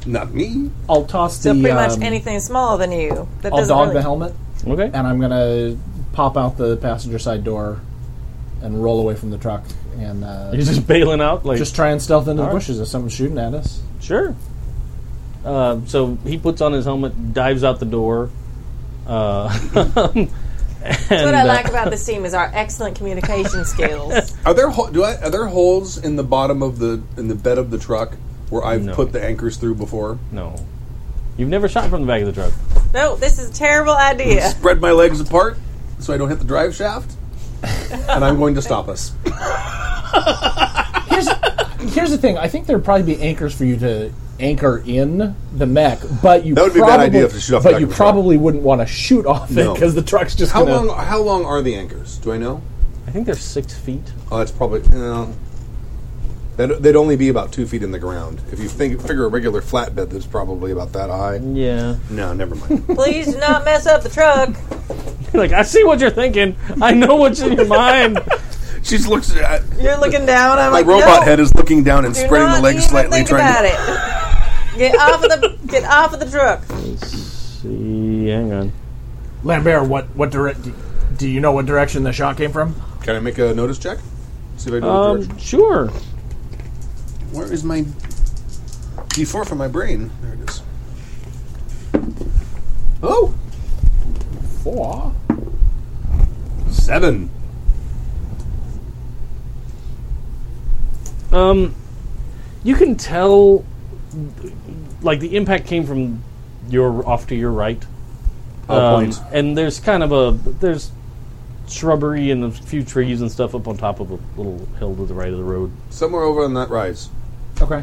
Not me.
I'll toss
So
the.
pretty much
um,
anything smaller than you. That
I'll
doesn't
dog
really,
the helmet,
Okay.
and I'm gonna pop out the passenger side door, and roll away from the truck, and uh,
You're just bailing out, like
just try and stealth into the
All right.
bushes if someone's shooting at us.
Sure. Uh, so he puts on his helmet, dives out the door. Uh,
That's what I like about this team is our excellent communication skills. <laughs>
Are there ho- do I are there holes in the bottom of the in the bed of the truck where I've
No.
put the anchors through before?
No. You've never shot from the back of the truck.
No, this is a terrible <laughs> idea.
Spread my legs apart so I don't hit the drive
<laughs>
shaft, and I'm going to stop us.
Here's, here's the thing. I think there'd probably be anchors for you to anchor in the mech, but you
That would be a bad
probably,
idea if you shoot off the
but
back
you
of the truck.
probably wouldn't want to shoot off it
No.
because the truck's just
How
gonna,
long how long are the anchors? Do I know?
I think they're six feet. <laughs>
Oh, that's probably no. They'd, they'd only be about two feet in the ground. If you think figure a regular flatbed that's probably about that high.
Yeah.
No, never mind. <laughs>
Please do not mess up the truck.
like, I see what you're thinking. I know what's in your <laughs> mind.
She's looks. At,
You're looking down. I'm
my
like,
robot
no,
head is looking down and
do
spreading
not
the legs
even
slightly,
Think
trying
about
to.
it. <laughs> Get off of the get off of the truck.
see, hang on.
Lambert, what what direct? Do you know what direction the shot came from?
Can I make a notice check? See if I do the
Um,
direction.
sure.
Where is my D4 for my brain? There it is. Oh,
Four.
seven.
Um, you can tell, like the impact came from your off to your right,
Oh,
Um,
points.
and there's kind of a there's shrubbery and a few trees and stuff up on top of a little hill to the right of the road.
Somewhere over on that rise.
Okay.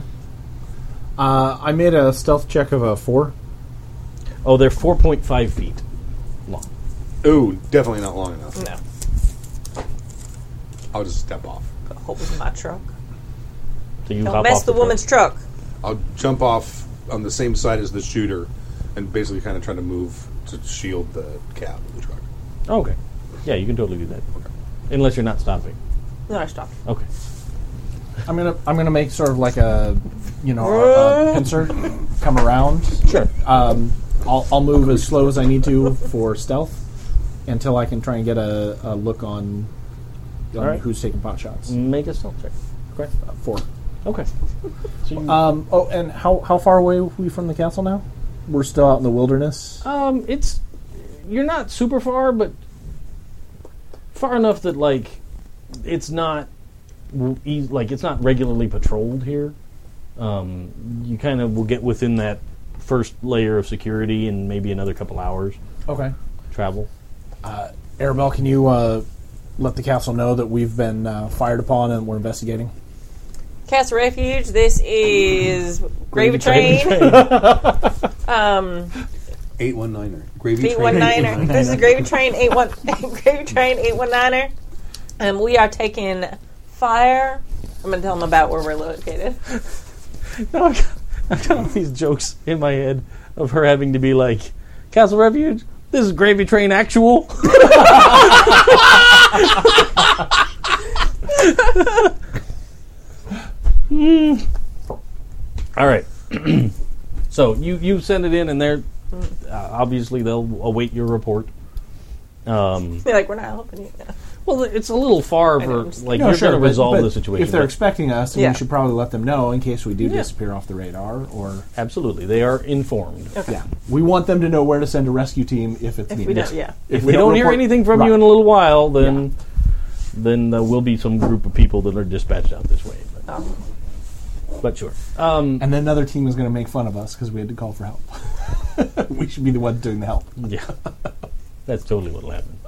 Uh, I made a stealth check of a four.
Oh, they're four point five feet long.
Ooh, definitely not long enough.
No.
I'll just step off.
I hope it's my truck.
So you
Don't
hop
mess
off
the,
truck.
woman's truck.
I'll jump off on the same side as the shooter and basically kind of try to move to shield the cab of the truck.
Oh, okay. Yeah, you can totally do that. Unless you're not stopping.
No, I stopped.
Okay.
I'm gonna I'm gonna make sort of like a you know a, a pincer come around.
Sure.
Um, I'll, I'll move as slow as I need to for stealth until I can try and get a, a look on, on
All right.
who's taking pot shots.
Make a stealth check.
Okay, uh, four.
Okay. So you,
Um, oh, and how how far away are we from the castle now? We're still out in the wilderness.
um, it's you're not super far, but far enough that like it's not w- eas like it's not regularly patrolled here. Um, you kind of will get within that first layer of security in maybe another couple hours
Okay.
travel. <laughs>
Arabelle, can you uh, let the castle know that we've been uh, fired upon and we're investigating?
Castle Refuge, this is Gravy Train. um,
819er. er. Gravy
eight
train.
one niner. This is Gravy Train eight one <laughs> Gravy Train eight one niner. And we are taking fire. I'm gonna tell them about where we're located.
Now I got, I got all these jokes in my head of her having to be like, Castle Refuge, this is Gravy Train Actual. <laughs> Hmm. All right. <clears throat> so you, you send it in, and they're uh, obviously they'll await your report. Um,
They're like, we're not helping you.
well, it's a little far
know,
for
I'm just-
like you're going to resolve the situation.
If they're
but-
expecting us,
Yeah.
we should probably let them know in case we do
Yeah.
disappear off the radar. Or
absolutely, they are informed.
yeah, we want them to know where to send a rescue team if it's
If
needed.
we don't, yeah.
if we, don't, hear
report-
anything from you
Right.
in a little while, then then there will be some group of people that are dispatched out this way. But,
Oh.
but sure, um,
and then another team is going to make fun of us because we had to call for help. <laughs> we should be the ones doing the help.
yeah, that's totally what'll happen.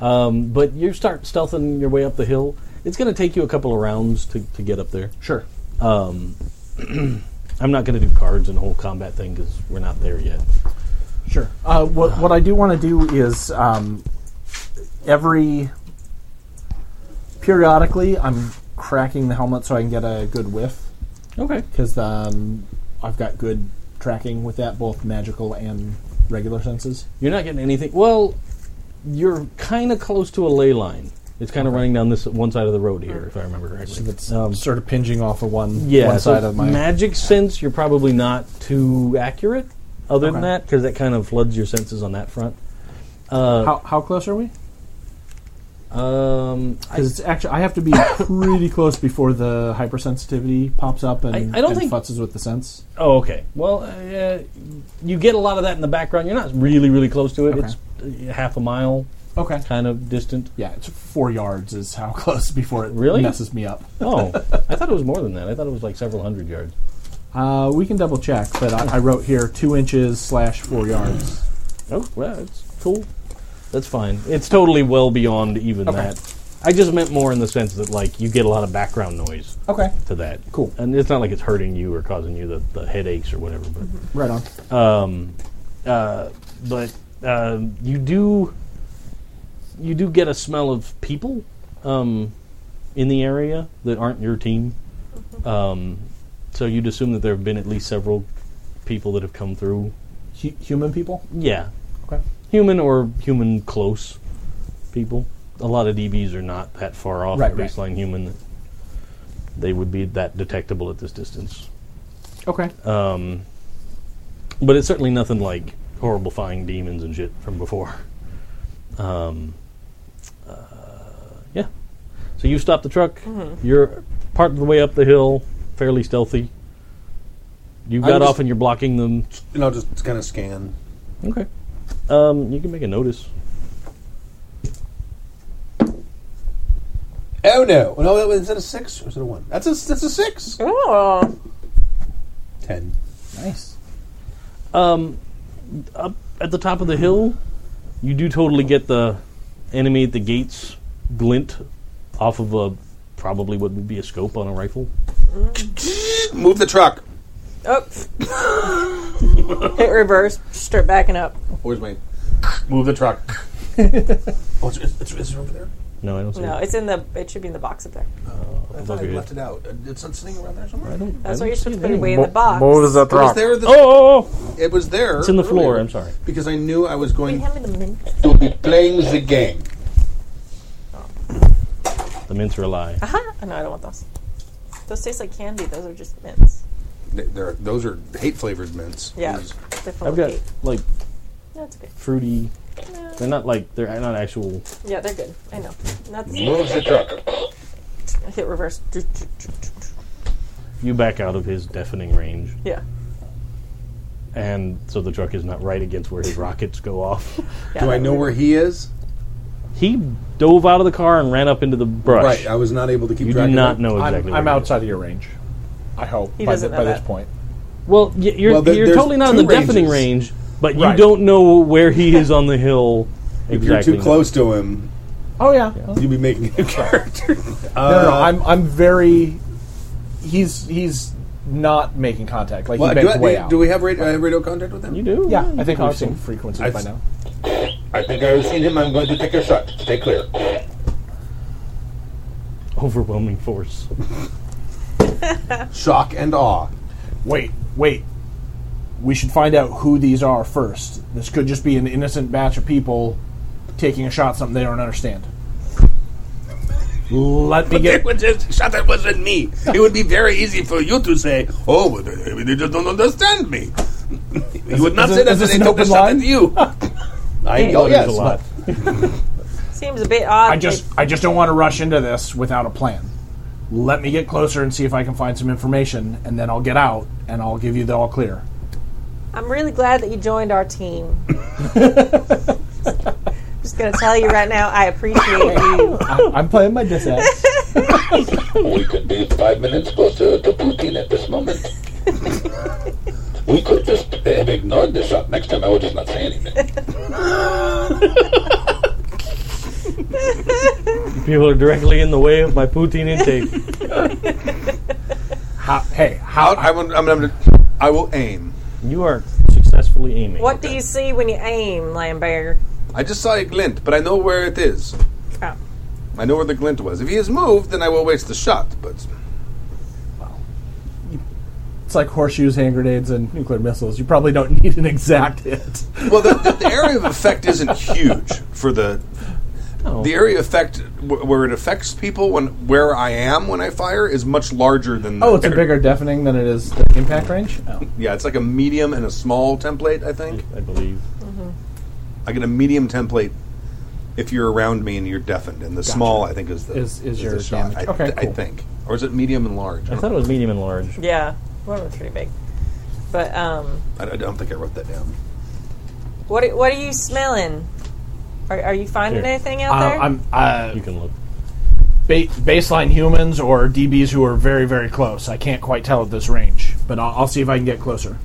Um, but you start stealthing your way up the hill. It's going to take you a couple of rounds to, to get up there. Um,
Sure.
<clears throat> I'm not going to do cards and the whole combat thing because we're not there yet.
Sure. Uh, what, what I do want to do is um, every periodically I'm cracking the helmet so I can get a good whiff
Okay.
because um, I've got good tracking with that, both magical and regular senses.
You're not getting anything. Well, you're kind of close to a ley line. It's kind of running down this one side of the road here, if I remember correctly.
It's um, sort of pinging off of one
Um, yeah,
one
so
side of my
magic sense, you're probably not too accurate. Other than
Okay.
that, because that kind of floods your senses on that front.
How, how close are we?
Um, I,
Because actually, I have to be pretty close before the hypersensitivity pops up and,
I- I don't
and
think-
futzes with the sense.
oh, okay. Well, uh, you get a lot of that in the background. You're not really, really close to it.
Okay.
It's uh, half a mile
Okay.
kind of distant.
Yeah, it's four yards is how <laughs> close before it
Really?
messes me up.
Oh, I thought it was more than that. I thought it was like several hundred yards.
Uh, we can double check, but I, I wrote here two inches slash four yards.
Oh, well, it's cool. That's fine. It's totally well beyond even that. I just meant more in the sense that like you get a lot of background noise
Okay.
to that.
Cool.
And it's not like it's hurting you or causing you the, the headaches or whatever. But
Right on.
but um, you do you do get a smell of people um, <laughs> in the area that aren't your team. Um, so you'd assume that there have been at least several people that have come through.
Hu human people?
Yeah,
Okay.
human or human close people. A lot of DBs are not that far off
Right,
the
right.
baseline human. That they would be that detectable at this distance. Um,
Okay.
But it's certainly nothing like horrible flying demons and shit from before. Um, uh, yeah. So you stop the truck.
Mm-hmm.
You're part of the way up the hill, fairly stealthy. You
I'm
got
just-
off and you're blocking them.
And I'll just kind of scan.
Okay. Um, you can make a notice.
Oh, no. No, is that a six or is it a one? That's a that's a six.
Oh,
Ten.
Nice.
At the top of the hill, you do totally get the enemy at the gates glint off of a probably what would be a scope on a rifle.
Move the truck.
oh. hit reverse, start backing up.
Where's my? <laughs> Move the truck. <laughs> oh, it's, it's, it's over there.
No, I don't see
No,
it.
it's in the. It should be in the box up there.
I thought I
Okay.
left it out. Uh, It's sitting around there somewhere.
That's
I
why you're supposed
don't see
to put it
it
away in
anymore.
the box.
What was that
It was
rock?
there. The,
Oh, oh, oh.
It was there.
It's in the floor,
earlier,
I'm sorry.
Because I knew I was going
Hand me the mint.
to be playing the game.
the mints are a lie.
Aha! Oh, no, I don't want those. Those taste like candy. Those are just mints.
Th- There, those are hate flavored mints.
Yeah,
These-
they're full
I've
of
got
hate.
like
No, it's okay.
fruity. They're not like they're not actual.
Yeah, they're good. I know. Not
Move the truck.
hit reverse.
You back out of his deafening range,
Yeah.
and so the truck is not right against where his rockets go off. <laughs>
yeah
Do I know where he is?
He dove out of the car and ran up into the brush.
Right. I was not able to keep
you
track.
do not
of it.
know
I'm,
exactly. where
I'm
he is.
outside of your range. I hope
He
by,
doesn't
the,
know
by this
that.
point.
Well, y- you're
Well, there-
you're
there's
totally not in
two
the deafening
ranges.
range, but
Right.
you don't know where he is on the hill.
If
Exactly.
you're too close to him,
Oh yeah. No,
you'll be making a <laughs> new character. Uh,
no, no, I'm I'm very. He's he's not making contact. Like
Well,
he
do,
backed
I,
way
do,
out.
do we have radio, uh, radio contact with him?
You do.
Yeah, I think
we've
I've seen
seen-
frequencies
I've
by
s-
now.
I think I've seen him. I'm going to take a shot. Stay clear.
overwhelming force.
Shock and awe.
Wait, wait. We should find out who these are first. This could just be an innocent batch of people taking a shot at something they don't understand. Let me
<laughs>
get.
was just shot that wasn't me. It would be very easy for you to say, "Oh, well, they they just don't understand me." <laughs> you would not
is
say
it-
that
is
if
this
they
an
took the
open
shot
line?
at
<laughs>
you. I
Oh,
know
there's a
yes,
lot.
but
Seems a bit odd.
I just, I just don't want to rush into this without a plan. Let me get closer and see if I can find some information, and then I'll get out and I'll give you the all clear.
I'm really glad that you joined our
<laughs>
team. just gonna tell you right now, I
<laughs>
appreciate you.
I'm playing my disax.
We could be five minutes closer to Putin at this
<laughs>
moment. we could just have ignored the shot. Next time I would just not say anything.
People are directly in the way of my poutine <laughs> intake.
how, hey,
Out,
how?
I will. I'm, gonna- I will aim.
you are successfully
<laughs>
aiming.
What do you see when you aim, Lambert?
I just saw a glint, but I know where it is.
Oh.
I know where the glint was. If he has moved, then I will waste the shot. But
It's like horseshoes, hand grenades, and nuclear missiles. You probably don't <laughs> need an exact hit.
well, the, the, the area of effect isn't huge for the the area of effect wh- where it affects people when where I am when I fire is much larger than. the
Oh, it's a
area-
bigger deafening than it is the impact range. Oh.
Yeah, it's like a medium and a small template. I think
I believe.
I get a medium template if you're around me and you're deafened, and the small I think is the
Is- is
the
your
shot,
damage.
I,
Okay,
I
cool.
think, or is it medium and large? I
I
don't,
thought it was medium and large.
Yeah, one was pretty big. But um,
I I don't think I wrote that down.
what are- what are you smelling? Are, are you finding
Here.
anything out
Uh,
there?
I'm uh,
You can look.
ba- baseline humans or DBs who are very very close. I can't quite tell at this range, but I'll, I'll see if I can get closer.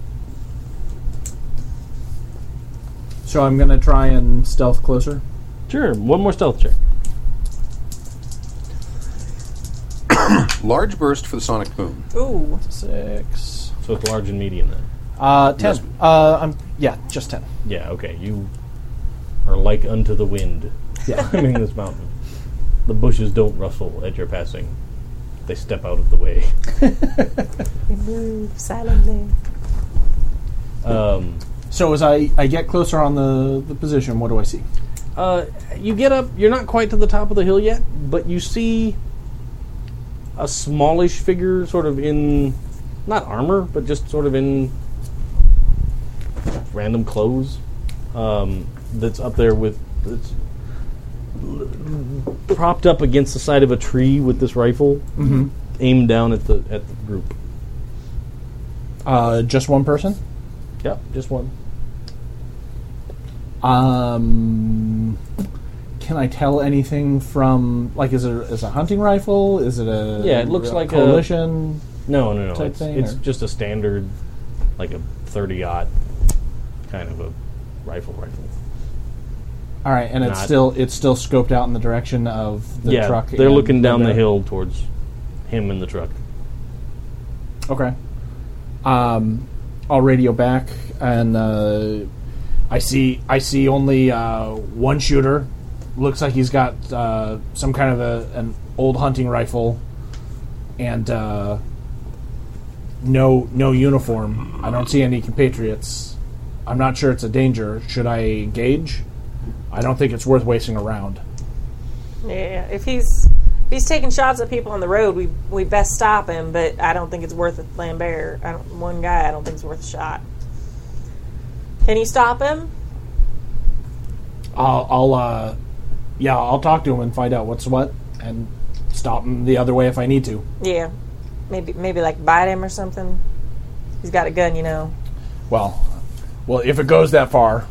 So I'm gonna try and stealth closer.
Sure. One more stealth check.
Large burst for the sonic boom.
Ooh,
Six.
So it's large and medium then.
Uh, ten. Uh, I'm yeah, just ten.
Yeah. Okay. You are like unto the wind <laughs> climbing this mountain. The bushes don't rustle at your passing. They step out of the way.
we move silently.
Um,
So as I, I get closer on the, the position, what do I see?
Uh, you get up. You're not quite to the top of the hill yet, but you see a smallish figure, sort of in not armor, but just sort of in random clothes. Um, that's up there with that's propped up against the side of a tree with this rifle,
Mm-hmm.
aimed down at the at the group.
Uh, just one person.
Yep, just one.
Um, can I tell anything from like is it is a hunting rifle? Is it a
Yeah, it looks like a-
coalition?
No, no, no.
Type
It's,
thing,
it's
or-
just a standard, like a thirty odd kind of a rifle rifle.
All right, and it's
Not-
still it's still scoped out in the direction of the
yeah,
truck.
they're
and
looking down the
window.
hill towards him and the truck.
Okay. Um, I'll radio back, and uh, I see I see only uh, one shooter. Looks like he's got uh, some kind of a, an old hunting rifle, and uh, no no uniform. I don't see any compatriots. I'm not sure it's a danger. Should I engage? I don't think it's worth wasting a round.
Yeah, if he's if he's taking shots at people on the road, we we best stop him. But I don't think it's worth it, Lambert. I don't, one guy, I don't think it's worth a shot. Can you stop him?
I'll, I'll uh, yeah, I'll talk to him and find out what's what, and stop him the other way if I need to.
Yeah, maybe maybe like bite him or something. He's got a gun, you know.
Well, well, if it goes that far.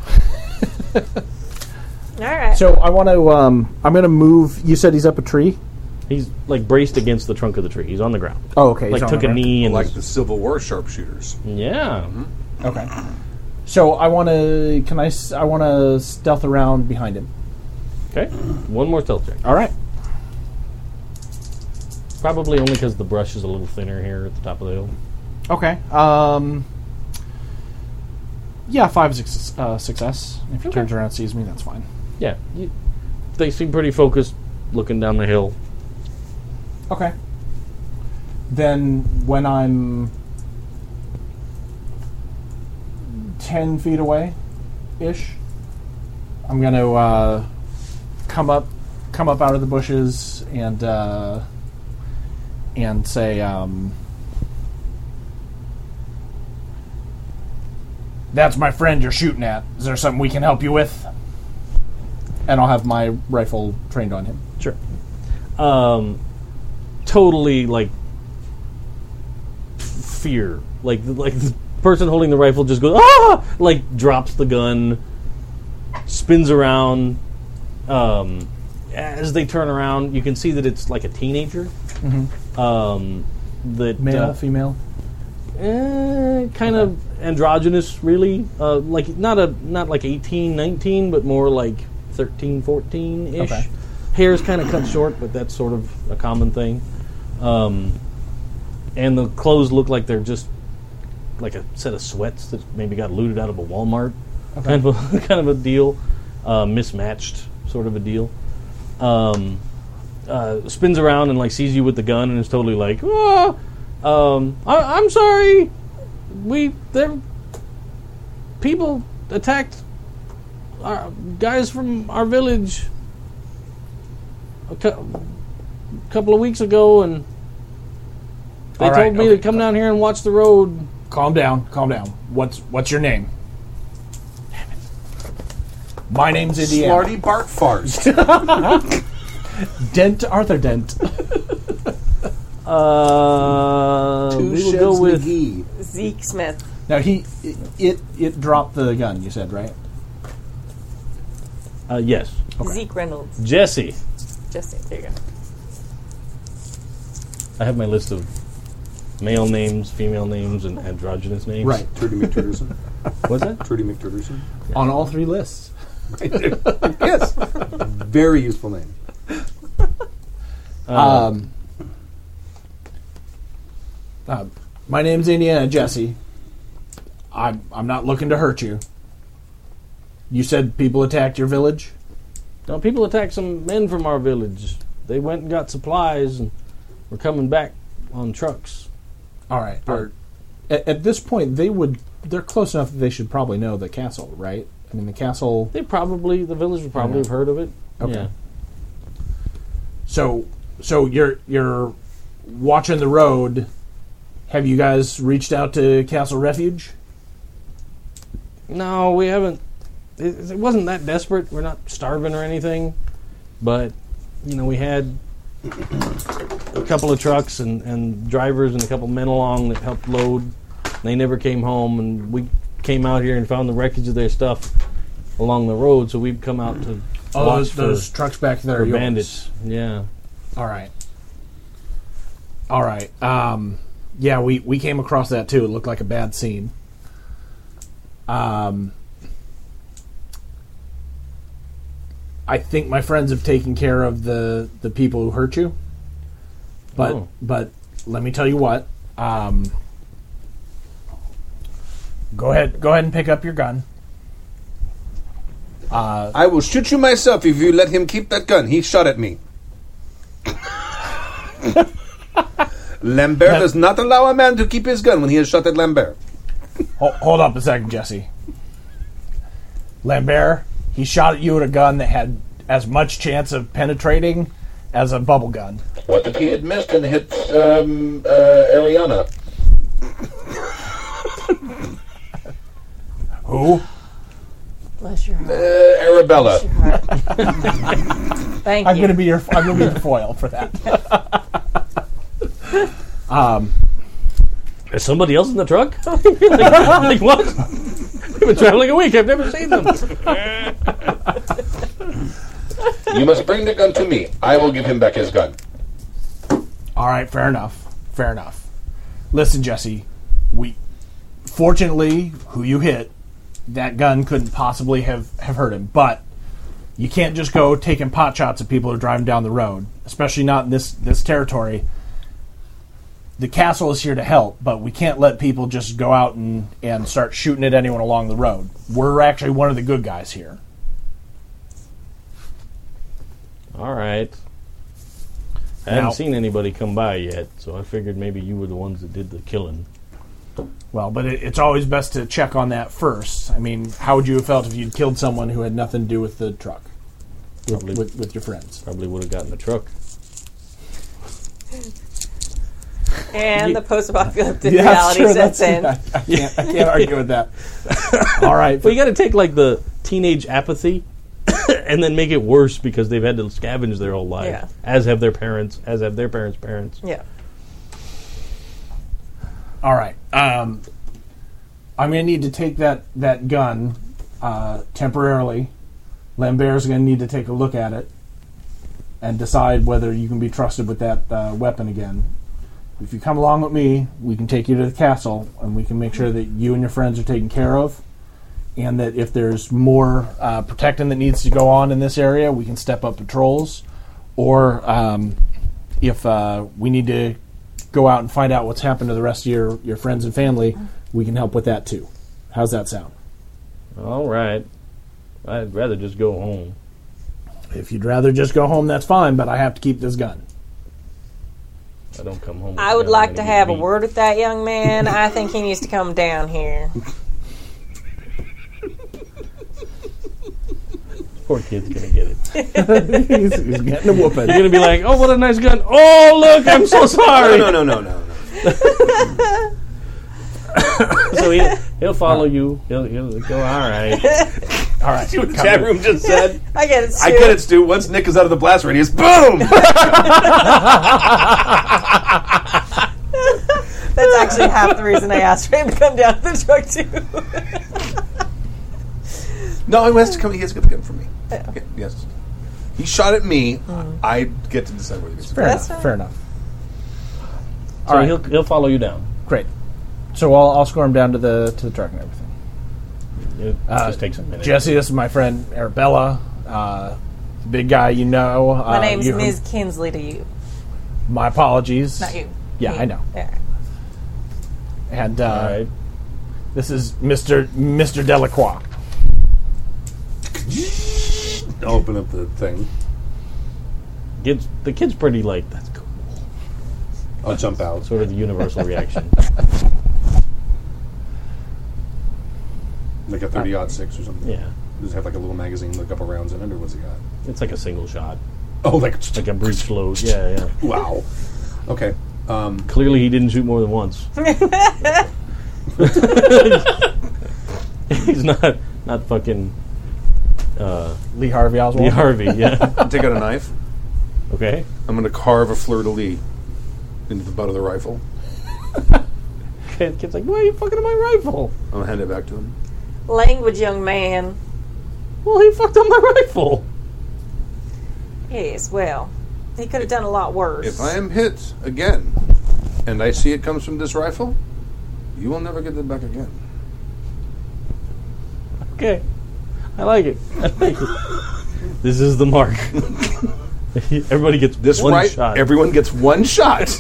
All right.
So I want to. Um, I'm going to move. You said he's up a tree.
He's like braced against the trunk of the tree. He's on the ground.
Oh, okay. he's
like
on
took
the
a
ground. Mm-hmm.
knee and
Like the Civil War sharpshooters.
yeah.
Okay. So I want to. Can I? s- I want to stealth around behind him.
Okay, one more stealth check.
All right.
Probably only because the brush is a little thinner here at the top of the hill.
Okay. Um. Yeah, five success. Uh, success. If he turns around, and sees me, that's fine.
Yeah, you, they seem pretty focused, looking down the hill.
Okay. Then when I'm ten feet away, ish, I'm gonna uh, come up, come up out of the bushes and uh, and say, um, "That's my friend you're shooting at. Is there something we can help you with?" And I'll have my rifle trained on him.
Sure. Um, totally like f- fear. Like like the person holding the rifle just goes ah, like drops the gun, spins around. Um, as they turn around, you can see that it's like a teenager. Um, that
Male,
uh,
female.
Eh, kind of androgynous really uh, like not a not like 18 19 but more like 13 14 ish
Okay.
hair is kind of cut short but that's sort of a common thing um, and the clothes look like they're just like a set of sweats that maybe got looted out of a walmart kind of a, <laughs> kind of a deal uh, mismatched sort of a deal um, uh, spins around and like sees you with the gun and is totally like ah! um, I, I'm sorry. We there people attacked our guys from our village a cou- couple of weeks ago, and they
All
told
right,
me
okay.
to come down here and watch the road.
Calm down, calm down. What's what's your name? My name's Indiana.
Slarty Bart
<laughs>
Farst.
Dent Arthur Dent.
Uh, we will go with
McGee.
Zeke Smith.
<laughs> now he it it dropped the gun. You said right?
uh, yes,
Zeke Reynolds.
Jesse.
Just there you go.
I have my list of male names, female names, and androgynous names.
Trudy McTurderson.
What's that?
Trudy McTurderson.
on all three <laughs> lists.
yes. Very useful name.
Um, uh, my name's Indiana Jesse. I'm I'm not looking to hurt you. You said people attacked your village.
Now, people attacked some men from our village. They went and got supplies and were coming back on trucks.
All right. Or, at, at this point, they would. They're close enough that they should probably know the castle, right? I mean, the castle.
They probably, the village would probably have heard of it.
Okay.
Yeah.
So, so you're you're watching the road. Have you guys reached out to Castle Refuge?
No, we haven't. It, it wasn't that desperate. We're not starving or anything. But, you know, we had a couple of trucks and, and drivers and a couple men along that helped load. They never came home, and we came out here and found the wreckage of their stuff along the road, so we've come out to
Oh,
Watch
those,
for-
those trucks back there.
for
are yours.
bandits. Yeah.
All right. All right. Um, yeah, we, we came across that too. It looked like a bad scene. Um, I think my friends have taken care of the, the people who hurt you. But
Oh.
but let me tell you what. Um, go ahead go ahead and pick up your gun.
I will shoot you myself if you let him keep that gun. He shot at <laughs> me. Lambert does not allow a man to keep his gun when he has shot at Lambert.
Ho- hold up a second, Jesse. Lambert, he shot at you with a gun that had as much chance of penetrating as a bubble gun.
What if he had missed and hit um, uh, Ariana?
Who?
Bless your heart.
Uh, Arabella.
<laughs> Thank
I'm
you.
gonna be your I'm gonna be your foil for that.
There's somebody else in the truck?
<laughs>
<laughs> like, like, what? We've been traveling a week. I've never seen them.
You must bring the gun to me. I will give him back his gun.
All right, fair enough. Fair enough. Listen, Jesse, we fortunately who you hit that gun couldn't possibly have have hurt him, but you can't just go taking pot shots at people who are driving down the road, especially not in this this territory. The castle is here to help, but we can't let people just go out and, and start shooting at anyone along the road. We're actually one of the good guys here.
All right. I haven't
Now-
seen anybody come by yet, so I figured maybe you were the ones that did the killing.
Well, but it, it's always best to check on that first. I mean, how would you have felt if you'd killed someone who had nothing to do with the truck?
Probably,
With, with your friends.
probably would have gotten the truck.
and the post-apocalyptic
Yeah,
reality
sure,
sets
that's-
in.
I, <laughs> I can't, I can't argue with <laughs> that. All right.
But you got to take like the teenage apathy, <coughs> and then make it worse because they've had to scavenge their whole life,
Yeah.
as have their parents, as have their parents' parents.
Yeah.
All right. Um, I'm going to need to take that, that gun uh, temporarily. Lambert's going to need to take a look at it and decide whether you can be trusted with that uh, weapon again. If you come along with me, we can take you to the castle and we can make sure that you and your friends are taken care of. And that if there's more uh, protecting that needs to go on in this area, we can step up patrols. Or um, if uh, we need to go out and find out what's happened to the rest of your, your friends and family, we can help with that too. How's that sound?
All right, I'd rather just go home.
If you'd rather just go home, that's fine, but I have to keep this gun. <laughs>
I don't come home. with
I would
them,
like
I'm
to
gonna get
have a
beat.
word with that young man. I think he needs to come down here.
Poor kid's gonna get it.
he's, he's getting a whooping.
<laughs> You're gonna be like, oh, what a nice gun. Oh, look, I'm so sorry.
No, no, no, no, no.
<laughs> So he, he'll follow you. He'll, he'll go. All right.
All right.
See what the chat room just said?
<laughs> I get it.
I
Sue.
get it, Stu. Once Nick is out of the blast radius, <laughs> boom!
That's actually half the reason I asked for him to come down to the truck
Uh,
too.
no, he has to come. He has to get the gun from me. Okay, yes. He shot at me. I get to decide what he gets.
Fair
That's
enough.
fine.
Fair enough.
So
right.
he'll he'll follow you down.
Great. So I'll, I'll score him down to the to the truck and everything.
It just takes a minute.
Jesse, this is my friend Arabella, uh, the big guy you know.
My
uh,
name's
you-
Ms. Kinsley to you,
My apologies.
not you.
Yeah,
Me.
I know.
Yeah.
And uh,
All right.
this is Mister Mister Delacroix.
Open up the thing.
Kids, the kid's pretty like that's cool.
I'll jump out.
Sort of the universal reaction.
Like a 30 odd six or something.
Yeah.
Does it have like a little magazine with a couple rounds in it, or what's it got?
It's like a single shot,
Oh, like,
like a breech load. Yeah, yeah.
wow. Okay. Um,
Clearly, he didn't shoot more than once. <laughs> He's not not fucking
Lee Harvey Oswald.
Lee Harvey.
<laughs>
Yeah.
I'll take out a knife.
Okay.
I'm going to carve a fleur de lis into the butt of the rifle.
Okay. The kid's like, "Why are you fucking up my rifle?"
I'm going to hand it back to him.
Language, young man.
Well, he fucked up my <laughs> rifle.
Yes, well, he could have done a lot worse.
If I am hit again, and I see it comes from this rifle, you will never get it back again.
Okay. I like it. <laughs> I like it. This is the <laughs> mark. Everybody gets
This
one
right,
shot.
everyone gets one
<laughs>
shot.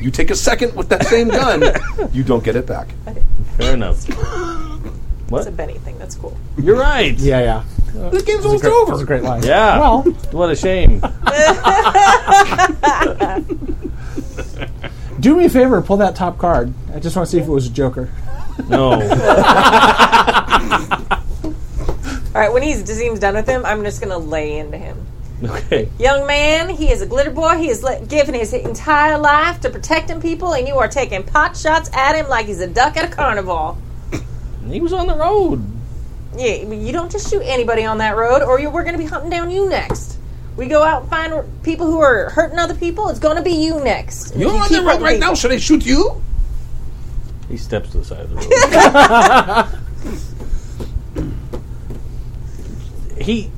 you take a second with that same gun, you don't get it back.
Fair enough.
It's a Benny thing. That's cool.
You're right.
Yeah, yeah.
The game's almost over.
That's a great line.
Yeah.
Well,
What a shame.
do me a favor, pull that top card. I just want to see if it was a joker.
<laughs> No.
All right, when he's Dazim's done with him, I'm just gonna lay into him.
<laughs> Okay.
Young man, he is a glitter boy. He has let, given his entire life to protecting people, and you are taking pot shots at him like he's a duck at a carnival.
He was on the road.
Yeah, I mean, you don't just shoot anybody on that road, or you we're going to be hunting down you next. We go out and find people who are hurting other people. It's going to be you next. And if
You're
you
on
keep
the road
hurting
right
people-
now. Should I shoot you?
He steps to the side of the road. <laughs> he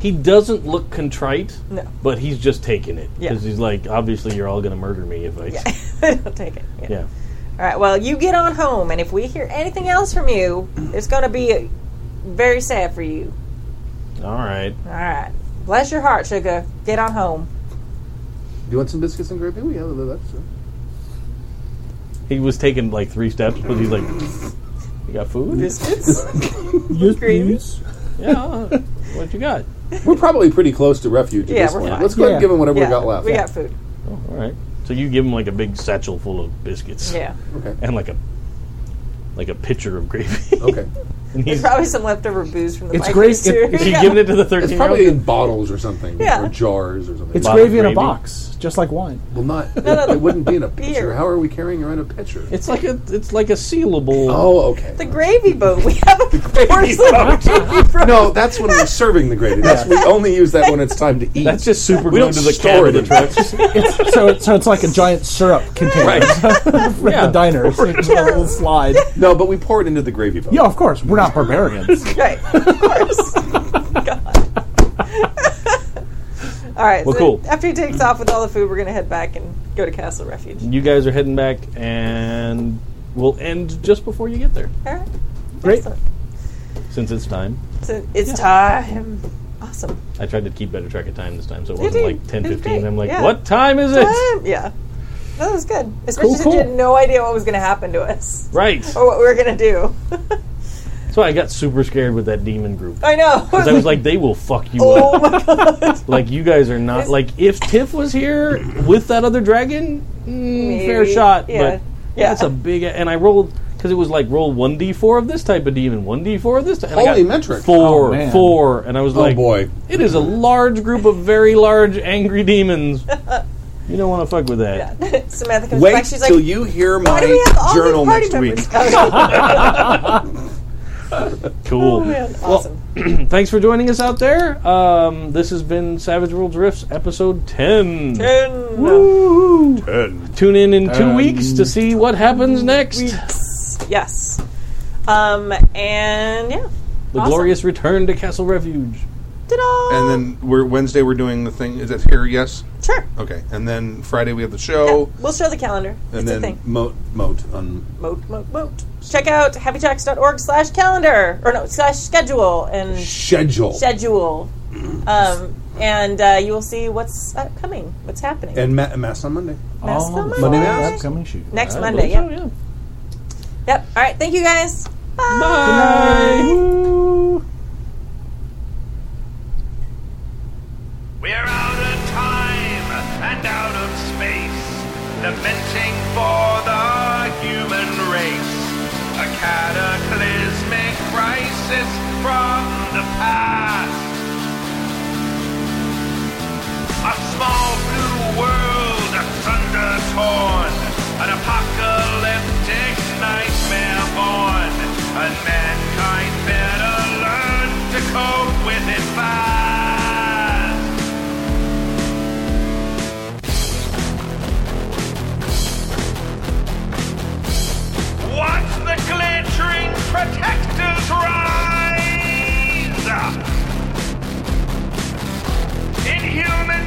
he doesn't look contrite,
No.
but he's just taking it
Yeah.
because he's like, obviously, you're all gonna murder me if I. Yeah.
Yeah, <laughs> don't take it. Yeah. All right. Well, you get on home, and if we hear anything else from you, it's going to be uh, very sad for you.
All right.
All right. Bless your heart, sugar. Get on home.
Do you want some biscuits and gravy? We have a little extra.
He was taking like three steps, but he's like, "You got food?
Biscuits.
Yes,
Gravy?
yeah. What you got?
We're probably pretty close to refuge at
Yeah,
this
we're
point.
fine.
Let's go ahead and
Yeah.
give him whatever
yeah,
we got left.
We got food.
Oh, all right. So you give him like a big satchel full of biscuits.
Yeah. <laughs>
Okay.
And like a like a pitcher of gravy. <laughs>
Okay.
and
There's
he's
probably some leftover booze from the
It's
Vikings,
great- it-
too. <laughs>
he's
Yeah.
giving it to the thirteen
It's
year old.
probably in bottles or something,
Yeah.
or jars or something.
It's
Bottle
gravy in a
gravy.
box, just like wine.
well, not.
no, no.
It wouldn't be in a pitcher.
Beer.
How are we carrying around a pitcher?
It's like a it's like a sealable.
oh, okay.
the gravy boat. We have a porcelain <laughs> gravy boat.
No, that's when we're serving the
<laughs>
gravy. That's we only use that when it's time to eat.
That's just super
We
glued
don't
to the
store
cab of
it
the
in <laughs>
truck.
trucks.
It's, so, it- so it's like a giant syrup container <laughs>
<laughs>
from
Yeah.
the diner. It's just a little slide.
No, but we pour it into the gravy boat.
Yeah, of course. We're not barbarians.
Right. Of course. God. <laughs> all right.
Well,
so
cool.
After he takes off with all the food, we're gonna head back and go to Castle Refuge.
You guys are heading back, and we'll end just before you get there,
All right.
Great.
Excellent.
since it's time.
So it's time. Awesome.
I tried to keep better track of time this time, so it
did.
wasn't like ten
It was
fifteen.
great.
I'm like,
Yeah.
what time is it?
Time. Yeah. That was good. Especially since
cool.
you had no idea what was gonna happen to us
Right.
or what we were gonna do.
That's why I got super scared with that demon group.
I know.
'Cause I was like, they will fuck you
oh
up.
my god.
Like you guys are not like if Tiff was here with that other dragon, mm, fair
Maybe.
shot.
Yeah.
But
Yeah.
that's a big. And I rolled because it was like roll one d four of this type of demon, one d four of this. Type, and I
Holy
got
metric.
Four,
Oh, man.
four, and I was
Oh,
like,
boy.
it is a large group of very large angry demons. You don't want to fuck with that.
Yeah. <laughs> Samantha comes
Wait
back. She's
till
like,
you hear
why do we
my
have all
journal
these party
next week.
members? Oh, <laughs>
Cool.
man. Awesome.
Thanks for joining us out there. Um, this has been Savage Worlds Rifts, episode ten.
And, uh,
Tune in in two weeks to see what happens next.
Yes. Um, and yeah.
The
Awesome.
glorious return to Castle Refuge.
Ta-da!
And then we're Wednesday. We're doing the thing. Is that here? Yes.
sure.
Okay. And then Friday we have the show.
We'll show the calendar.
And
it's a
then
thing.
moat moat on
Moat, moat, moat. Check out happyjacks.org slash calendar. Or no, slash schedule and
schedule
schedule. Um, and uh, you will see what's upcoming, what's happening.
and ma- mass on Monday.
That's the
Oh,
Monday.
that's upcoming shoot.
Next
I
Monday,
believe so,
Oh, yeah. Yep. All right. Thank you guys.
Bye.
We're out of time and out of space, lamenting for the human race. A cataclysmic crisis from the past. A small blue world thunder torn, an apocalyptic nightmare born, and mankind better learn to cope with it fast. Watch the glittering protectors rise! Inhuman